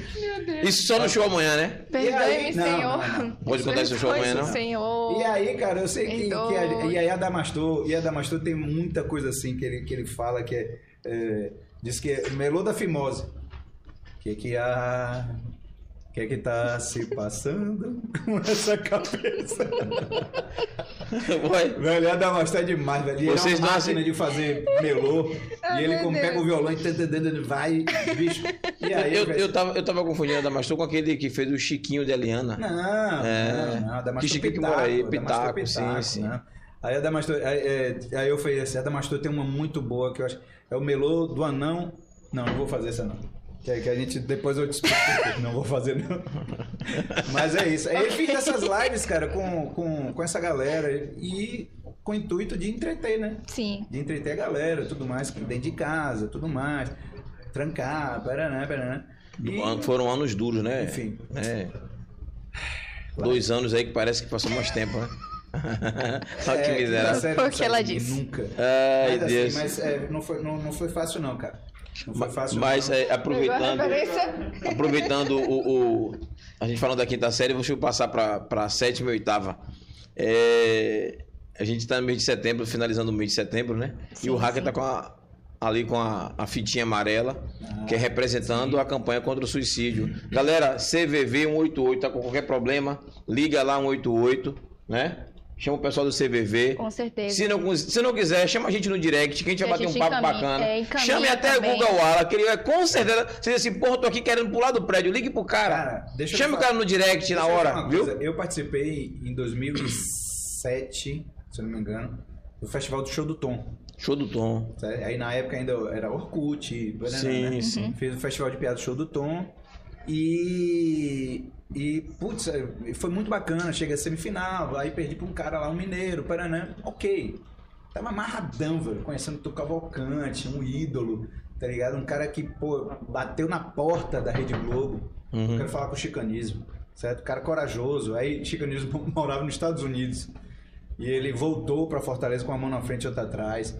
B: Isso só no show amanhã, né?
A: Perdoe-me,
C: E aí? Não,
A: senhor.
C: não, não.
B: Pode contar esse show amanhã,
A: Perdoe-me,
B: né, não?
A: senhor.
C: E aí, cara, eu sei que, que
A: Então-
C: a, e aí a Damastor, e a Damastor tem muita coisa assim que ele, que ele fala que é, é, diz que é melô da fimose. Que que há? Que que tá se passando com essa cabeça?
B: Vai.
C: Velho, a Damastor é demais, velho. Ele
B: Vocês
C: é uma
B: não
C: máquina
B: assi-
C: de fazer melô.
A: Ai,
C: e ele
A: Ah, meu
C: como pega
A: Deus.
C: o violão e tã, tã, tã, tã, vai, bicho. E aí,
B: Eu,
C: velho,
B: eu, tava, eu tava confundindo a Damastor com aquele que fez o Chiquinho de Eliana.
C: Não,
B: É.
C: não, não. Adamastor
B: Que chique que
C: Pitaco,
B: mora aí,
C: Adamastor
B: Pitaco, sim, sim.
C: né? Aí a Damastor, aí, é, aí eu falei assim, a Damastor tem uma muito boa que eu acho, é o melô do anão. Não, não vou fazer essa não. Que, aí- que a gente depois eu te explico. por quê. não vou fazer não. Mas é isso. Aí eu fiz essas lives, cara, com, com, com essa galera e com o intuito de entreter, né?
A: Sim.
C: de entreter a galera, tudo mais, que dentro de casa, tudo mais, trancar, paraná, paraná. E,
B: An- Foram anos duros, né?
C: Enfim.
B: É. Dois anos aí que parece que passou mais tempo, né? Olha que
C: é,
B: miserável.
C: sério,
A: Foi o
C: não
A: que ela
C: sabe,
A: disse.
C: Nunca.
B: Ai,
C: mas assim,
B: Deus.
C: mas é, não, foi, não, não foi fácil não, cara. Não foi fácil
B: Mas
C: não.
B: é, aproveitando, aproveitando o, o- A gente falando da quinta série, deixa eu passar pra, pra sétima e oitava. É, a gente tá no mês de setembro, finalizando o mês de setembro, né?
A: Sim,
B: e o hacker
A: sim.
B: tá com a- ali com a, a fitinha amarela, que é representando
A: Ah,
B: a campanha contra o suicídio. Galera, CVV 188, tá com qualquer problema, liga lá 188, né? Chama o pessoal do CVV.
A: Com certeza.
B: Se não, se não quiser, chama a gente no direct, que a gente
A: Que a
B: vai bater
A: gente
B: um papo
A: encaminha-
B: bacana.
A: é, encaminha
B: Chame até
A: também.
B: o Google Ala, que ele vai com certeza. Você diz assim, porra, tô aqui querendo pular do prédio, ligue pro cara.
C: Cara, deixa eu
B: Chame o
C: te falar-
B: cara no direct na
C: Deixa eu falar
B: hora,
C: uma
B: viu?
C: coisa. Eu participei em 2007, se eu não me engano, do Festival do Show do Tom.
B: Show do Tom.
C: Sabe? Aí na época ainda era Orkut, banana,
B: Sim,
C: né?
B: sim.
C: Fiz o Festival de Piada Show do Tom. E. E, putz, foi muito bacana. Chega a semifinal, aí perdi pra um cara lá, um mineiro, Paranã. Ok. Tava amarradão, velho. Conhecendo o Cavalcante, um ídolo. tá ligado? Um cara que, pô, bateu na porta da Rede Globo.
B: Uhum.
C: Eu quero falar com o Chicanismo, certo? Cara corajoso. Aí Chicanismo morava nos Estados Unidos. E ele voltou pra Fortaleza com uma mão na frente e outra atrás.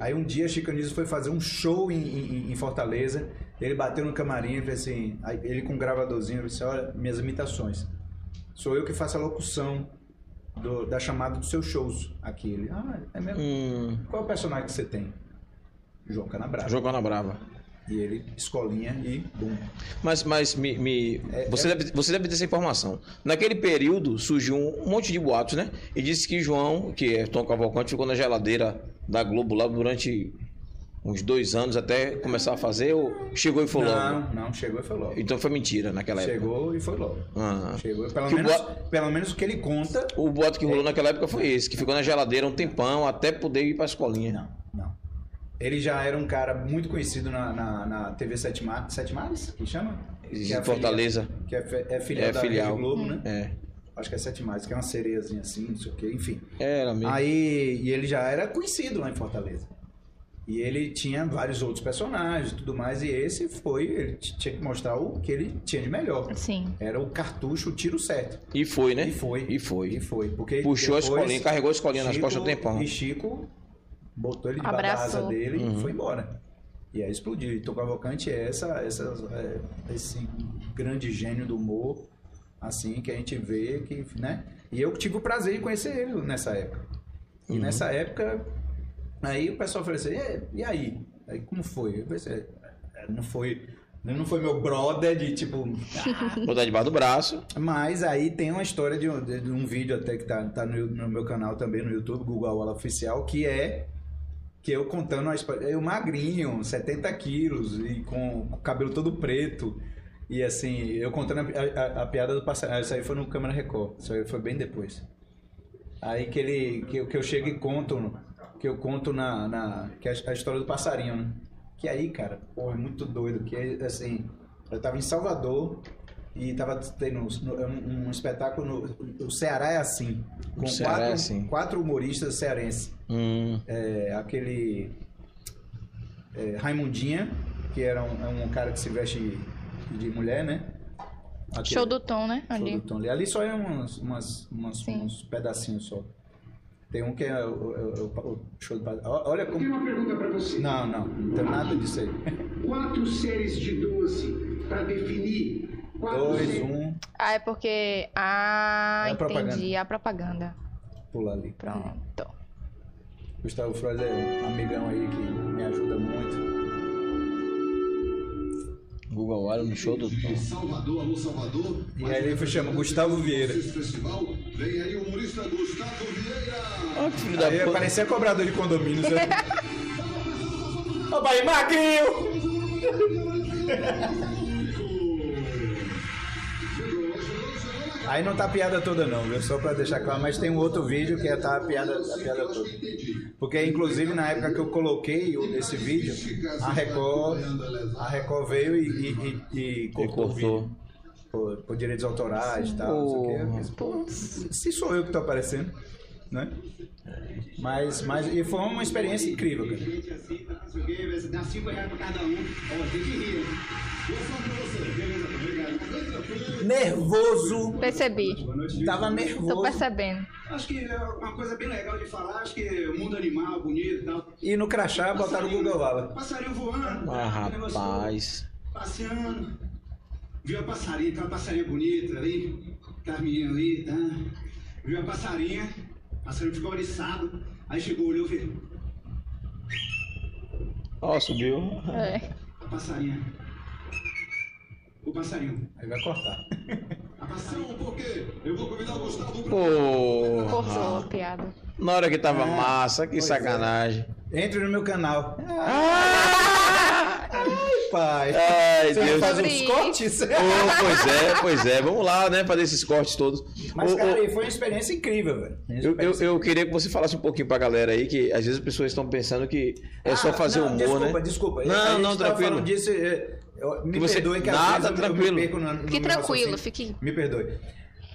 C: Aí um dia Chicanismo foi fazer um show em, em- em Fortaleza. Ele bateu no camarim e fez assim, aí ele com um gravadorzinho, ele disse, olha, minhas imitações. Sou eu que faço a locução do- da chamada dos seus shows aqui. Ele, ah, é mesmo?
B: Hum,
C: Qual é o personagem que você tem? João Canabrava.
B: jogou na brava.
C: E ele, escolinha e bum.
B: Mas, mas me, me-
C: É,
B: você, deve, você deve ter essa informação. Naquele período surgiu um monte de boatos, né? E disse que João, que é Tom Cavalcante, ficou na geladeira da Globo lá durante uns dois anos até começar a fazer ou chegou e foi logo?
C: Não, não, chegou e foi logo.
B: Então foi mentira naquela época.
C: Chegou e foi logo.
B: Ah.
C: Chegou e pelo
B: Que
C: menos,
B: boa-
C: pelo menos o que ele conta.
B: O boato que
C: É.
B: rolou naquela época foi esse, que ficou na geladeira um tempão até poder ir pra escolinha.
C: Não, não. Ele já era um cara muito conhecido na, na, na TV Sete, Mar... Sete Mares, que chama? Que
B: De
C: é a
B: Fortaleza.
C: filial- que é, fe- é filial
B: É
C: da
B: filial.
C: Rede Globo, né?
B: É.
C: Acho que é Sete Mares, que é uma sereiazinha assim, não sei o quê, enfim.
B: Era
C: Ah.
B: mesmo.
C: Aí, e ele já era conhecido lá em Fortaleza. E ele tinha vários outros personagens e tudo mais, e esse foi, ele t- tinha que mostrar o que ele tinha de melhor.
A: Sim.
C: Era o cartucho, o tiro certo.
B: E foi, né?
C: E foi.
B: E foi.
C: E foi. Porque
B: Puxou a
C: depois,
B: escolinha, carregou a escolinha nas costas um tempão.
C: E Chico botou ele debaixo da
A: Abraçou.
C: asa dele
B: Uhum.
C: e foi embora. E aí explodiu. E Tom Cavalcante é essa, essa, é, esse grande gênio do humor, assim, que a gente vê, que, né? E eu tive o prazer de conhecer ele nessa época. E
B: Uhum.
C: nessa época, aí o pessoal falou assim, "E- e aí? Aí como foi? Eu pensei, "É, não foi... Não foi meu brother de tipo, "Ah,
B: Botar debaixo do braço.
C: mas aí tem uma história de um, de um vídeo até que tá, tá no, no meu canal também, no YouTube, Google Aula Oficial, que é que eu contando a história. Eu magrinho, 70 quilos, e com o cabelo todo preto. E assim, eu contando a, a- a piada do passarinho. Ah, Isso aí foi no Câmera Record, isso aí foi bem depois. Aí que ele. que, eu- que eu chego e conto. Que eu conto na. na que é a, a história do passarinho, né? Que aí, cara, pô, é muito doido. Que é, assim, eu tava em Salvador e tava tendo um, um- um espetáculo no. O Ceará é assim. Com
B: O Ceará é
C: quatro,
B: assim.
C: quatro humoristas cearenses.
B: Hum.
C: É, aquele. é, Raimundinha, que era um, é um cara que se veste de mulher, né? Aquele-
A: Show do Tom, né?
C: Show
A: Ali.
C: do Tom Lee. Ali só é umas, umas, umas-
A: Sim.
C: uns pedacinhos só. Tem um que é o, o- o- o show do padre. Ó- Olha
D: Tem
C: como.
D: uma pergunta para você.
C: Não, não, não tem nada disso aí.
D: Quatro séries de 12 para definir. Quatro
C: Dois,
D: séries-
C: um,
A: Ah, é porque. Ah,
C: É a propaganda.
A: entendi. A propaganda.
C: pula ali.
A: Pronto.
C: Gustavo Frois é um amigão aí que me ajuda muito.
B: Google Wire no show do Tom.
E: Salvador, alô Salvador.
C: E aí ele foi chama Gustavo Vieira.
E: Esse festival vem aí o humorista Gustavo Vieira.
B: Ah, que filho da
C: Aí eu
B: puta.
C: parecia cobrador de condomínio. sabe? Ô, pai, Magrinho! Aí não tá a piada toda não, viu? Só pra deixar claro, mas tem um outro vídeo que tá a piada, a piada toda. Porque inclusive na época que eu coloquei o- esse vídeo, a Record, a Record veio e, e- e- e cortou, o
B: cortou.
C: vídeo. Por, por direitos autorais e tal, não sei o quê. Eu pensei, pô, Se sou eu que tô aparecendo, né? Mas, mas e foi uma experiência incrível, cara.
E: Gente assim, tá? Não sei o quê, dá 5 reais pra cada um. Ó, tem que rir. Boa sorte pra você. Beleza, obrigado. Tá bem tranquilo.
C: Nervoso,
A: Percebi.
C: tava
A: Tô
C: nervoso.
A: percebendo.
E: Acho que é uma coisa bem legal de falar. Acho que é mundo animal, bonito e tal.
C: E no crachá botaram o Google Vala.
E: Passarinho voando.
B: Ah,
E: negócio
B: rapaz.
E: passeando, viu a passarinha, aquela passarinha bonita ali, aquela menina ali, tá? Viu a passarinha, o passarinho ficou oriçado, aí chegou, olhou, fez,
B: Ó, subiu.
A: É.
E: a passarinha, o passarinho,
C: Aí vai cortar.
E: a passarinha. porque eu vou convidar o Gustavo
B: Porra.
A: Cortou a piada.
B: Na hora que tava massa, que
C: Pois é.
B: sacanagem.
C: Entre no meu canal.
B: Ah!
C: Ai, pai.
B: Ai,
C: Você
B: Deus.
C: faz
A: Sobre
C: uns
A: isso.
C: cortes?
B: Ô, Oh, pois é, pois é. Vamos lá, né? Fazer esses cortes todos.
C: Mas,
B: Ô,
C: cara,
B: ô,
C: aí foi uma experiência incrível, velho.
B: eu, eu, eu queria que você falasse um pouquinho pra galera aí, que às vezes as pessoas estão pensando que é só
C: Ah,
B: fazer
C: não,
B: humor,
C: desculpa,
B: né?
C: Desculpa, desculpa.
B: Não, não, tranquilo.
C: Disso, é, eu, me
B: Que você-
C: perdoe que às
B: nada,
C: vezes eu me- Eu
B: tranquilo.
C: me perco no, no
A: Fique
C: meu
A: tranquilo,
C: raciocínio.
A: fique-
C: Me perdoe.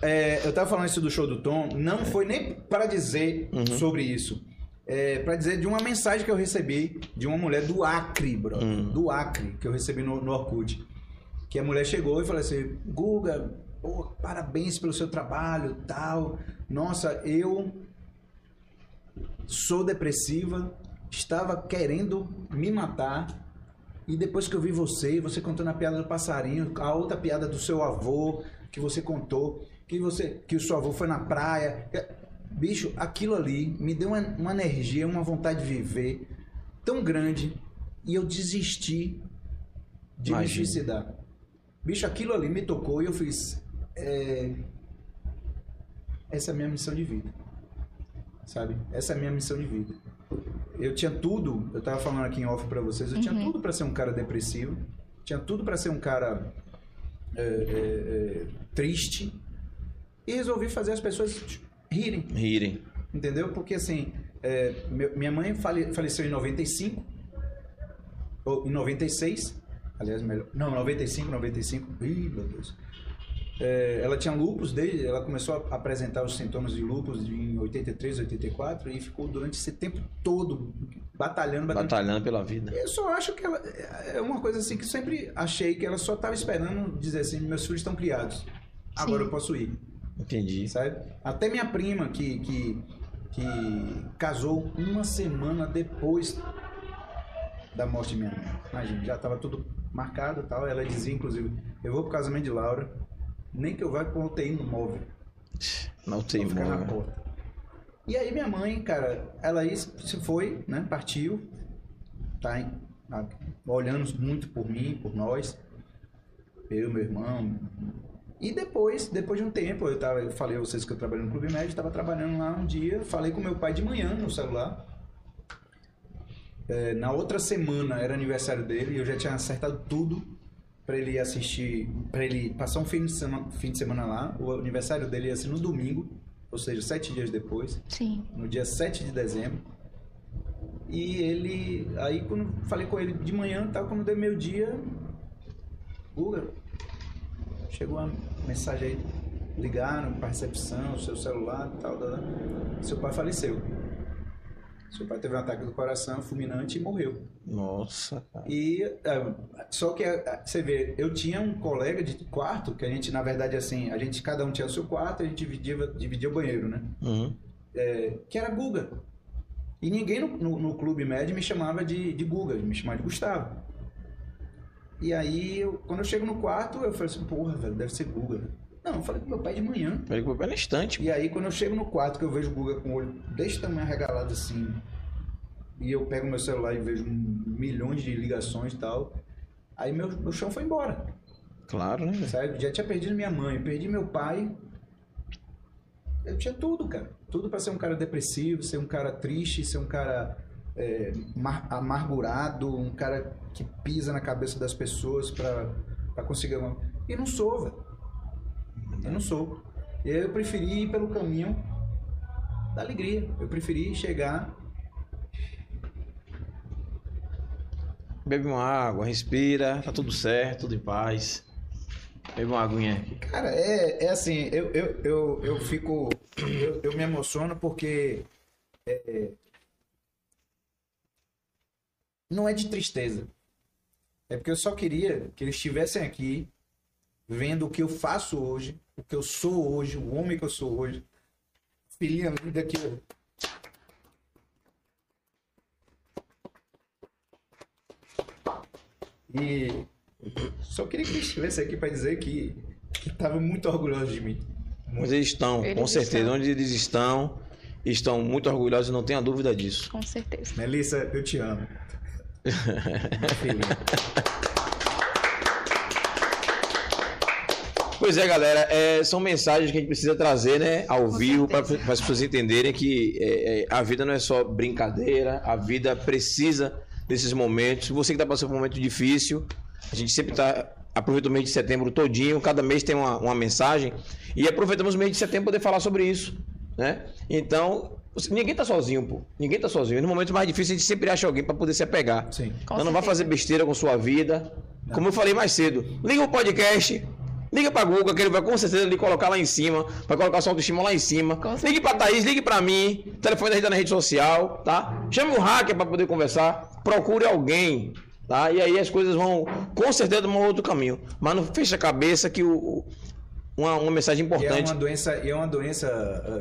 C: É, eu tava falando isso do show do Tom, não foi nem para dizer sobre isso. é, para dizer de uma mensagem que eu recebi de uma mulher do Acre, bro.
B: Hum.
C: Do Acre, que eu recebi no, no Orkut. Que a mulher chegou e falou assim: Guga, pô, parabéns pelo seu trabalho tal. Nossa, eu sou depressiva, estava querendo me matar. E depois que eu vi você, você contando a piada do passarinho, a outra piada do seu avô que você contou, que você que o seu avô foi na praia. É, Bicho, aquilo ali me deu uma, uma energia, uma vontade de viver tão grande e eu desisti de
B: Imagino.
C: me suicidar. Bicho, aquilo ali me tocou e eu fiz. é, essa é a minha missão de vida. Sabe? Essa é a minha missão de vida. Eu tinha tudo, eu tava falando aqui em off pra vocês, eu tinha tudo pra ser um cara depressivo, tinha tudo pra ser um cara é, é, é, triste e resolvi fazer as pessoas rirem,
B: Rirem.
C: entendeu? Porque assim, é, meu- minha mãe fale- faleceu em 95, ou em 96, aliás, melhor, não, 95, 95, ih, meu Deus. É, ela tinha lupus desde, ela começou a apresentar os sintomas de lupus em 83, 84 e ficou durante esse tempo todo batalhando, batalhando,
B: Batalhando pela vida.
C: eu só acho que ela é uma coisa assim que sempre achei que ela só estava esperando dizer assim, meus filhos estão criados. Agora
A: Sim.
C: eu posso ir,
B: Entendi.
C: sabe? Até minha prima que que que casou uma semana depois da morte de minha mãe. Imagina, já estava tudo marcado, e tal. Ela dizia inclusive, eu vou pro casamento de Laura, nem que eu vá com UTI no móvel.
B: Não tem
C: Vou ficar na
B: mano.
C: porta. E aí minha mãe, cara, ela aí se foi, né? Partiu, tá em- a- olhando muito por mim, por nós, eu, meu irmão. E depois, depois de um tempo, eu tava, eu falei a vocês que eu trabalhei no Clube Médio, estava trabalhando lá um dia, falei com meu pai de manhã no celular. É, na outra semana era aniversário dele e eu já tinha acertado tudo pra ele assistir, pra ele passar um fim de, semana, fim de semana lá. O aniversário dele ia ser no domingo, ou seja, sete dias depois,
A: Sim.
C: no dia 7 de dezembro. E ele, aí quando falei com ele de manhã, tal, quando deu meio dia, Guga, chegou uma mensagem aí, ligaram para recepção, seu celular, tal, tal, tal. seu pai faleceu. Seu pai teve um ataque do coração fulminante e morreu.
B: Nossa, cara.
C: E é, só que é, você vê, eu tinha um colega de quarto que a gente, na verdade, assim, a gente cada um tinha o seu quarto, a gente dividia, dividia o banheiro, né?
B: Uhum.
C: É, que era Guga. E ninguém no, no- no clube médio me chamava de, de Guga, me chamava de Gustavo. E aí, eu- quando eu chego no quarto, eu falo assim, porra, velho, deve ser Guga. né? Não, eu falei com meu pai de manhã.
B: Peraí que eu vou na estante.
C: E aí, quando eu chego no quarto, que eu vejo o Guga com o olho desse tamanho regalado assim, e eu pego meu celular e vejo um milhões de ligações e tal, aí meu, meu chão foi embora.
B: Claro, né? velho?
C: Sabe? Já tinha perdido minha mãe, perdi meu pai. Eu tinha tudo, cara. Tudo pra ser um cara depressivo, ser um cara triste, ser um cara é, mar- amargurado, um cara que pisa na cabeça das pessoas pra pra conseguir alguma E não sou, velho. Eu não sou. E aí eu preferi ir pelo caminho da alegria. Eu preferi chegar.
B: Bebe uma água, respira, tá tudo certo, tudo em paz. Bebe uma aguinha.
C: Cara, é, é assim, eu, eu, eu, eu fico. Eu, eu me emociono porque. é, não é de tristeza. É porque eu só queria que eles estivessem aqui vendo o que eu faço hoje, o que eu sou hoje, o homem que eu sou hoje. Filhinha linda que eu. E só queria que eles estivessem aqui para dizer que estava muito orgulhoso de mim.
B: Mas eles estão,
A: Eles
B: com certeza.
A: estão.
B: Onde eles estão, estão muito orgulhosos, não tenha dúvida disso.
A: Com certeza.
C: Melissa, eu te amo. é Filhinha.
B: Pois é, galera, é, são mensagens que a gente precisa trazer, né, ao vivo, para as pessoas entenderem que é, é, a vida não é só brincadeira, a vida precisa desses momentos. Você que está passando por um momento difícil, a gente sempre está. Aproveita o mês de setembro todinho, cada mês tem uma, uma mensagem. E aproveitamos o mês de setembro para poder falar sobre isso, né? Então, você- ninguém tá sozinho, pô. Ninguém tá sozinho. No momento mais difícil, a gente sempre acha alguém para poder se apegar.
C: Sim.
A: Com
B: Então não vai
A: certeza.
B: fazer besteira com sua vida. Como eu falei mais cedo, liga o podcast, Liga pra Guga, que ele vai com certeza lhe colocar lá em cima, vai colocar sua autoestima lá em cima.
A: Com certeza.
B: Ligue pra Thaís, ligue pra mim, telefone da gente tá na rede social, tá? Chame o hacker pra poder conversar, procure alguém, tá? E aí as coisas vão, com certeza, vão outro caminho. Mas não fecha a cabeça que o, o- uma, uma mensagem
C: E é
B: importante.
C: uma doença, e é uma doença,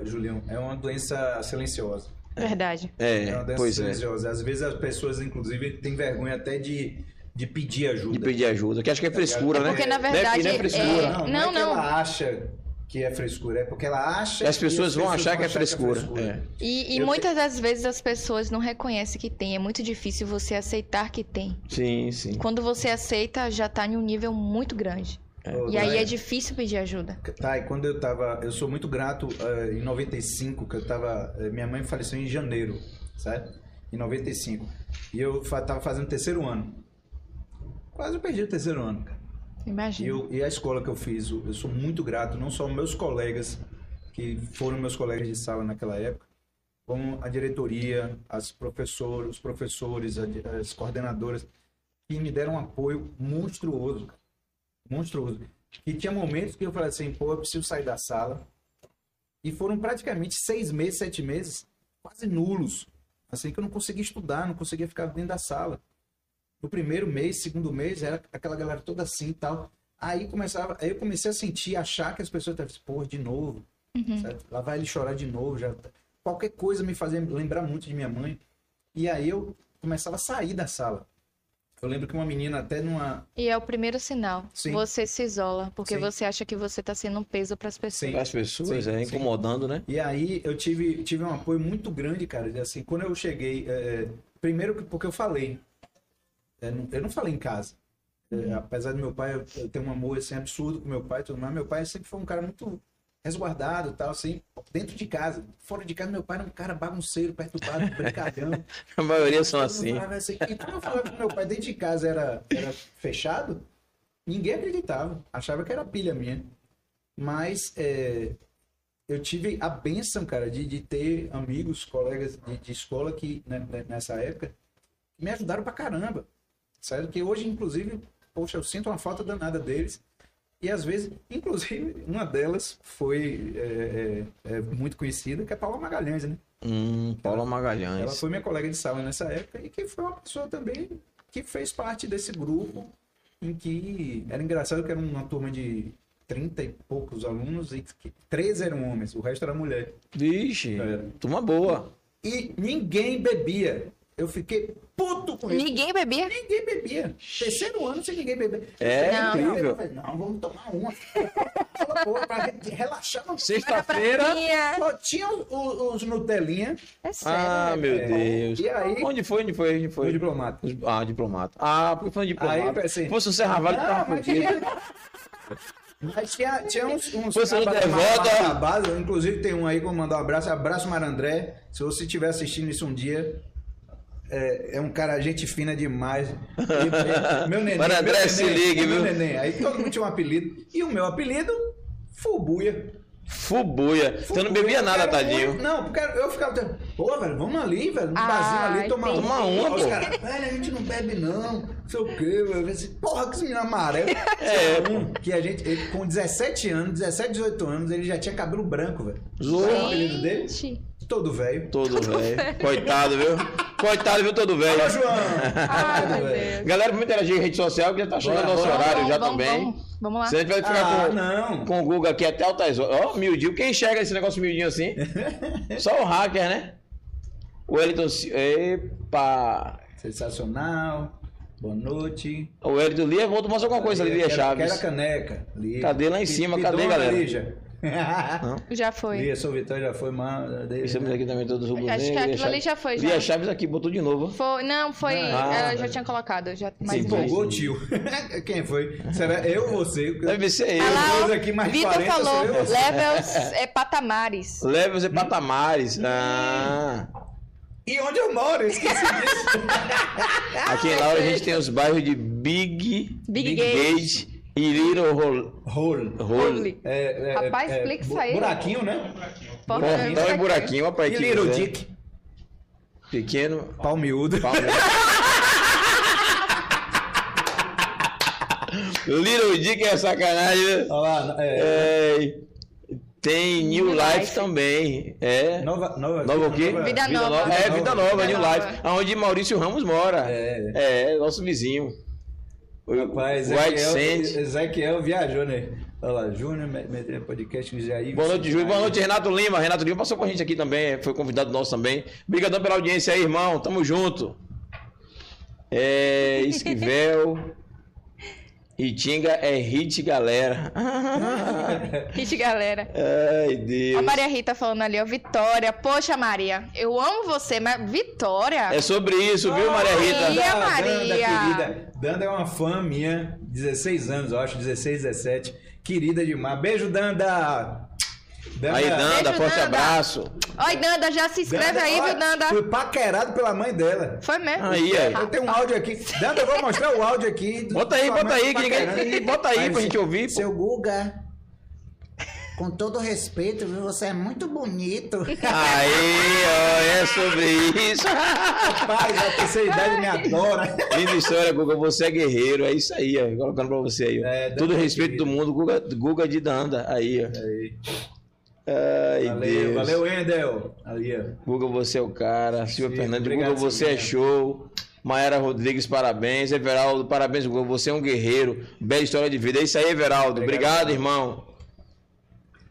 C: ah, Julião, é uma doença silenciosa.
A: Verdade.
B: É,
C: uma doença
B: pois é.
C: silenciosa. Às vezes as pessoas, inclusive, têm vergonha até de, de pedir ajuda.
B: De pedir ajuda, que acho que é frescura, né?
A: Porque, na
B: Não é-
A: verdade,
B: não é frescura.
A: é-
C: Não, não,
A: não,
C: é que
A: não.
C: ela acha que é frescura, é porque ela acha.
B: As pessoas vão achar que é frescura. É.
A: E, e
C: Eu
A: muitas das vezes as pessoas não reconhecem que tem. É muito difícil você aceitar que tem.
B: Sim, sim.
A: Quando você aceita, já tá em um nível muito grande.
C: Ô,
A: E aí
C: Dai,
A: é difícil pedir ajuda.
C: Tá, e quando eu tava. Eu sou muito grato eh, em 95, que eu tava. eh, minha mãe faleceu em janeiro, sabe? Em 95. E eu fa- tava fazendo terceiro ano. Quase eu perdi o terceiro ano, cara. E,
A: Imagina.
C: eu- e a escola que eu fiz, eu eu sou muito grato, não só aos meus colegas, que foram meus colegas de sala naquela época, como a diretoria, as professoras, os professores, a di- as coordenadoras, que me deram um apoio monstruoso, cara. monstruoso. E tinha momentos que eu falei assim, pô, eu preciso sair da sala. E foram praticamente seis meses, sete meses, quase nulos. Assim que eu não conseguia estudar, não conseguia ficar dentro da sala. No primeiro mês, segundo mês, era aquela galera toda assim e tal. Aí começava, aí eu comecei a sentir, achar que as pessoas estavam, pô, de novo.
A: Uhum.
C: certo? Lá vai ele chorar de novo, já. tá- Qualquer coisa me fazia lembrar muito de minha mãe. E aí eu começava a sair da sala. Eu lembro que uma menina até numa.
A: E é o primeiro sinal.
C: Sim.
A: Você se isola, porque
C: Sim.
A: você acha que você tá sendo um peso pras pessoas.
C: Sim.
B: As pessoas,
C: Sim,
B: é,
C: sim.
B: incomodando, né?
C: E aí eu tive, tive um apoio muito grande, cara. de Assim, quando eu cheguei, é, é, primeiro que- porque eu falei, É, não- eu não falei em casa. É, apesar do meu pai, eu, eu tenho um amor assim, absurdo com meu pai, e tudo mais. Meu pai sempre foi um cara muito resguardado, e tal, assim, dentro de casa. Fora de casa, meu pai era um cara bagunceiro, perturbado, brincalhão.
B: A maioria são
C: Todo mundo
B: assim.
C: falava assim. E quando eu falava que meu pai dentro de casa era, era fechado, ninguém acreditava. Achava que era pilha minha. Mas é, eu tive a benção, cara, de, de ter amigos, colegas de, de escola que, né, né, nessa época, me ajudaram pra caramba. Sério, que hoje, inclusive, poxa, eu sinto uma falta danada deles. E às vezes, inclusive, uma delas foi é, é, é, muito conhecida, que é a Paula Magalhães, né?
B: Hum, Paula
C: Ela
B: Magalhães.
C: foi minha colega de sala nessa época e que foi uma pessoa também que fez parte desse grupo em que era engraçado que era uma turma de 30 e poucos alunos e que três eram homens, o resto era mulher.
B: Vixe,
C: É.
B: turma boa.
C: E ninguém bebia. Eu fiquei puto com isso.
A: Ninguém bebia?
C: Ninguém bebia. Terceiro ano sem ninguém beber.
B: É
A: Não.
B: incrível.
C: Eu falei, não, vamos tomar uma. Aquela porra pra re- relaxar. Não
B: Sexta-feira.
A: Tinha.
C: Só tinha os, os Nutelinha.
A: É sério.
B: Ah, meu
C: É.
B: Deus.
C: E aí-
B: Onde foi? Onde foi? Onde foi?
C: O diplomata.
B: Ah, diplomata. Ah, porque foi um
C: Aí,
B: diplomata.
C: pensei-
B: Se fosse o Serra Vale,
C: Ah,
B: tava
C: mas
B: fodido.
C: Mas tinha, tinha uns, uns
B: Você é não
C: cabas
B: devota?
C: mais na base, inclusive tem um aí que eu vou mandar um abraço, abraço Marandré, se você estiver assistindo isso um dia, é, é um cara, gente fina demais, E- e- meu neném,
B: Marandré,
C: meu neném, é
B: se ligue,
C: meu
B: viu?
C: neném, aí todo mundo tinha um apelido, e o meu apelido, Fubuia.
B: Fubuia. Você não bebia nada,
C: Era
B: tadinho.
C: muito- Não, porque eu ficava. tipo, Pô, velho, vamos ali, velho. Um
A: Ah,
C: barzinho ali, tomar
A: entendi.
B: Toma uma,
C: Os
B: pô.
C: caras, velho, a gente não bebe, não. Não sei o quê, velho. Esse, Porra, que esse menino amarelo.
B: É,
C: um que a gente. Ele, com 17 anos, 17, 18 anos, ele já tinha cabelo branco, velho. Sabe o
B: Zoou
C: apelido dele?
A: Gente.
C: Todo velho.
B: todo, velho. Coitado, viu? Coitado, viu, todo velho.
C: Ô, João!
A: Ai, meu Deus.
B: Galera, vamos interagir em rede social, que já tá chegando
C: Bora,
B: nosso
C: bora.
B: horário já
A: Vamos,
B: também.
A: vamos, vamos lá.
B: Se a gente vai ficar
C: Ah,
B: com,
C: não.
B: com o Guga aqui até altas horas. Ó, miudinho. Quem enxerga esse negócio miudinho assim? Só o hacker, né? O Wellington... Ci- Epa!
C: Sensacional. Boa noite.
B: O Wellington Lia, vou tomar só alguma coisa ali, Lia
C: Quero-
B: Chaves.
C: Quero a caneca. Lia.
B: Cadê lá em
C: Pi-
B: cima?
C: pidona,
B: Cadê, galera?
C: Lígia?
A: Já foi.
C: Lia, sou Vitória, já foi mal.
B: Estamos aqui também todos rubro
A: Acho que
B: negros,
A: aquilo ali
B: Chaves.
A: já foi, já.
B: Lia Chaves aqui, botou de novo.
A: Foi, não, foi.
B: Ah,
A: ela já
B: velho.
A: tinha colocado, já
C: Se
A: mais imagens.
C: empolgou, tio. Quem foi? Será eu ou você?
B: Deve ser
A: Ah
B: ele.
A: lá,
C: Depois
A: ó,
C: aqui, mais
A: Vitor
C: 40 sou
A: falou,
C: eu.
A: levels é patamares.
B: Leve os patamares. Ah.
C: E onde eu moro? Eu Esqueci disso.
B: Aqui em Laura a gente tem os bairros de Big,
A: Big
B: Gate. e Little Hol-
C: Rolo.
B: Hole.
C: É, é,
A: Rapaz, explica isso
C: bu-
A: aí.
C: Buraquinho, né?
A: Porta-
B: Portão e então é buraquinho, ó pra
C: E
B: equipe.
C: Little
B: né?
C: Dick.
B: Pequeno.
C: Pau miúdo.
B: palmeiro. Little Dick é sacanagem. né?
C: Olha lá, é,
B: É, tem New,
A: New
B: Life,
A: Life.
B: também. É.
C: Nova, nova,
B: Nova o quê?
A: Vida Nova.
B: É, Vida Nova,
A: Vida
B: New
A: Nova.
B: Life. Onde Maurício Ramos mora.
C: É.
B: É, nosso vizinho. O
C: Rapaz,
B: White
C: Ezequiel,
B: Sand.
C: Ezequiel viajou, né? Olha lá, Júnior, me- me- podcast Jair.
B: Boa noite, Júlio. Boa noite, Renato Lima. Renato Lima passou com a gente aqui também, foi convidado nosso também. Obrigadão pela audiência aí, irmão. Tamo junto. É, Esquivel. Itinga é hit, galera.
A: Hit, galera.
B: Ai,
A: Ó,
B: Deus.
A: Maria Rita falando ali, ó, Vitória. Poxa, Maria, eu amo você, mas Vitória?
B: É sobre isso, viu, Maria Rita?
A: Maria,
C: Danda,
A: Maria.
C: querida. Danda é uma fã minha, 16 anos, eu acho, 16, 17. Querida demais. Beijo, Danda! Danda.
B: Aí, Nanda,
A: Beijo,
B: forte
A: Nanda.
B: abraço.
A: Oi, Nanda, já se inscreve aí,
C: ó,
A: viu, Nanda?
C: Fui paquerado pela mãe dela.
A: Foi mesmo.
B: Aí, aí.
C: Eu
A: Ah,
C: tenho um áudio aqui. Danda, eu vou mostrar o áudio aqui. do-
B: Bota aí,
C: sua
B: bota
C: mãe
B: aí, que ninguém-
C: paquerando.
B: bota aí pra
C: se-
B: gente ouvir, pô.
F: Seu Guga, com todo respeito, viu, você é muito bonito.
B: Aí, ó, é sobre isso.
C: Rapaz, a terceira idade me adora.
B: Linda história, Guga. Você é guerreiro. É isso aí, ó. Colocando pra você aí. ó.
C: É, Danda,
B: Todo respeito
C: querido.
B: do mundo, Guga, Guga de Danda. Aí, ó.
C: Aí.
B: Ai,
C: Valeu,
B: Deus.
C: valeu, Endel. Ali, ó.
B: Guga, você é o cara. Silvia
C: Sim,
B: Fernandes,
C: obrigado,
B: Guga, você é
C: Silvinha.
B: show. Maera Rodrigues, parabéns. Everaldo, parabéns, Guga. Você é um guerreiro. Bela história de vida. É isso aí, Everaldo. Obrigado,
C: Obrigado.
B: irmão.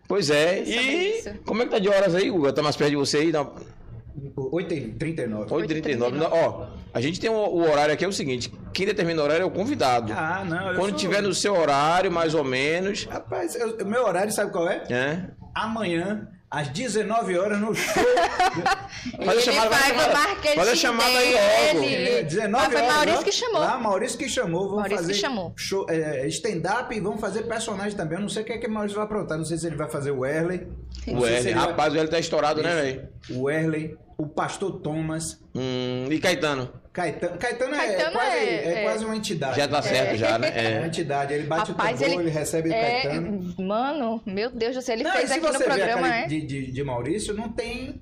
B: Pois é.
A: Sobre
B: E
A: isso.
B: como é que tá de horas aí, Guga? Tá mais perto de você aí? Não.
C: 8h39.
B: 8h39. Ó, a gente tem o, o horário aqui, é o seguinte: quem determina o horário é o convidado.
C: Ah, não. eu
B: Quando
C: sou-
B: tiver no seu horário, mais ou menos,
C: Rapaz, eu- o meu horário sabe qual é?
B: né?
C: Amanhã, às 19 horas, no show.
B: Faz a
A: Ele
B: chamada, faz a
A: vai pro
B: chamada, faz a
A: marketing
B: chamada aí
A: dele.
B: logo.
A: Ele-
C: 19
A: Mas Ah, foi
C: horas.
A: Maurício
C: lá.
A: que chamou.
C: Lá, Maurício que chamou. Vamos
A: Maurício
C: fazer
A: que chamou.
C: show- é, stand-up e vamos fazer personagem também. Eu não sei o que é que Maurício vai aprontar. Não sei se ele vai fazer o Erley.
B: O L,
C: rapaz.
B: rapaz, o L tá estourado, né, velho?
C: O Erley, o Pastor Thomas.
B: Hum, e Caetano?
C: Caetano, Caetano, é,
A: Caetano
C: quase,
A: é-
C: é
A: é.
C: quase uma entidade.
B: Já tá
C: É.
B: certo, já, né?
C: É uma
B: É.
C: entidade. Ele bate
A: Rapaz,
C: o tambor,
A: ele-
C: ele, recebe o
A: É,
C: Caetano.
A: mano, meu Deus do céu, ele
C: Não,
A: fez
C: e se
A: aqui no
C: você ver a
A: programa,
C: cara
A: né?
C: de, de, de Maurício, não tem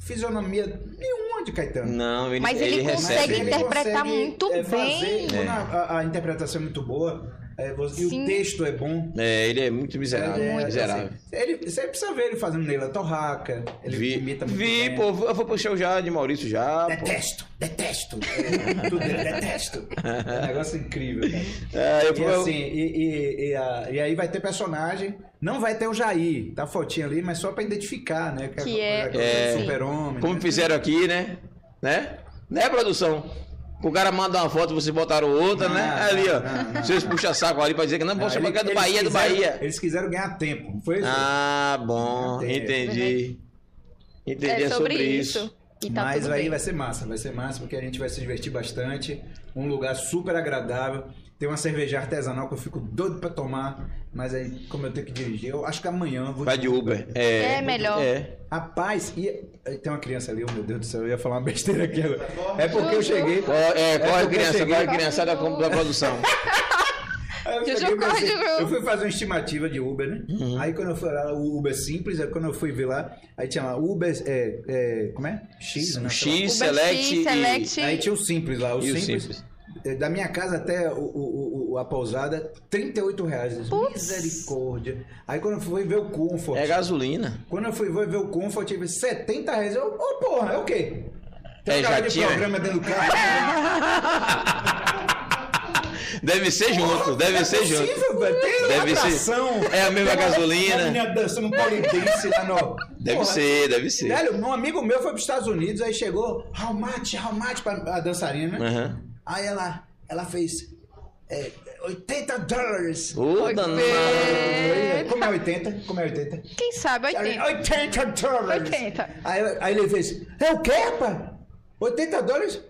C: fisionomia nenhuma de Caetano.
B: Não, ele,
A: Mas ele
C: Mas
A: consegue
B: recebe.
A: inter- interpretar muito
C: é, fazer-
A: bem.
C: quando a, a interpretação é muito boa, é, você- e
A: Sim.
C: o texto é bom.
B: É, ele é muito miserável.
C: É, assim,
B: miserável.
C: ele, você precisa ver ele fazendo Neila Torraca. Ele
B: vi,
C: imita muito
B: vi
C: bem.
B: pô, eu vou pro show já de Maurício já, pô.
C: Detesto, detesto. É, Tudo dele, detesto. É um negócio incrível, cara.
B: É, eu,
C: E
B: eu-
C: assim, e, e- e a- e aí vai ter personagem. Não vai ter o Jair, tá fotinho ali, mas só pra identificar, né?
A: Que é-
C: aquela coisa
B: É.
C: do super-homem.
B: como
C: né?
B: fizeram aqui, né? Né? Né, produção? O cara manda uma foto, vocês botaram outra, né?
C: Não,
B: ali, ó.
C: não, não,
B: vocês puxam saco ali pra dizer que não, posso
C: Ele-
B: chamar que é do
C: Ah, eles
B: Bahia, é do
C: quiseram-
B: Bahia.
C: Eles quiseram ganhar tempo, não foi isso?
B: Ah, bom,
C: É.
B: entendi. Entendi é sobre isso.
A: E tá
C: Mas
A: tudo
C: aí
A: bem.
C: vai ser massa, vai ser massa, porque a gente vai se divertir bastante. Um lugar super agradável. Tem uma cerveja artesanal que eu fico doido pra tomar. Mas aí, como eu tenho que dirigir, eu acho que amanhã eu vou.
B: Vai de Uber. É,
A: É melhor.
B: É.
C: Rapaz, e e tem uma criança ali, oh, meu Deus do céu, eu ia falar uma besteira aqui agora. É porque eu cheguei.
B: Corre, é, corre
C: porque eu
B: criança,
C: cheguei-
B: corre criança da, da produção.
C: Aí eu,
A: Juju,
C: cheguei e
A: corre,
C: pensei-
A: Juju.
C: eu fui fazer uma estimativa de Uber, né?
B: Uhum.
C: Aí quando eu fui lá, o Uber simples, aí quando eu fui ver lá, aí tinha lá Uber, é, é, como é? X, né?
A: Uber
B: X,
A: X,
B: Select, e-
A: Select.
C: Aí tinha o simples lá, o,
B: E o
C: simples,
B: simples.
C: eh, Da minha casa até o, o- o- a pousada, 38 reais. Misericórdia. Aí quando eu fui ver o Comfort.
B: É gasolina.
C: Quando eu fui ver o Comfort, eu tive 70 reais. Eu, Ô, porra, é o quê? Tem um
B: É,
C: cara
B: já
C: de
B: tinha.
C: programa dentro do carro.
B: Deve ser junto, deve
C: é
B: ser junto.
C: possível, velho. Tem
B: Deve ser.
C: atração.
B: É a mesma
C: Tem uma-
B: gasolina.
C: Uma menina dançando polidense lá no...
B: Deve
C: Porra,
B: ser, deve ser.
C: Velho, um amigo meu foi para os Estados Unidos, aí chegou, how much, how much, pra, a dançarina, né?
B: Aham.
C: Aí ela, ela fez é, 80 dólares.
B: Ô, danado.
C: Como é 80? Como é 80?
A: Quem sabe, 80.
C: 80 dólares.
A: 80.
C: Aí, ela- aí ele fez, é o quê, pá? 80 dólares?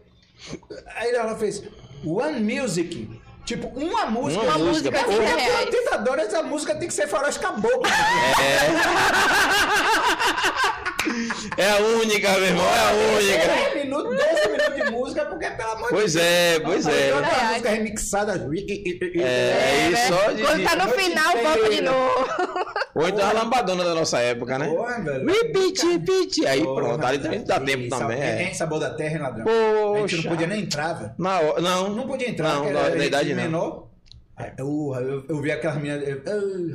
C: Aí ela fez, one music. Tipo, uma música.
B: Uma Uma música, música,
A: porra. 80
C: Porque
A: reais.
C: 80 dólares, a música tem que ser faroeste caboclo.
B: É a única, meu irmão, é a única.
C: 10 minutos, 12 minutos de música, porque pelo amor de
B: Pois é, pois é.
C: Aí outra
A: Reais.
C: música remixada.
B: É, aí
A: né?
B: só de-
A: Quando tá no
C: de-
A: final, volta de novo.
B: Ou então a lambadona da nossa época, né?
C: Porra, velho.
B: Repeat, repeat. Aí
C: Porra,
B: pronto, ali também dá tempo
C: e
B: também.
C: sal-
B: é.
C: É. sabor da terra, hein, ladrão? A
B: Poxa.
C: gente não podia nem entrar, velho.
B: Na hora- não,
C: Não podia entrar,
B: Não,
C: porque
B: na,
C: era
B: na
C: gente
B: idade não.
C: menor. Ah, Eu, eu, eu vi aquelas meninas. eu-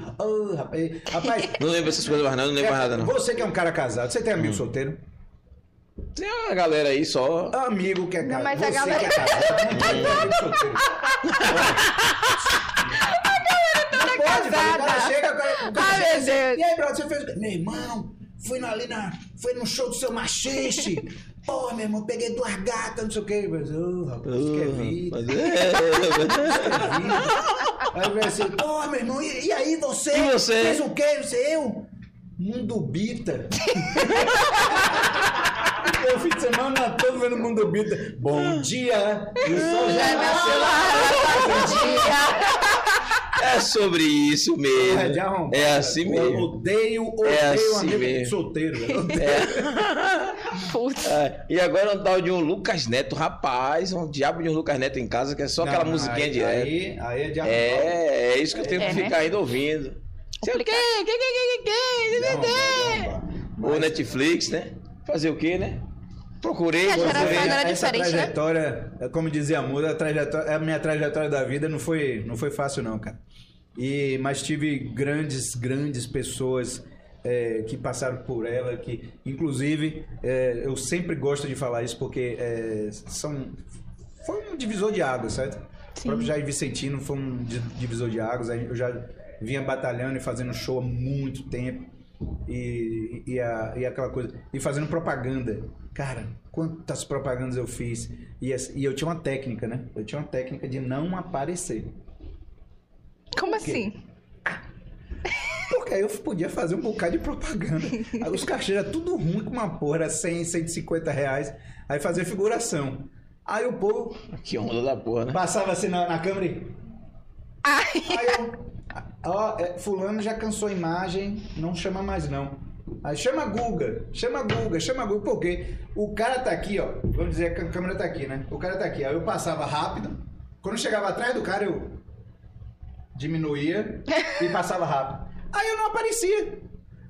C: ah, ah, rapaz, rapaz
B: Não lembro essas coisas mais não, não lembro mais nada não. Hum.
C: Você que é um cara casado, você tem amigo solteiro?
B: Tem uma galera aí só.
C: Amigo que é
A: Não,
C: casado.
A: mas
C: você
A: a galera-
C: que é casado. não tem amigo solteiro. Não pode, mano, o cara
A: casada.
C: chega, o cara- o cara
A: Ai,
C: chega
A: Ah, meu
C: assim,
A: Deus.
C: E aí, brother, você fez. o quê?" Meu irmão, fui na- ali na. Foi no show do seu machiste. Pô, meu irmão, peguei duas gatas, não sei o quê. Mas, ô, rapaz, isso que é vida.
B: Mas é-
C: Aí vem assim, pô, meu irmão, e, e aí você?
B: E você?
C: Fez o quê? Você, eu? Mundo Bita. Eu fim de semana todo vendo Mundo Bita. Bom dia! E o sol já nasceu
B: É sobre isso mesmo.
C: É de arrombar.
B: É assim
C: Eu
B: mesmo.
C: odeio, odeio
B: É assim
C: amigo
B: mesmo.
C: solteiro. Eu odeio.
A: Putz.
B: É, e agora um tal de um Lucas Neto, rapaz, um diabo de um Lucas Neto em casa, que é só aquela
C: Não,
B: musiquinha
C: aí,
B: direto.
C: Aí, aí é de arrombar.
B: É, é isso que eu tenho
A: É,
B: que
A: né?
B: ficar ainda ouvindo. Sei o quê? Que, que, que, que, que,
C: De
B: que,
C: arrombar,
B: que.
C: de arrombar.
B: Ou Netflix, né? Fazer o quê, né? Procurei,
A: Que Tá a geração
B: procurei.
A: agora- era
C: essa
A: diferente, né?
C: trajetória, é como dizia a Muda, a, trajetória, a minha trajetória da vida não foi, não foi fácil não, cara. E, mas tive grandes, grandes pessoas é, que passaram por ela, que inclusive é, eu sempre gosto de falar isso porque é, são, foi um divisor de águas, certo? O próprio Jair Vicentino foi um di- divisor de águas. aí Eu já vinha batalhando e fazendo show há muito tempo. E, e, a- e aquela coisa. E fazendo propaganda. Cara, quantas propagandas eu fiz. E, as- e eu tinha uma técnica, né? Eu tinha uma técnica de não aparecer.
A: Como assim?
C: Porque aí eu podia fazer um bocado de propaganda. Aí os cachês eram tudo ruim com uma porra, era 100, 150 reais. Aí fazer figuração. Aí o povo
B: Que onda da porra, né?
C: Passava assim na, na câmera e. Aí eu. Ó, é, fulano já cansou a imagem, não chama mais não. Aí chama a Guga, chama a Guga, chama a Guga, porque o cara tá aqui, ó. Vamos dizer que a câmera tá aqui, né? O cara tá aqui. Aí eu passava rápido. Quando eu chegava atrás do cara, eu diminuía e passava rápido. Aí eu não aparecia.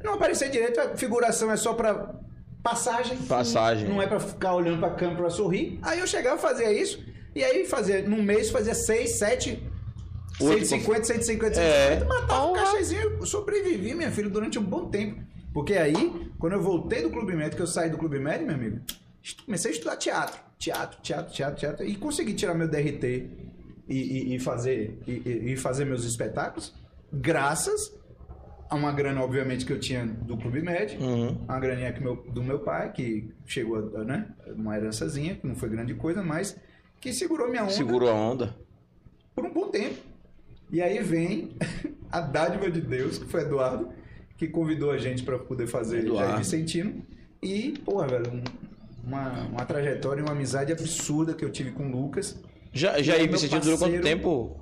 C: Não aparecia direito, a figuração é só pra passagem.
B: Passagem.
C: Não é pra ficar olhando pra câmera pra sorrir. Aí eu chegava e fazia isso. E aí fazia, num mês fazia 6, 7,
B: Oito,
C: 150, 150, 150.
B: É.
C: Matava o cachezinho. Eu sobrevivi, minha filha, durante um bom tempo. Porque aí, quando eu voltei do Clube Med, que eu saí do Clube Med, meu amigo, estu- comecei a estudar teatro. Teatro, teatro, teatro, teatro. E consegui tirar meu DRT e, e- e fazer, e- e- e fazer meus espetáculos. Graças a uma grana, obviamente, que eu tinha do Clube Med
B: Uhum.
C: uma graninha que meu, do meu pai, que chegou, a- né? Uma herançazinha, que não foi grande coisa, mas que segurou minha onda
B: Segurou a onda.
C: por um bom tempo. E aí vem a dádiva de Deus, que foi Eduardo, que convidou a gente para poder fazer
B: Eduardo.
C: Jair Vicentino. E, porra, velho, um- uma, uma trajetória e uma amizade absurda que eu tive com o Lucas.
B: Já,
C: E
B: já
C: aí,
B: aí,
C: meu
B: Vicentino, durou quanto
C: parceiro-
B: tempo?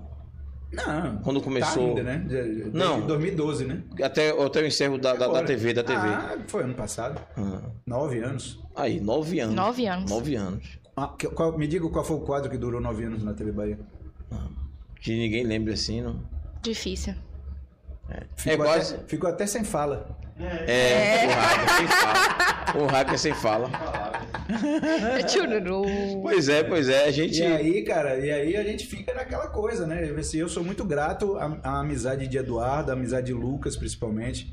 C: Não.
B: Quando começou-
C: Tá ainda, né? Já- já- desde
B: Não.
C: 2012, né?
B: Até, até o encerro da, da, da
C: Agora.
B: TV, da TV.
C: Ah, foi ano passado.
B: Ah.
C: Nove anos.
B: Aí, nove anos.
A: Nove anos.
B: Nove anos.
C: Ah, que- qual- me diga qual foi o quadro que durou nove anos na TV Bahia.
B: Que ninguém lembra assim, não.
A: Difícil.
B: É
C: Ficou
B: quase.
C: Até, ficou até sem fala.
B: É, o hacker sem fala. O hacker sem fala.
C: É.
A: Tchururu.
B: Pois é, pois é. A gente.
C: E aí, cara, e aí a gente fica naquela coisa, né? Assim, eu sou muito grato à, à amizade de Eduardo, à amizade de Lucas, principalmente.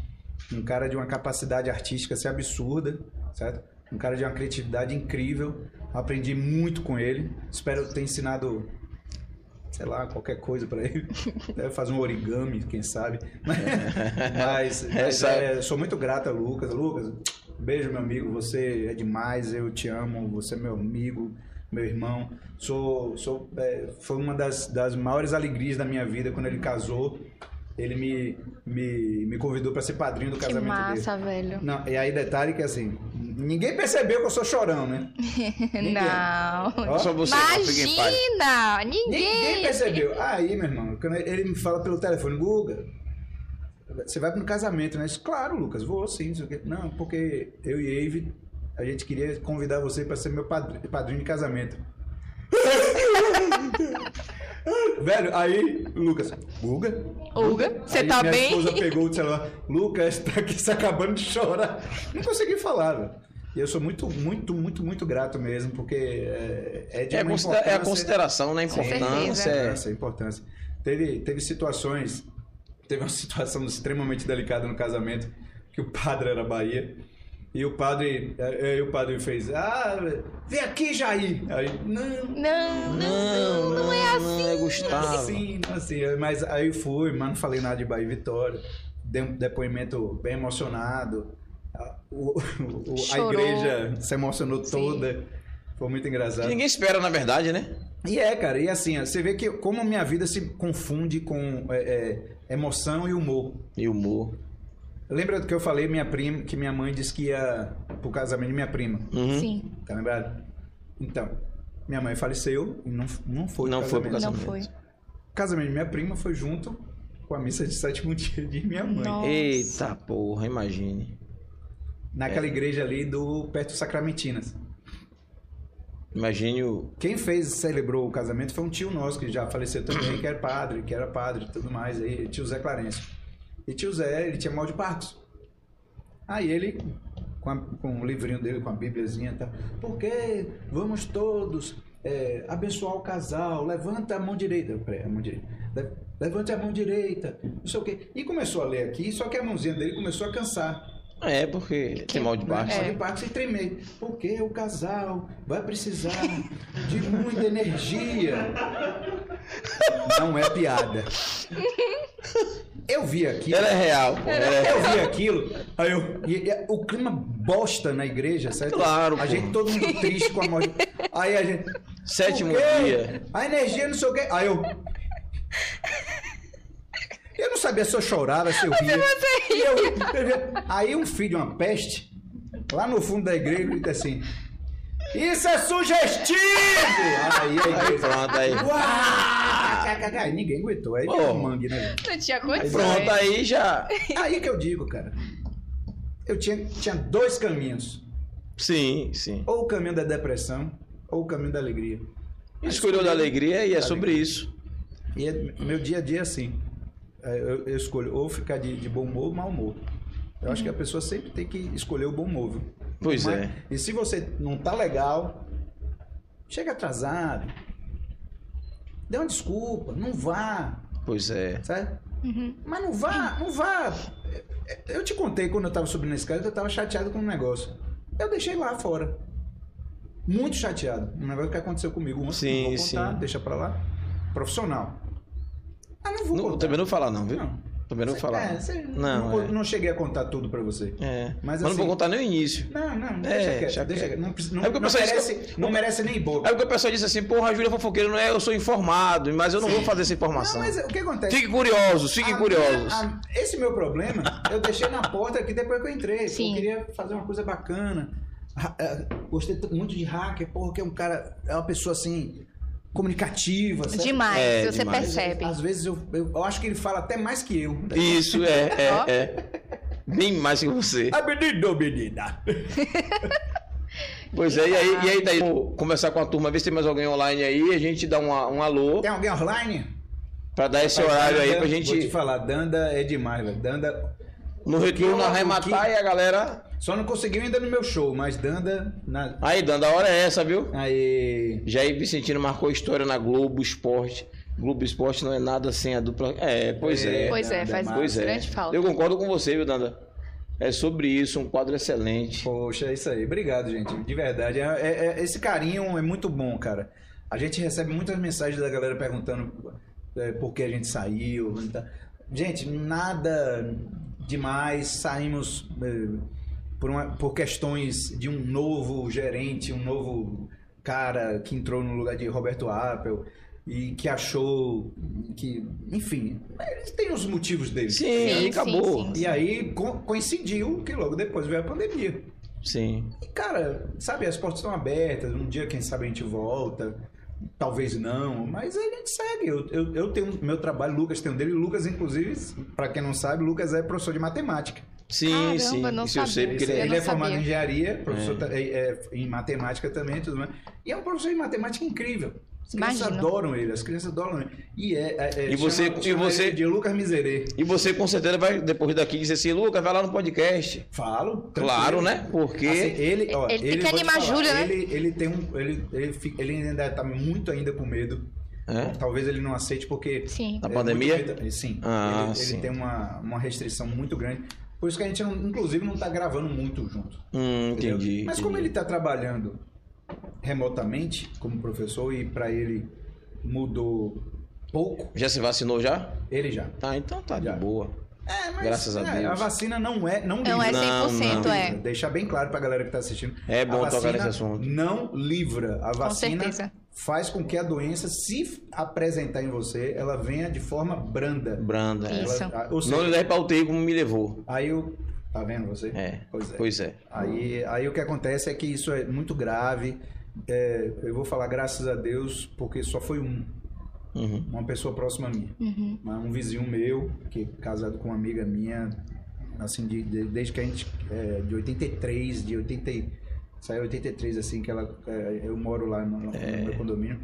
C: Um cara de uma capacidade artística assim, absurda, certo? Um cara de uma criatividade incrível. Aprendi muito com ele. Espero ter ensinado, sei lá, qualquer coisa pra ele. Deve fazer um origami, quem sabe. Mas, mas,
B: Essa-
C: é, sou muito grato a Lucas. Lucas, beijo, meu amigo. Você é demais. Eu te amo. Você é meu amigo, meu irmão. Sou, sou, é, foi uma das, das maiores alegrias da minha vida quando ele casou. Ele me, me, me convidou para ser padrinho do
A: Que
C: casamento dele.
A: massa, velho.
C: Não, e aí detalhe que assim, ninguém percebeu que eu sou chorão, né?
A: Não.
C: Ó,
B: Só você, não, fica em paz.
A: Imagina!
C: Ninguém
A: Ninguém!
C: percebeu. Aí, meu irmão, quando ele me fala pelo telefone, Guga, você vai para um casamento, né? Eu disse, Claro, Lucas, vou sim. Não, sei o quê." não porque eu e Eve, a gente queria convidar você para ser meu padri- padrinho de casamento. Velho, aí, Lucas, Guga?
A: Olga, você
C: Aí
A: tá
C: minha
A: bem?
C: esposa pegou o celular, Lucas, tá aqui se acabando de chorar. Não consegui falar, velho. E eu sou muito, muito, muito, muito grato mesmo, porque é, é de
B: É,
C: uma
B: considera- é a
C: importância-
B: consideração, né?
A: certeza.
B: Importância.
A: É.
B: é
C: é importância, importância. Teve, teve situações. Teve uma situação extremamente delicada no casamento, que o padre era Bahia. E o padre. Aí o padre fez. Ah, vem aqui, Jair! Aí, não,
A: Não, não,
B: Não,
A: não, não é assim.
B: Não é Gustavo.
C: Sim, assim, mas aí eu fui, mas não falei nada de Bahia e Vitória. Dei um depoimento bem emocionado. A- o- o- a
A: Chorou.
C: igreja se emocionou
A: Sim.
C: toda. Foi muito engraçado.
B: Que ninguém espera, na verdade, né?
C: E é, cara, e assim, ó, você vê que como a minha vida se confunde com é, é, emoção e humor.
B: E humor.
C: Lembra do que eu falei, minha prima, que minha mãe disse que ia pro casamento de minha prima,
B: Uhum.
A: Sim,
C: tá lembrado? Então, minha mãe faleceu e não, não foi
B: Não
C: pro
B: foi pro
C: casamento.
A: não
B: Casamento.
A: foi.
C: casamento de minha prima foi junto com a missa de sétimo dia de minha mãe.
A: Nossa.
B: Eita porra, imagine.
C: Naquela igreja ali do perto do Sacramentinas.
B: Imagine o.
C: Quem fez, celebrou o casamento foi um tio nosso que já faleceu também, que era padre, que era padre e tudo mais, aí, tio Zé Clarence. E tio Zé, ele tinha mal de Parkinson. Aí ele, com, a- com o livrinho dele, com a bíbliazinha e tal, porque vamos todos é, abençoar o casal, levanta a mão direita. Eu, peraí, a mão direita. Le- Levante a mão direita, não sei o quê. E começou a ler aqui, só que a mãozinha dele começou a cansar.
B: É, porque tem mal de
C: Né?
B: baixo.
C: Só de Parkinson e tremer. Porque o casal vai precisar de muita energia. Não é piada. Eu vi aquilo.
B: Ela é real. pô, ela é-
C: Eu vi aquilo. Aí eu. e- e o clima bosta na igreja, certo?
B: Claro,
C: A
B: pô.
C: gente todo mundo triste com a morte. Aí a gente.
B: Sétimo
C: "Por quê?
B: É um dia."
C: A energia não sei o quê. Aí eu. Eu não sabia se eu chorava, se eu ria. E eu- eu via- aí um filho, uma peste, lá no fundo da igreja, grita assim. Isso é sugestivo! Aí, aí,
B: Aí pronto, aí.
C: Uau! Ninguém aguentou. Aí
B: Pô.
C: oh. mangue, né?
A: Não tinha
B: Aí
A: condição.
B: Pronto, aí já.
C: Aí que eu digo, cara. Eu tinha, tinha dois caminhos.
B: Sim, sim.
C: Ou o caminho da depressão, ou o caminho da alegria.
B: Escolheu da alegria e é sobre isso.
C: E é- meu dia a dia é assim. É, Eu, eu escolho ou ficar de, de bom humor ou mau humor. Eu acho que a pessoa sempre tem que escolher o bom humor. viu?
B: Pois
C: Mas-
B: é.
C: né? E se você não tá legal, chega atrasado, dê uma desculpa, não vá,
B: Pois é.
C: sabe? Mas não vá, não vá. Eu te contei quando eu tava subindo a escada que eu tava chateado com um negócio. Eu deixei lá fora. Muito chateado. Um negócio que aconteceu comigo ontem.
B: Sim,
C: não vou contar,
B: sim.
C: deixa pra lá. Profissional. Ah, não vou
B: Não,
C: contar.
B: também não vou falar, não, viu?
C: Não.
B: Também não vou
C: Cê-
B: falar.
C: é, cê-
B: não,
C: não,
B: é.
C: não cheguei a contar tudo pra você.
B: É. Mas,
C: Mas
B: não vou
C: assim-
B: contar nem o início.
C: Não, não,
B: É,
C: deixa quieto.
B: já
C: deixa
B: quero.
C: quieto. Não, precisa- não,
B: É porque o
C: não
B: pessoal
C: merece,
B: diz
C: não merece nem boca.
B: É porque o pessoal disse assim, porra, a Júlia fofoqueira não é, eu sou informado, mas eu não vou fazer essa informação.
C: Não, mas é, o que acontece?
B: Fiquem curiosos, fiquem
C: A-
B: curiosos.
C: a- esse meu problema, eu deixei na porta aqui depois que eu entrei. porque Eu
A: Sim.
C: queria fazer uma coisa bacana. Ra- é, Gostei t- muito de hacker, porra, que é um cara, é uma pessoa assim, comunicativa. sabe?
A: Demais,
B: É,
A: você
B: demais.
A: percebe.
C: Às vezes eu, eu, eu acho que ele fala até mais que eu.
B: Isso, é,
A: Ó.
B: é, é. Bem mais que você.
C: Ah, menino, menina.
B: Pois é, e aí, e aí daí, vou conversar com a turma, ver se tem mais alguém online aí, a gente dá uma, um alô
C: Tem alguém online?
B: pra dar esse horário aí pra
C: Vou te
B: gente
C: falar, Danda é demais, velho. Danda
B: no
C: o
B: retorno
C: que-
B: arrematar e a galera.
C: só não conseguiu ainda no meu show, mas Danda na-
B: Aí, Danda, a hora é essa, viu?
C: aí
B: Jair Vicentino marcou história na Globo Esporte. Globo Esporte não é nada sem a dupla. É, pois é.
A: Pois é, faz
C: Demais.
B: Pois é.
A: grande falta.
B: Eu concordo com você, viu, Danda? É sobre isso, um quadro excelente.
C: Poxa, é isso aí. Obrigado, gente. De verdade. É- é- é- esse carinho é muito bom, cara. A gente recebe muitas mensagens da galera perguntando é, por que a gente saiu. e tal. Gente, nada demais. Saímos é, por, uma- por questões de um novo gerente, um novo cara que entrou no lugar de Roberto Appel e que achou que, enfim, eles têm os motivos deles.
B: Sim,
A: Sim,
B: aí acabou.
A: sim,
C: E aí co- coincidiu que logo depois veio a pandemia.
B: Sim.
C: E, cara, sabe, as portas estão abertas. Um dia, quem sabe, a gente volta. Talvez não, mas a gente segue. Eu, eu, eu tenho meu trabalho, Lucas tem um dele. Lucas, inclusive, pra quem não sabe, Lucas é professor de matemática.
B: Sim,
A: Caramba,
B: sim.
A: não
B: Isso eu sei,
A: sabia.
B: porque
C: Ele,
B: ele
A: Eu
C: ele
A: não
C: é formado
A: sabia.
C: em engenharia, professor ta- é- é em matemática também, tudo mais. E é um professor de matemática incrível. As crianças
A: Imagino.
C: adoram ele, as crianças adoram ele. E é. é- é-
B: E você- e
C: ele
B: você-
C: De Lucas Miserê.
B: é- E você com certeza vai, depois daqui, dizer assim, Lucas, vai lá no podcast.
C: Falo.
B: Claro,
C: tranquilo.
B: né? Porque.
C: Assim, ele, ó,
A: Ele tem que
C: vou te
A: animar
C: falar,
A: Júlia, né?
C: Ele, ele tem um, ele, ele, fi- ele ainda tá muito ainda com medo
B: É?
C: Talvez ele não aceite porque.
A: Sim.
B: Na
C: é
B: pandemia?
C: muito vita- sim.
B: Ah,
C: ele, ele
B: sim.
C: tem uma, uma restrição muito grande. Por isso que a gente, não- inclusive, não tá gravando muito junto.
B: Hum,
C: entendeu?
B: entendi.
C: Mas como
B: entendi.
C: ele tá trabalhando remotamente como professor e para ele mudou pouco,
B: Já se vacinou já?
C: ele já.
B: Tá, então tá
C: Já.
B: de boa.
C: É, mas
B: Graças a
C: é,
B: Deus.
C: a vacina não é, não
A: Não é
C: livra.
A: 100%,
B: Não,
A: é.
C: Deixar bem claro pra galera que tá assistindo.
B: É bom tocar
C: a vacina
B: nesse assunto.
C: Não livra. A vacina
A: certeza.
C: faz com que a doença, se apresentar em você, ela venha de forma branda.
B: Branda. é.
A: Isso.
C: Ela- tá, ou seja,
B: Não lhe pra UTI como me levou.
C: aí eu. Tá vendo você?
B: É.
C: Pois é.
B: Pois é.
C: Aí, aí o que acontece é que isso é muito grave. É, eu vou falar graças a Deus, porque só foi um.
B: Uhum.
C: Uma pessoa próxima a mim.
A: Uhum.
C: Mas um vizinho meu, que é casado com uma amiga minha, assim, de- de- desde que a gente. É, de 83, de 80. e- Saiu 83, assim, que ela. é, eu moro lá no, no
B: É.
C: meu condomínio.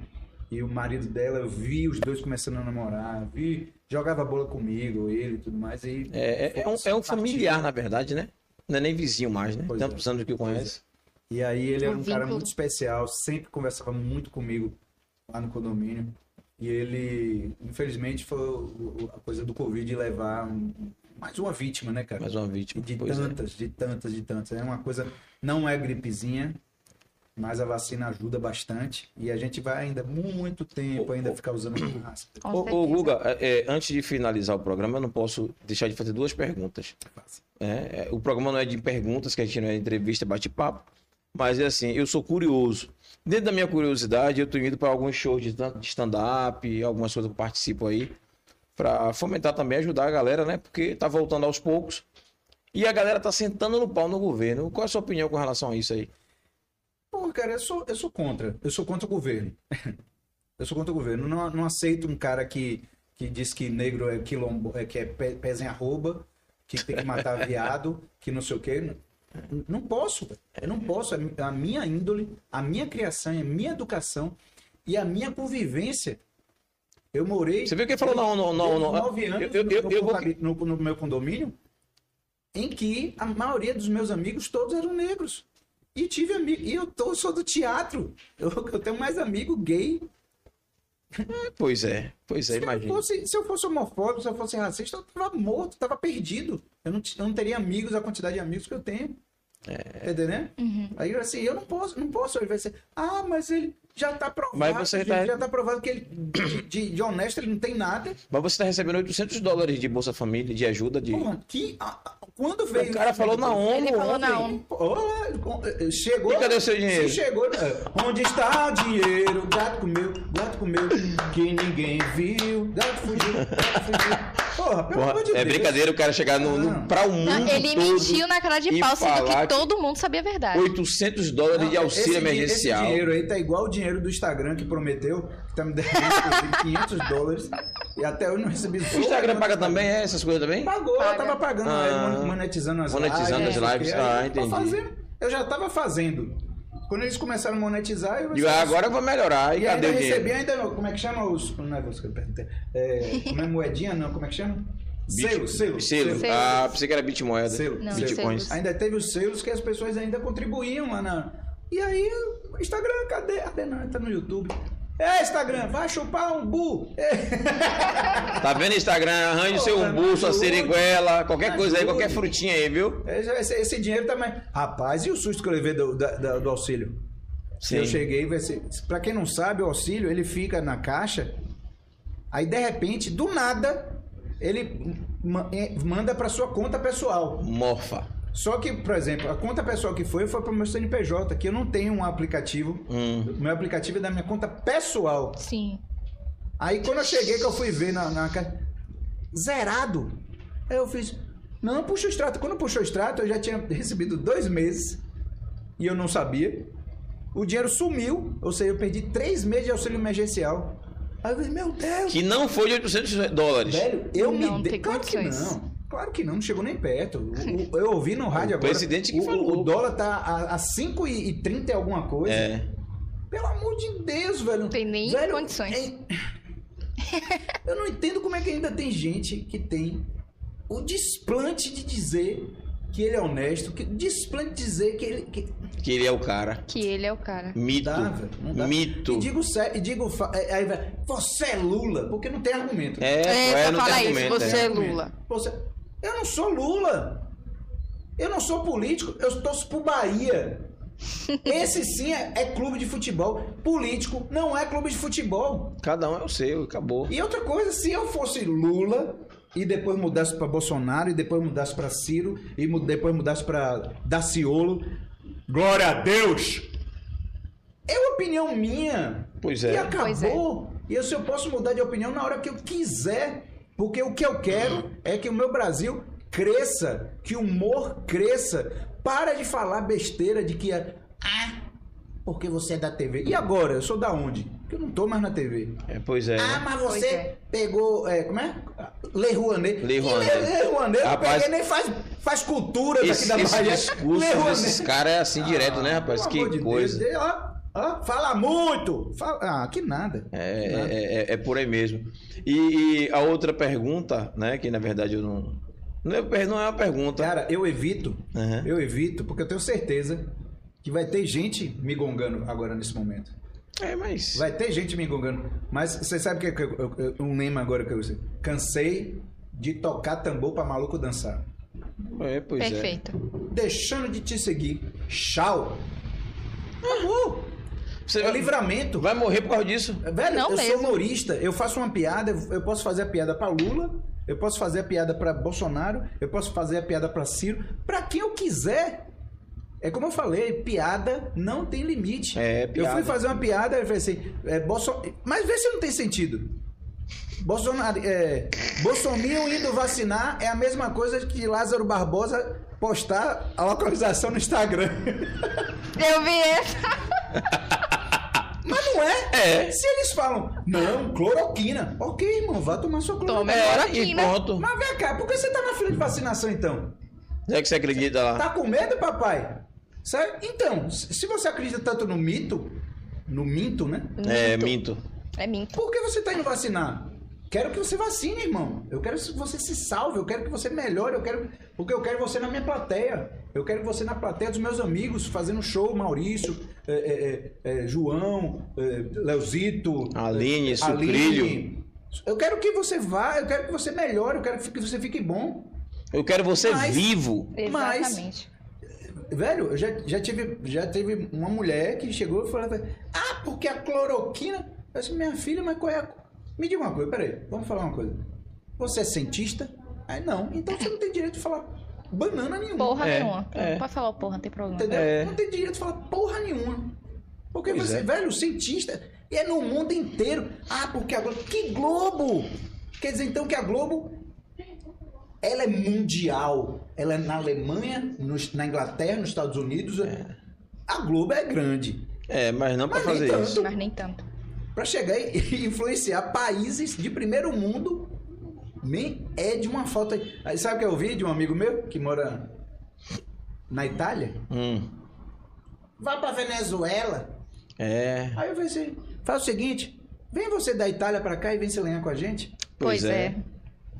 C: E o marido dela, eu vi os dois começando a namorar, vi, jogava bola comigo, ele e tudo mais. E
B: É, é- é um, é um familiar, na verdade, né? Não é nem vizinho mais, né?
C: Pois é.
B: Tantos anos que conhece.
C: E aí ele era
A: O
C: um cara
A: vínculo.
C: muito especial, sempre conversava muito comigo lá no condomínio. E ele, infelizmente, foi o- o- a coisa do Covid levar um- mais uma vítima, né, cara?
B: Mais uma
C: E
B: vítima.
C: de
B: pois é.
C: tantas, de tantas, de tantas. É uma coisa, não é gripezinha, mas a vacina ajuda bastante. E a gente vai ainda muito tempo ainda ficar usando máscara.
A: Com
B: Ô,
A: certeza.
B: ô Guga, é, é, antes de finalizar o programa, eu não posso deixar de fazer duas perguntas. É, é, o programa não é de perguntas, que a gente não é entrevista, bate-papo, mas é assim, eu sou curioso. Dentro da minha curiosidade, eu tenho ido para alguns shows de tan- de stand-up, algumas coisas que eu participo aí, para fomentar também, ajudar a galera, né? Porque tá voltando aos poucos. E a galera tá sentando no pau no governo. Qual é a sua opinião com relação a isso aí?
C: Pô, cara, eu sou, eu sou contra. Eu sou contra o governo. Eu sou contra o governo. Não, não aceito um cara que, que diz que negro é quilombo, é, que é pe- pés em arroba, que tem que matar viado, que não sei o quê. Não, não posso, velho. Eu não posso. É A minha índole, a minha criação, a minha educação e a minha convivência. Eu morei
B: Você viu que ele falou, não, não, não, não.
C: nove
B: Eu,
C: anos
B: eu, eu,
C: no,
B: eu vou...
C: contabi- no- no meu condomínio em que a maioria dos meus amigos todos eram negros. E tive amigo. E eu tô, sou do teatro. Eu, eu tenho mais amigo gay.
B: Pois é, pois é,
C: se, eu
B: imagina.
C: fosse, se eu fosse homofóbico, se eu fosse racista, eu tava morto, tava perdido. Eu não, t- eu não teria amigos, a quantidade de amigos que eu tenho. É. Entendeu? Aí eu assim, eu não posso, não posso. Ele vai ser, ah, mas ele já tá provado.
B: Mas você
C: gente,
B: tá-
C: Já tá provado que ele, de- de- de honesto, ele não tem nada.
B: Mas você está recebendo 800 dólares de Bolsa Família, de ajuda, de...
C: Porra, que. a- a- quando veio.
B: O cara falou na ONU.
A: Ele falou na
B: ontem.
A: ONU.
C: Olá, com- eh, chegou.
B: Hum. E cadê o seu dinheiro?
C: Se chegou. eh, Onde está o dinheiro? Gato comeu, gato comeu, que ninguém viu. Gato fugiu, gato fugiu. Porra, pelo
B: Porra,
C: amor de
B: é
C: Deus.
B: brincadeira o cara chegar no, no, pra o mundo
A: Não, ele
B: todo
A: mentiu na cara de
B: e
A: pau, sendo
B: falar
A: que todo mundo sabia a verdade.
B: 800 dólares de
C: Não,
B: auxílio
C: esse di-
B: emergencial.
C: Esse dinheiro aí tá igual o dinheiro do Instagram que prometeu, que tá me devendo inclusive, 500 dólares. E até hoje não recebi
B: O Instagram paga também, é, essas coisas também?
C: Pagou,
A: Paga.
C: eu tava pagando,
B: Ah,
C: né, monetizando as
B: monetizando
C: lives.
B: as
C: não sei o
B: lives,
C: quê.
B: ah,
C: Aí eu tava
B: entendi.
C: fazendo, eu já tava fazendo. Quando eles começaram a monetizar, eu
B: E agora eu vou melhorar. E,
C: E
B: cadê
C: ainda
B: o dinheiro?
C: recebi ainda, como é que chama os. Não é você que eu perguntei. É, como é moedinha, não, como é que chama? Selo, selo.
B: Selo.
A: Selo.
B: Ah, pensei que era Bitmoeda.
C: Selo.
A: Não,
B: Bitcoins.
A: selo.
C: Ainda teve os selos que as pessoas ainda contribuíam lá na. E aí, o Instagram, cadê? Cadê não? Tá no YouTube. É, Instagram, vai chupar um bu. É,
B: Tá vendo Instagram? Arranje
C: Pô, tá
B: seu
C: cara,
B: umbu, sua
C: ajude.
B: seringuela, qualquer coisa aí,
C: Ajude.
B: qualquer frutinha aí, viu?
C: Esse, esse dinheiro também. Rapaz, e o susto que eu levei do, da- da- do auxílio?
B: Sim.
C: Eu cheguei, vai ser. Pra quem não sabe, o auxílio ele fica na caixa. Aí de repente, do nada, ele ma- eh, manda pra sua conta pessoal.
B: Morfa.
C: Só que, por exemplo, a conta pessoal que foi foi pro meu CNPJ, que eu não tenho um aplicativo.
B: Hum.
C: O meu aplicativo é da minha conta pessoal.
A: Sim.
C: Aí quando eu cheguei, que eu fui ver na, na ca- Zerado. Aí eu fiz. Não, puxa o extrato. Quando puxou o extrato, eu já tinha recebido dois meses. E eu não sabia. O dinheiro sumiu. Ou seja, eu perdi três meses de auxílio emergencial. Aí eu falei, meu Deus.
B: Que não foi de 800 dólares.
C: Velho, eu
A: Não,
C: me
A: não
C: dei.
A: tem
C: Claro que
A: condições.
C: não. Claro que não, não chegou nem perto. O- o- eu ouvi no rádio
B: O
C: agora.
B: presidente que
C: o,
B: falou.
C: O dólar tá a, a 5,30 e alguma coisa.
B: É.
C: Pelo amor de Deus, velho. é Não
A: tem nem condições.
C: Eu não entendo como é que ainda tem gente que tem o desplante de dizer que ele é honesto, que desplante dizer que ele. que-
B: Que ele é o cara.
A: Que ele é o cara.
B: Mito.
C: Não dá, velho. Não dá.
B: Mito.
C: E digo sério, e digo. fa- é, Aí, vai, você é Lula, porque não tem argumento.
A: É,
B: É, pô, é,
A: só
B: não tem
A: fala isso,
B: argumento.
A: você
B: é.
A: é Lula.
C: Você- eu não sou Lula. Eu não sou político, eu torço pro Bahia. Esse sim é, é clube de futebol. Político não é clube de futebol.
B: Cada um é o seu, acabou.
C: E outra coisa, se eu fosse Lula e depois mudasse pra Bolsonaro e depois mudasse pra Ciro e mu- depois mudasse pra Daciolo, glória a Deus. É uma opinião minha.
B: Pois é.
C: E acabou.
A: Pois é.
C: E eu, se eu posso mudar de opinião na hora que eu quiser. Porque o que eu quero é que o meu Brasil cresça, que o humor cresça. Para de falar besteira de que é. Ah, porque você é da TV. E agora? Eu sou da onde? Porque eu não tô mais na TV.
B: É, pois é.
C: Ah, mas
A: Pois
C: você
A: é.
C: pegou. é, como é? Lei Rouanet.
B: Lei
C: E
B: Rouanet.
C: Lei Rouanet, eu
B: Rapaz,
C: peguei nem faz, faz cultura daqui
B: Esse,
C: da
B: esse
C: Bahia. Lei
B: discurso
C: Rouanet.
B: desses caras é assim direto, né,
C: Ah,
B: rapaz?
C: pelo
B: Que
C: amor de
B: coisa.
C: Deus, ó, ó, fala muito! Fala- ah, que nada.
B: É,
C: Que nada.
B: é, é- é por aí mesmo. E, e a outra pergunta, né, que na verdade eu não. Não é, per- não é uma pergunta.
C: Cara, eu evito,
B: Aham.
C: eu evito, porque eu tenho certeza que vai ter gente me gongando agora nesse momento.
B: É, mas.
C: Vai ter gente me gongando. Mas você sabe que, que eu- eu- eu- um lema agora que eu usei? Cansei de tocar tambor pra maluco dançar.
B: É, pois é.
A: Perfeito.
C: Deixando de te seguir. Tchau! Acabou!
B: Você
C: É
B: vai,
C: livramento.
B: vai morrer por causa disso?
C: É, Velho,
A: Não
C: eu
A: mesmo.
C: sou humorista, eu faço uma piada, eu eu posso fazer a piada pra Lula, eu posso fazer a piada pra Bolsonaro, eu posso fazer a piada pra Ciro, pra quem eu quiser. É como eu falei, piada não tem limite.
B: É, piada.
C: Eu fui fazer uma piada, eu falei assim, é, Bolso... mas vê se não tem sentido. Bolsonaro, é, Bolsonaro indo vacinar é a mesma coisa que Lázaro Barbosa postar a localização no Instagram.
A: Eu vi essa.
C: Mas não é? É. Se eles falam, não, cloroquina. Ok, irmão, vá tomar sua
A: Toma.
C: cloroquina.
B: É,
A: Agora aqui,
B: e
A: né?
B: pronto.
C: Mas vem cá, por que você tá na fila de vacinação então?
B: Já É que você acredita lá.
C: Tá com medo, papai? Sério? Então, se se você acredita tanto no mito, no minto, né?
B: É, minto.
A: É minto.
C: Por que você tá indo vacinar? Quero que você vacine, irmão. Eu quero que você se salve, eu quero que você melhore, eu quero. Porque eu quero você na minha plateia. Eu quero você na plateia dos meus amigos, fazendo show, Maurício, é, é, é, é, João, é, Leozito,
B: Aline,
C: é,
B: Sucrilho.
C: Aline. Eu quero que você vá, eu quero que você melhore, eu quero que fique- que você fique bom.
B: Eu quero você
C: Mas-
B: vivo.
C: Mas-
A: Exatamente.
C: Velho, eu já, já, tive, já teve uma mulher que chegou e falou: Ah, porque a cloroquina. Eu disse, minha filha, mas qual é a. co-" Me diga uma coisa, peraí, vamos falar uma coisa. Você é cientista? Aí não, então você não tem direito de falar banana nenhuma.
A: Porra
B: É,
A: nenhuma.
B: é.
A: Pode falar o porra, não tem problema.
C: Entendeu?
B: É.
C: Não tem direito de falar porra nenhuma. Porque
B: Pois
C: você,
B: é.
C: velho, cientista, e é no mundo inteiro. Ah, porque a Globo. Que Globo! Quer dizer então que a Globo. Ela é mundial. Ela é na Alemanha, nos- na Inglaterra, nos Estados Unidos. A Globo é grande.
B: É, mas não pra
C: Mas então-
B: fazer
C: nem tanto.
B: isso.
A: né? Mas nem tanto.
C: Pra chegar e- e influenciar países de primeiro mundo, nem é de uma falta. Aí Sabe o que eu ouvi de um amigo meu que mora na Itália?
B: Hum.
C: Vá pra Venezuela.
B: É.
C: Aí eu falei assim, faz o seguinte, vem você da Itália pra cá e vem se lenhar com a gente.
A: Pois,
B: Pois
A: é.
B: é.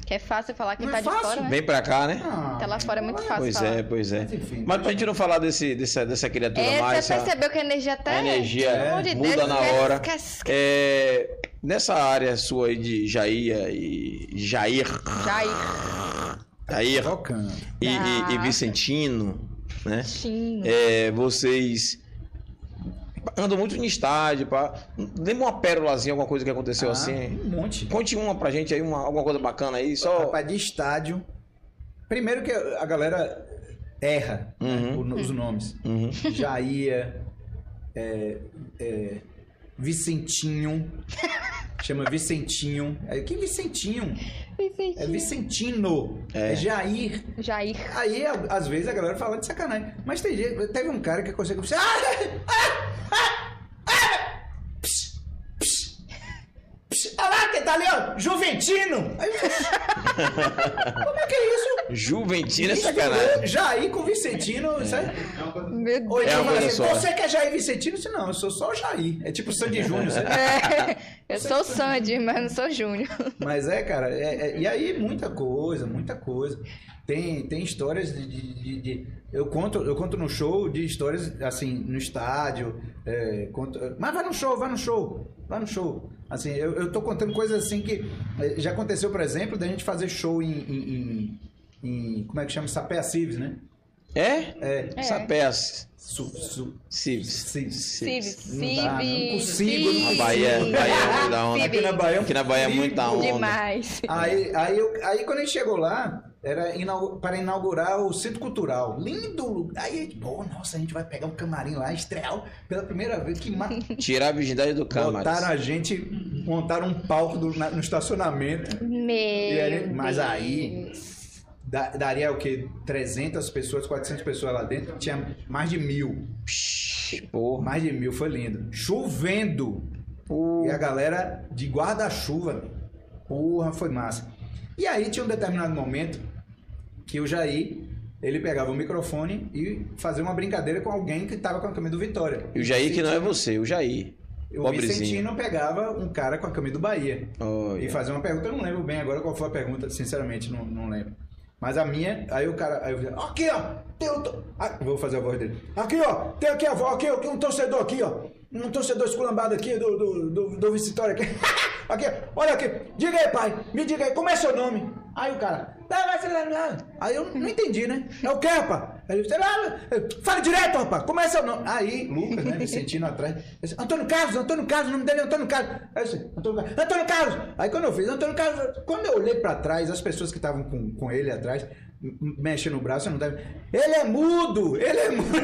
A: Que é fácil falar quem
C: Não
A: tá
C: é
A: de
C: fácil,
A: fora, né?
B: Vem pra cá, né?
C: Ah,
A: Tá lá fora é muito fácil
B: Pois
A: falar.
B: é, pois é.
C: Mas enfim.
B: Mas pra gente não falar desse, dessa, dessa criatura
A: É,
B: mais.
A: você
B: essa-
A: percebeu que a energia tá...
B: a energia
A: Pelo amor de
B: muda
A: Deus,
B: na
A: esquece,
B: hora.
A: Esquece, esquece.
B: É, nessa área sua aí de Jair e Jair,
A: Jair.
B: Jair
C: Tocando.
B: e, e- e
A: Tá.
B: Vicentino, né?
A: Sim.
B: É, vocês andam muito em estádio, pá. Lembra uma pérolazinha, alguma coisa que aconteceu
C: Ah,
B: assim?
C: Um monte.
B: Conte uma pra gente aí, uma, alguma coisa bacana aí, só.
C: Rapaz, de estádio. Primeiro que a galera erra né,
B: Uhum.
C: o- os nomes.
B: Uhum.
C: Jair, é, é, Vicentinho. Chama Vicentinho. É, que Vicentinho? É Vicentino.
B: É.
C: é Jair.
A: Jair.
C: Aí, a- às vezes, a galera fala de sacanagem. Mas tem jeito. Teve um cara que conseguiu. Ah, ah, ah, ah, psh, psh, psh. Olha lá, que tá ali, ó. Juventino! Aí, eu, "Oxi, como é que é isso?
B: Juventina é sacanagem.
C: Jair com Vicentino, sabe?
A: Meu Deus.
C: Ou então
B: É uma
C: fala
B: coisa
C: assim,
B: só.
C: você quer Jair Vicentino? Eu disse, não, eu sou só Jair. É tipo Sandy Júnior, sabe?
A: É, eu sou Sandy, mas não sou Júnior.
C: Mas é, cara, é- é- e aí muita coisa, muita coisa. Tem, tem histórias de, de- de- de- Eu conto, eu conto no show de histórias assim, no estádio. é, conto- mas vai no show, vai no show, vai no show. Assim, eu, eu tô contando coisas assim que. é, Já aconteceu, por exemplo, da gente fazer show em. em- em- em- como é que chama? Sapé Cives, né?
B: É?
C: É.
A: É.
B: Sapés.
C: Su, su,
B: Cives.
C: Cives.
A: Cive,
C: Não dá, não
A: Cive.
C: consigo, não
A: Cive.
B: Bahia, Bahia é muito da onda.
A: Cive.
C: Aqui na Bahia, um
B: Aqui na Bahia é muito da onda.
A: Demais.
C: Aí, aí, eu- aí quando a gente chegou lá, era inau- para inaugurar o Centro Cultural. Lindo! Aí a gente, pô, nossa, a gente vai pegar um camarim lá, estrear o- pela primeira vez. Que ma...
B: Tirar a virgindade do
C: Botaram
B: Câmara.
C: a gente, montaram um palco do- na- no estacionamento.
A: Meu
C: E aí, mas
A: Deus.
C: aí da- daria o quê? 300 pessoas, 400 pessoas lá dentro. Tinha mais de mil.
B: Porra.
C: Mais de mil, foi lindo. Chovendo. E a galera de guarda-chuva. Porra, foi massa. E aí tinha um determinado momento que o Jair, ele pegava o microfone e fazia uma brincadeira com alguém que tava com a camisa do Vitória.
B: E o Jair que não é você, o Jair.
C: O
B: Pobrezinho.
C: Vicentino pegava um cara com a camisa do Bahia
B: Olha.
C: e fazia uma pergunta. Eu não lembro bem agora qual foi a pergunta, sinceramente, não, não lembro. Mas a minha, aí o cara, aí eu falei, aqui ó, tem um. to- Ah, vou fazer a voz dele. Aqui ó, tem aqui a voz, aqui ó, tem um torcedor aqui ó, um torcedor esculambado aqui do, do, do, do Vitória aqui. aqui, ó, olha aqui, diga aí pai, me diga aí, como é seu nome? Aí o cara, "Ah, vai se lá, lá." aí eu não entendi, né? É o que, rapaz? Aí ele, "Sei lá, fala direto, rapaz, como é seu nome? Aí, Lucas, né, Vicentino atrás, eu disse, Antônio Carlos, Antônio Carlos, o nome dele é Antônio Carlos. Aí eu disse, Antônio Carlos, Antônio Carlos! Aí quando eu fiz, Antônio Carlos, quando eu olhei pra trás, as pessoas que estavam com, com ele atrás, m- m- mexendo o braço, eu não dava. Ele é mudo! Ele é mudo!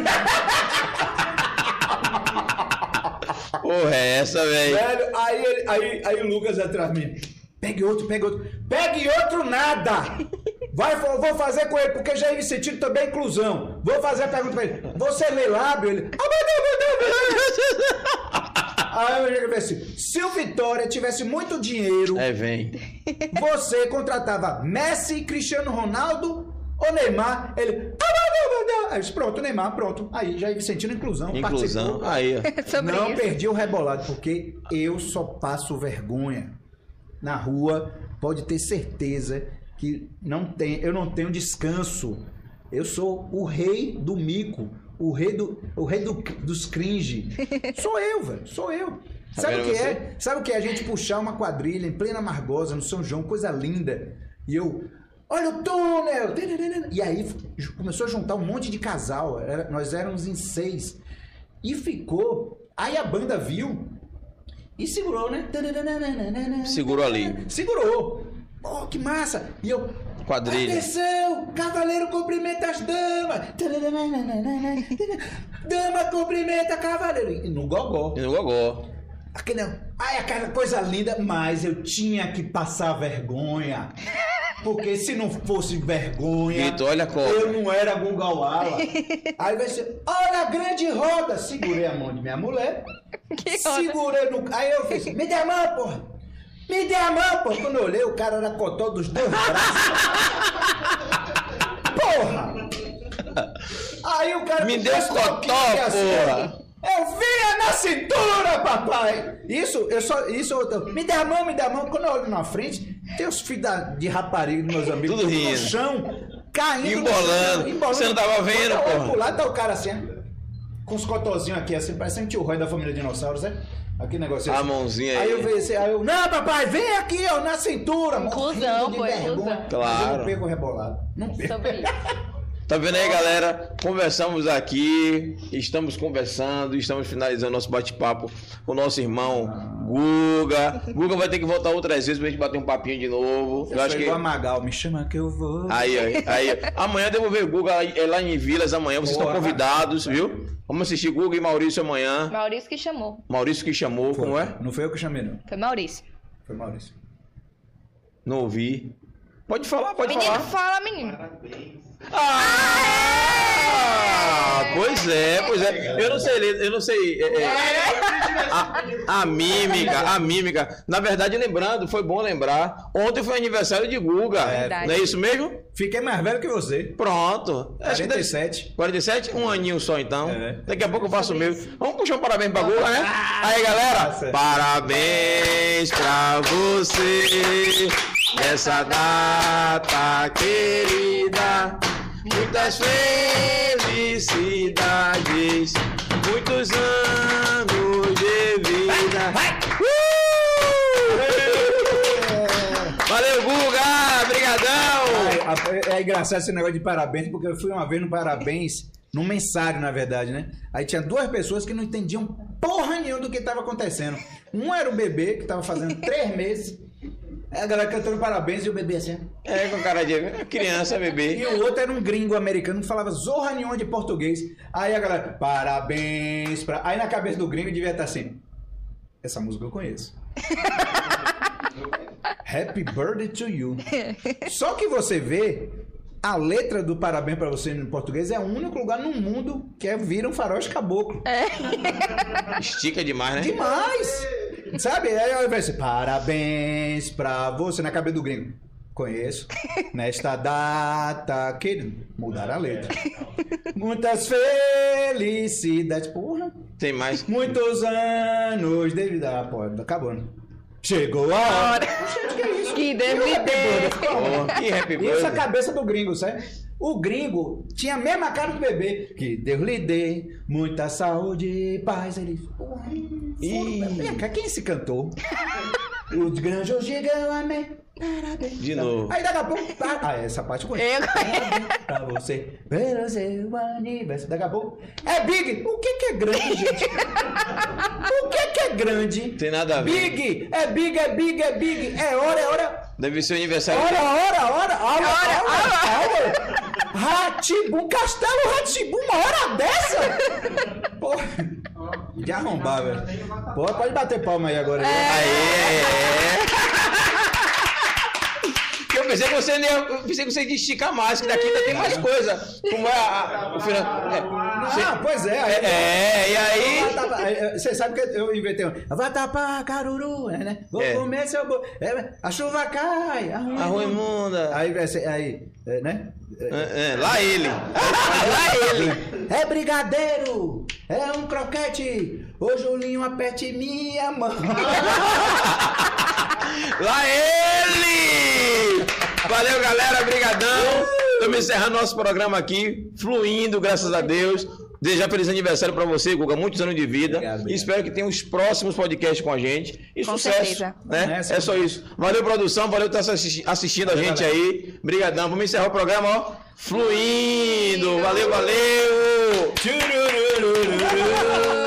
B: Porra, é essa, velho?
C: Velho, aí, ele- aí, aí o Lucas atrás de mim. Pegue outro, pegue outro. Pegue outro nada! Vai, vou vou fazer com ele, porque já é sentido também é inclusão. Vou fazer a pergunta pra ele. Você lê lábio? Ele. "Ah, mas não, mas não, mas não." Aí eu cheguei e falei assim: se o Vitória tivesse muito dinheiro,
B: É, vem.
C: você contratava Messi, Cristiano Ronaldo ou Neymar? Ele. "Ah, mas não, mas não." Aí eu disse, pronto, Neymar, pronto. Aí já é sentindo inclusão.
B: Inclusão.
C: participou.
B: Aí, ó.
A: Sobre
C: não
A: isso.
C: perdi o rebolado, porque eu só passo vergonha na rua. Pode ter certeza que não tem, eu não tenho descanso. Eu sou o rei do mico, o rei, do, o rei do- dos cringe. Sou eu, velho, sou eu.
B: Tá
C: Sabe o
B: vendo
C: que
B: você?
C: é? Sabe o que é a gente puxar uma quadrilha em plena Margosa, no São João, coisa linda. E eu, olha o túnel! E aí ju- começou a juntar um monte de casal. Era- nós éramos em seis. E ficou. Aí a banda viu e segurou, né?
B: Segurou ali.
C: Segurou. Oh, que massa! E eu.
B: Quadrilha.
C: Atenção! Cavaleiro cumprimenta as damas! Dama cumprimenta cavaleiro! E no gogó.
B: E no gogó.
C: Aquele, ai, aquela coisa linda, mas eu tinha que passar vergonha. Porque se não fosse vergonha,
B: Vitor, olha a cobra.
C: eu não era Gungawala. Aí vai ser, olha a grande roda. Segurei a mão de minha mulher.
A: Que roda?
C: segurei no. Aí eu fiz, me dê a mão, porra. Me dê a mão, porra. Quando eu olhei, o cara era cotó dos dois braços. Porra! Aí o cara
B: Me
C: com
B: deu
C: dois
B: cotó,
C: toquinhos
B: porra.
C: assim, eu via na cintura, papai! Isso, eu só. Isso eu. eu- Me dá a mão, me dá a mão. Quando eu olho na frente, tem os filhos da- de rapariga, dos meus amigos,
B: Tudo rindo.
C: no chão, caindo. no
B: Embolando.
C: chão,
B: Você não tava vendo,
C: Quando eu olho
B: porra?
C: pro lado, tá o cara assim, com os cotozinhos aqui, assim, parecendo tio Roy da família Dinossauros, né? Aquele negócio
B: A
C: assim.
B: mãozinha
C: Aí
B: aí.
C: eu vejo assim, aí eu. Não, papai, vem aqui, ó, na cintura,
A: Inclusão,
C: morrendo de
A: pô, é
C: vergonha.
A: inclusão.
C: Mas Eu
B: Claro.
C: não pego o rebolado. Não pego.
A: Sobre isso.
B: Tá vendo aí, galera? Conversamos aqui, estamos conversando, estamos finalizando nosso bate-papo com o nosso irmão Guga. Guga vai ter que voltar outras vezes pra gente bater um papinho de novo. Eu
C: sou
B: acho que. Ah,
C: igual a Magal, me chama que eu vou.
B: Aí, aí, aí. Amanhã devolver o Guga aí- é lá em Vilas, amanhã. Vocês estão
C: Boa.
B: convidados, viu? Vamos assistir Guga e Maurício amanhã.
A: Maurício que chamou.
B: Maurício que chamou, como é?
C: Não foi eu que chamei, não.
A: Foi Maurício.
C: Foi Maurício.
B: Não ouvi. Pode falar, pode
A: Menino,
B: falar.
A: fala, menino.
B: Ah! Pois é, pois é. Eu não sei, ler, eu não sei. é, é. A, a mímica, a mímica. Na verdade, lembrando, foi bom lembrar. Ontem foi aniversário de Guga.
A: Verdade.
B: Não é isso mesmo?
C: Fiquei mais velho que você.
B: Pronto. Acho que deve-
C: 47.
B: 47? Um aninho só então.
C: É. Ah,
B: Daqui a pouco eu faço o meu. Vamos puxar um parabéns pra Guga, né? Aí galera,
C: Nossa.
B: parabéns pra você nessa data querida. Muitas felicidades, muitos anos de vida. Uh! Valeu, Guga! Obrigadão!
C: É, é- é engraçado esse negócio de parabéns, porque eu fui uma vez no parabéns, num mensário, na verdade, né? Aí tinha duas pessoas que não entendiam porra nenhuma do que tava acontecendo. Um era o bebê, que tava fazendo três meses. aí A galera cantando parabéns e o bebê assim. ó.
B: É, com cara de criança,
C: E
B: bebê.
C: o outro era um gringo americano que falava zorra nenhuma de português. Aí a galera, parabéns pra. Aí na cabeça do gringo devia estar assim: essa música eu conheço. Happy birthday to you. Só que você vê a letra do parabéns pra você em português é o único lugar no mundo que é vira um faroeste caboclo.
B: Estica demais, né?
C: Demais! Sabe? Aí eu falei assim, parabéns pra você na cabeça do gringo. Conheço. Nesta data, querido. Mudaram a letra. Muitas felicidades. Porra.
B: Tem mais.
C: Muitos anos de vida. Ah, pô, acabou, né? Chegou a hora. é
A: Que
C: Happy
A: DVD.
C: birthday.
B: Oh, que happy
C: Isso é a
B: birthday.
C: cabeça do gringo, sabe? O gringo tinha a mesma cara do bebê. Que Deus lhe dê muita saúde e paz. Ele. Porra,
B: Ih.
C: foda, Vem cá, quem é esse cantor? Os granjos gigam, amém.
B: De novo.
C: Aí daqui a pouco. tá- Ah, essa parte eu conheço. Tá
A: Eu conheço.
C: Pra você, pelo seu aniversário. Daqui a pouco. É Big! O que, que é grande, gente? O que, que é grande?
B: Tem nada a ver.
C: Big! É big, é big, é big! É hora, é hora!
B: Deve ser o aniversário.
C: Ora, ora, ora, ora, ora, ora. Ratibum, Castelo Ratibum, uma hora dessa? Porra. De arrombar, velho. Pô, pode bater palma aí agora. né?
B: É. Aê! Que Eu pensei que você nem, eu pensei que você ia esticar mais, que daqui ainda tem mais coisa. Como é a, a- o final. É, você-
C: Ah, pois é.
B: é,
C: Aí,
B: é, e aí?
C: Vatapá, é, é, Você sabe que eu inventei um. Vatapá, caruru, é, né? Vou
B: É.
C: comer seu bo... é, A chuva cai, arruma.
B: A rua imunda.
C: Aí, vai ser- aí, é, né?
B: É, é, lá ele. lá ele.
C: É brigadeiro, é um croquete. Ô Julinho, aperte minha mão.
B: Lá ele! Valeu, galera, brigadão. Estamos encerrando nosso programa aqui, fluindo, graças a Deus. Desejar feliz aniversário pra você, Guga, muitos anos de vida.
C: Obrigado, obrigado.
B: E Espero que tenha os próximos podcasts com a gente. E
A: Com
B: sucesso,
A: certeza.
B: né?
C: Nessa.
B: É só isso. Valeu, produção, valeu estar assisti- assistindo a gente aí. Brigadão. Vamos encerrar o programa, ó. Fluindo. Valeu, valeu.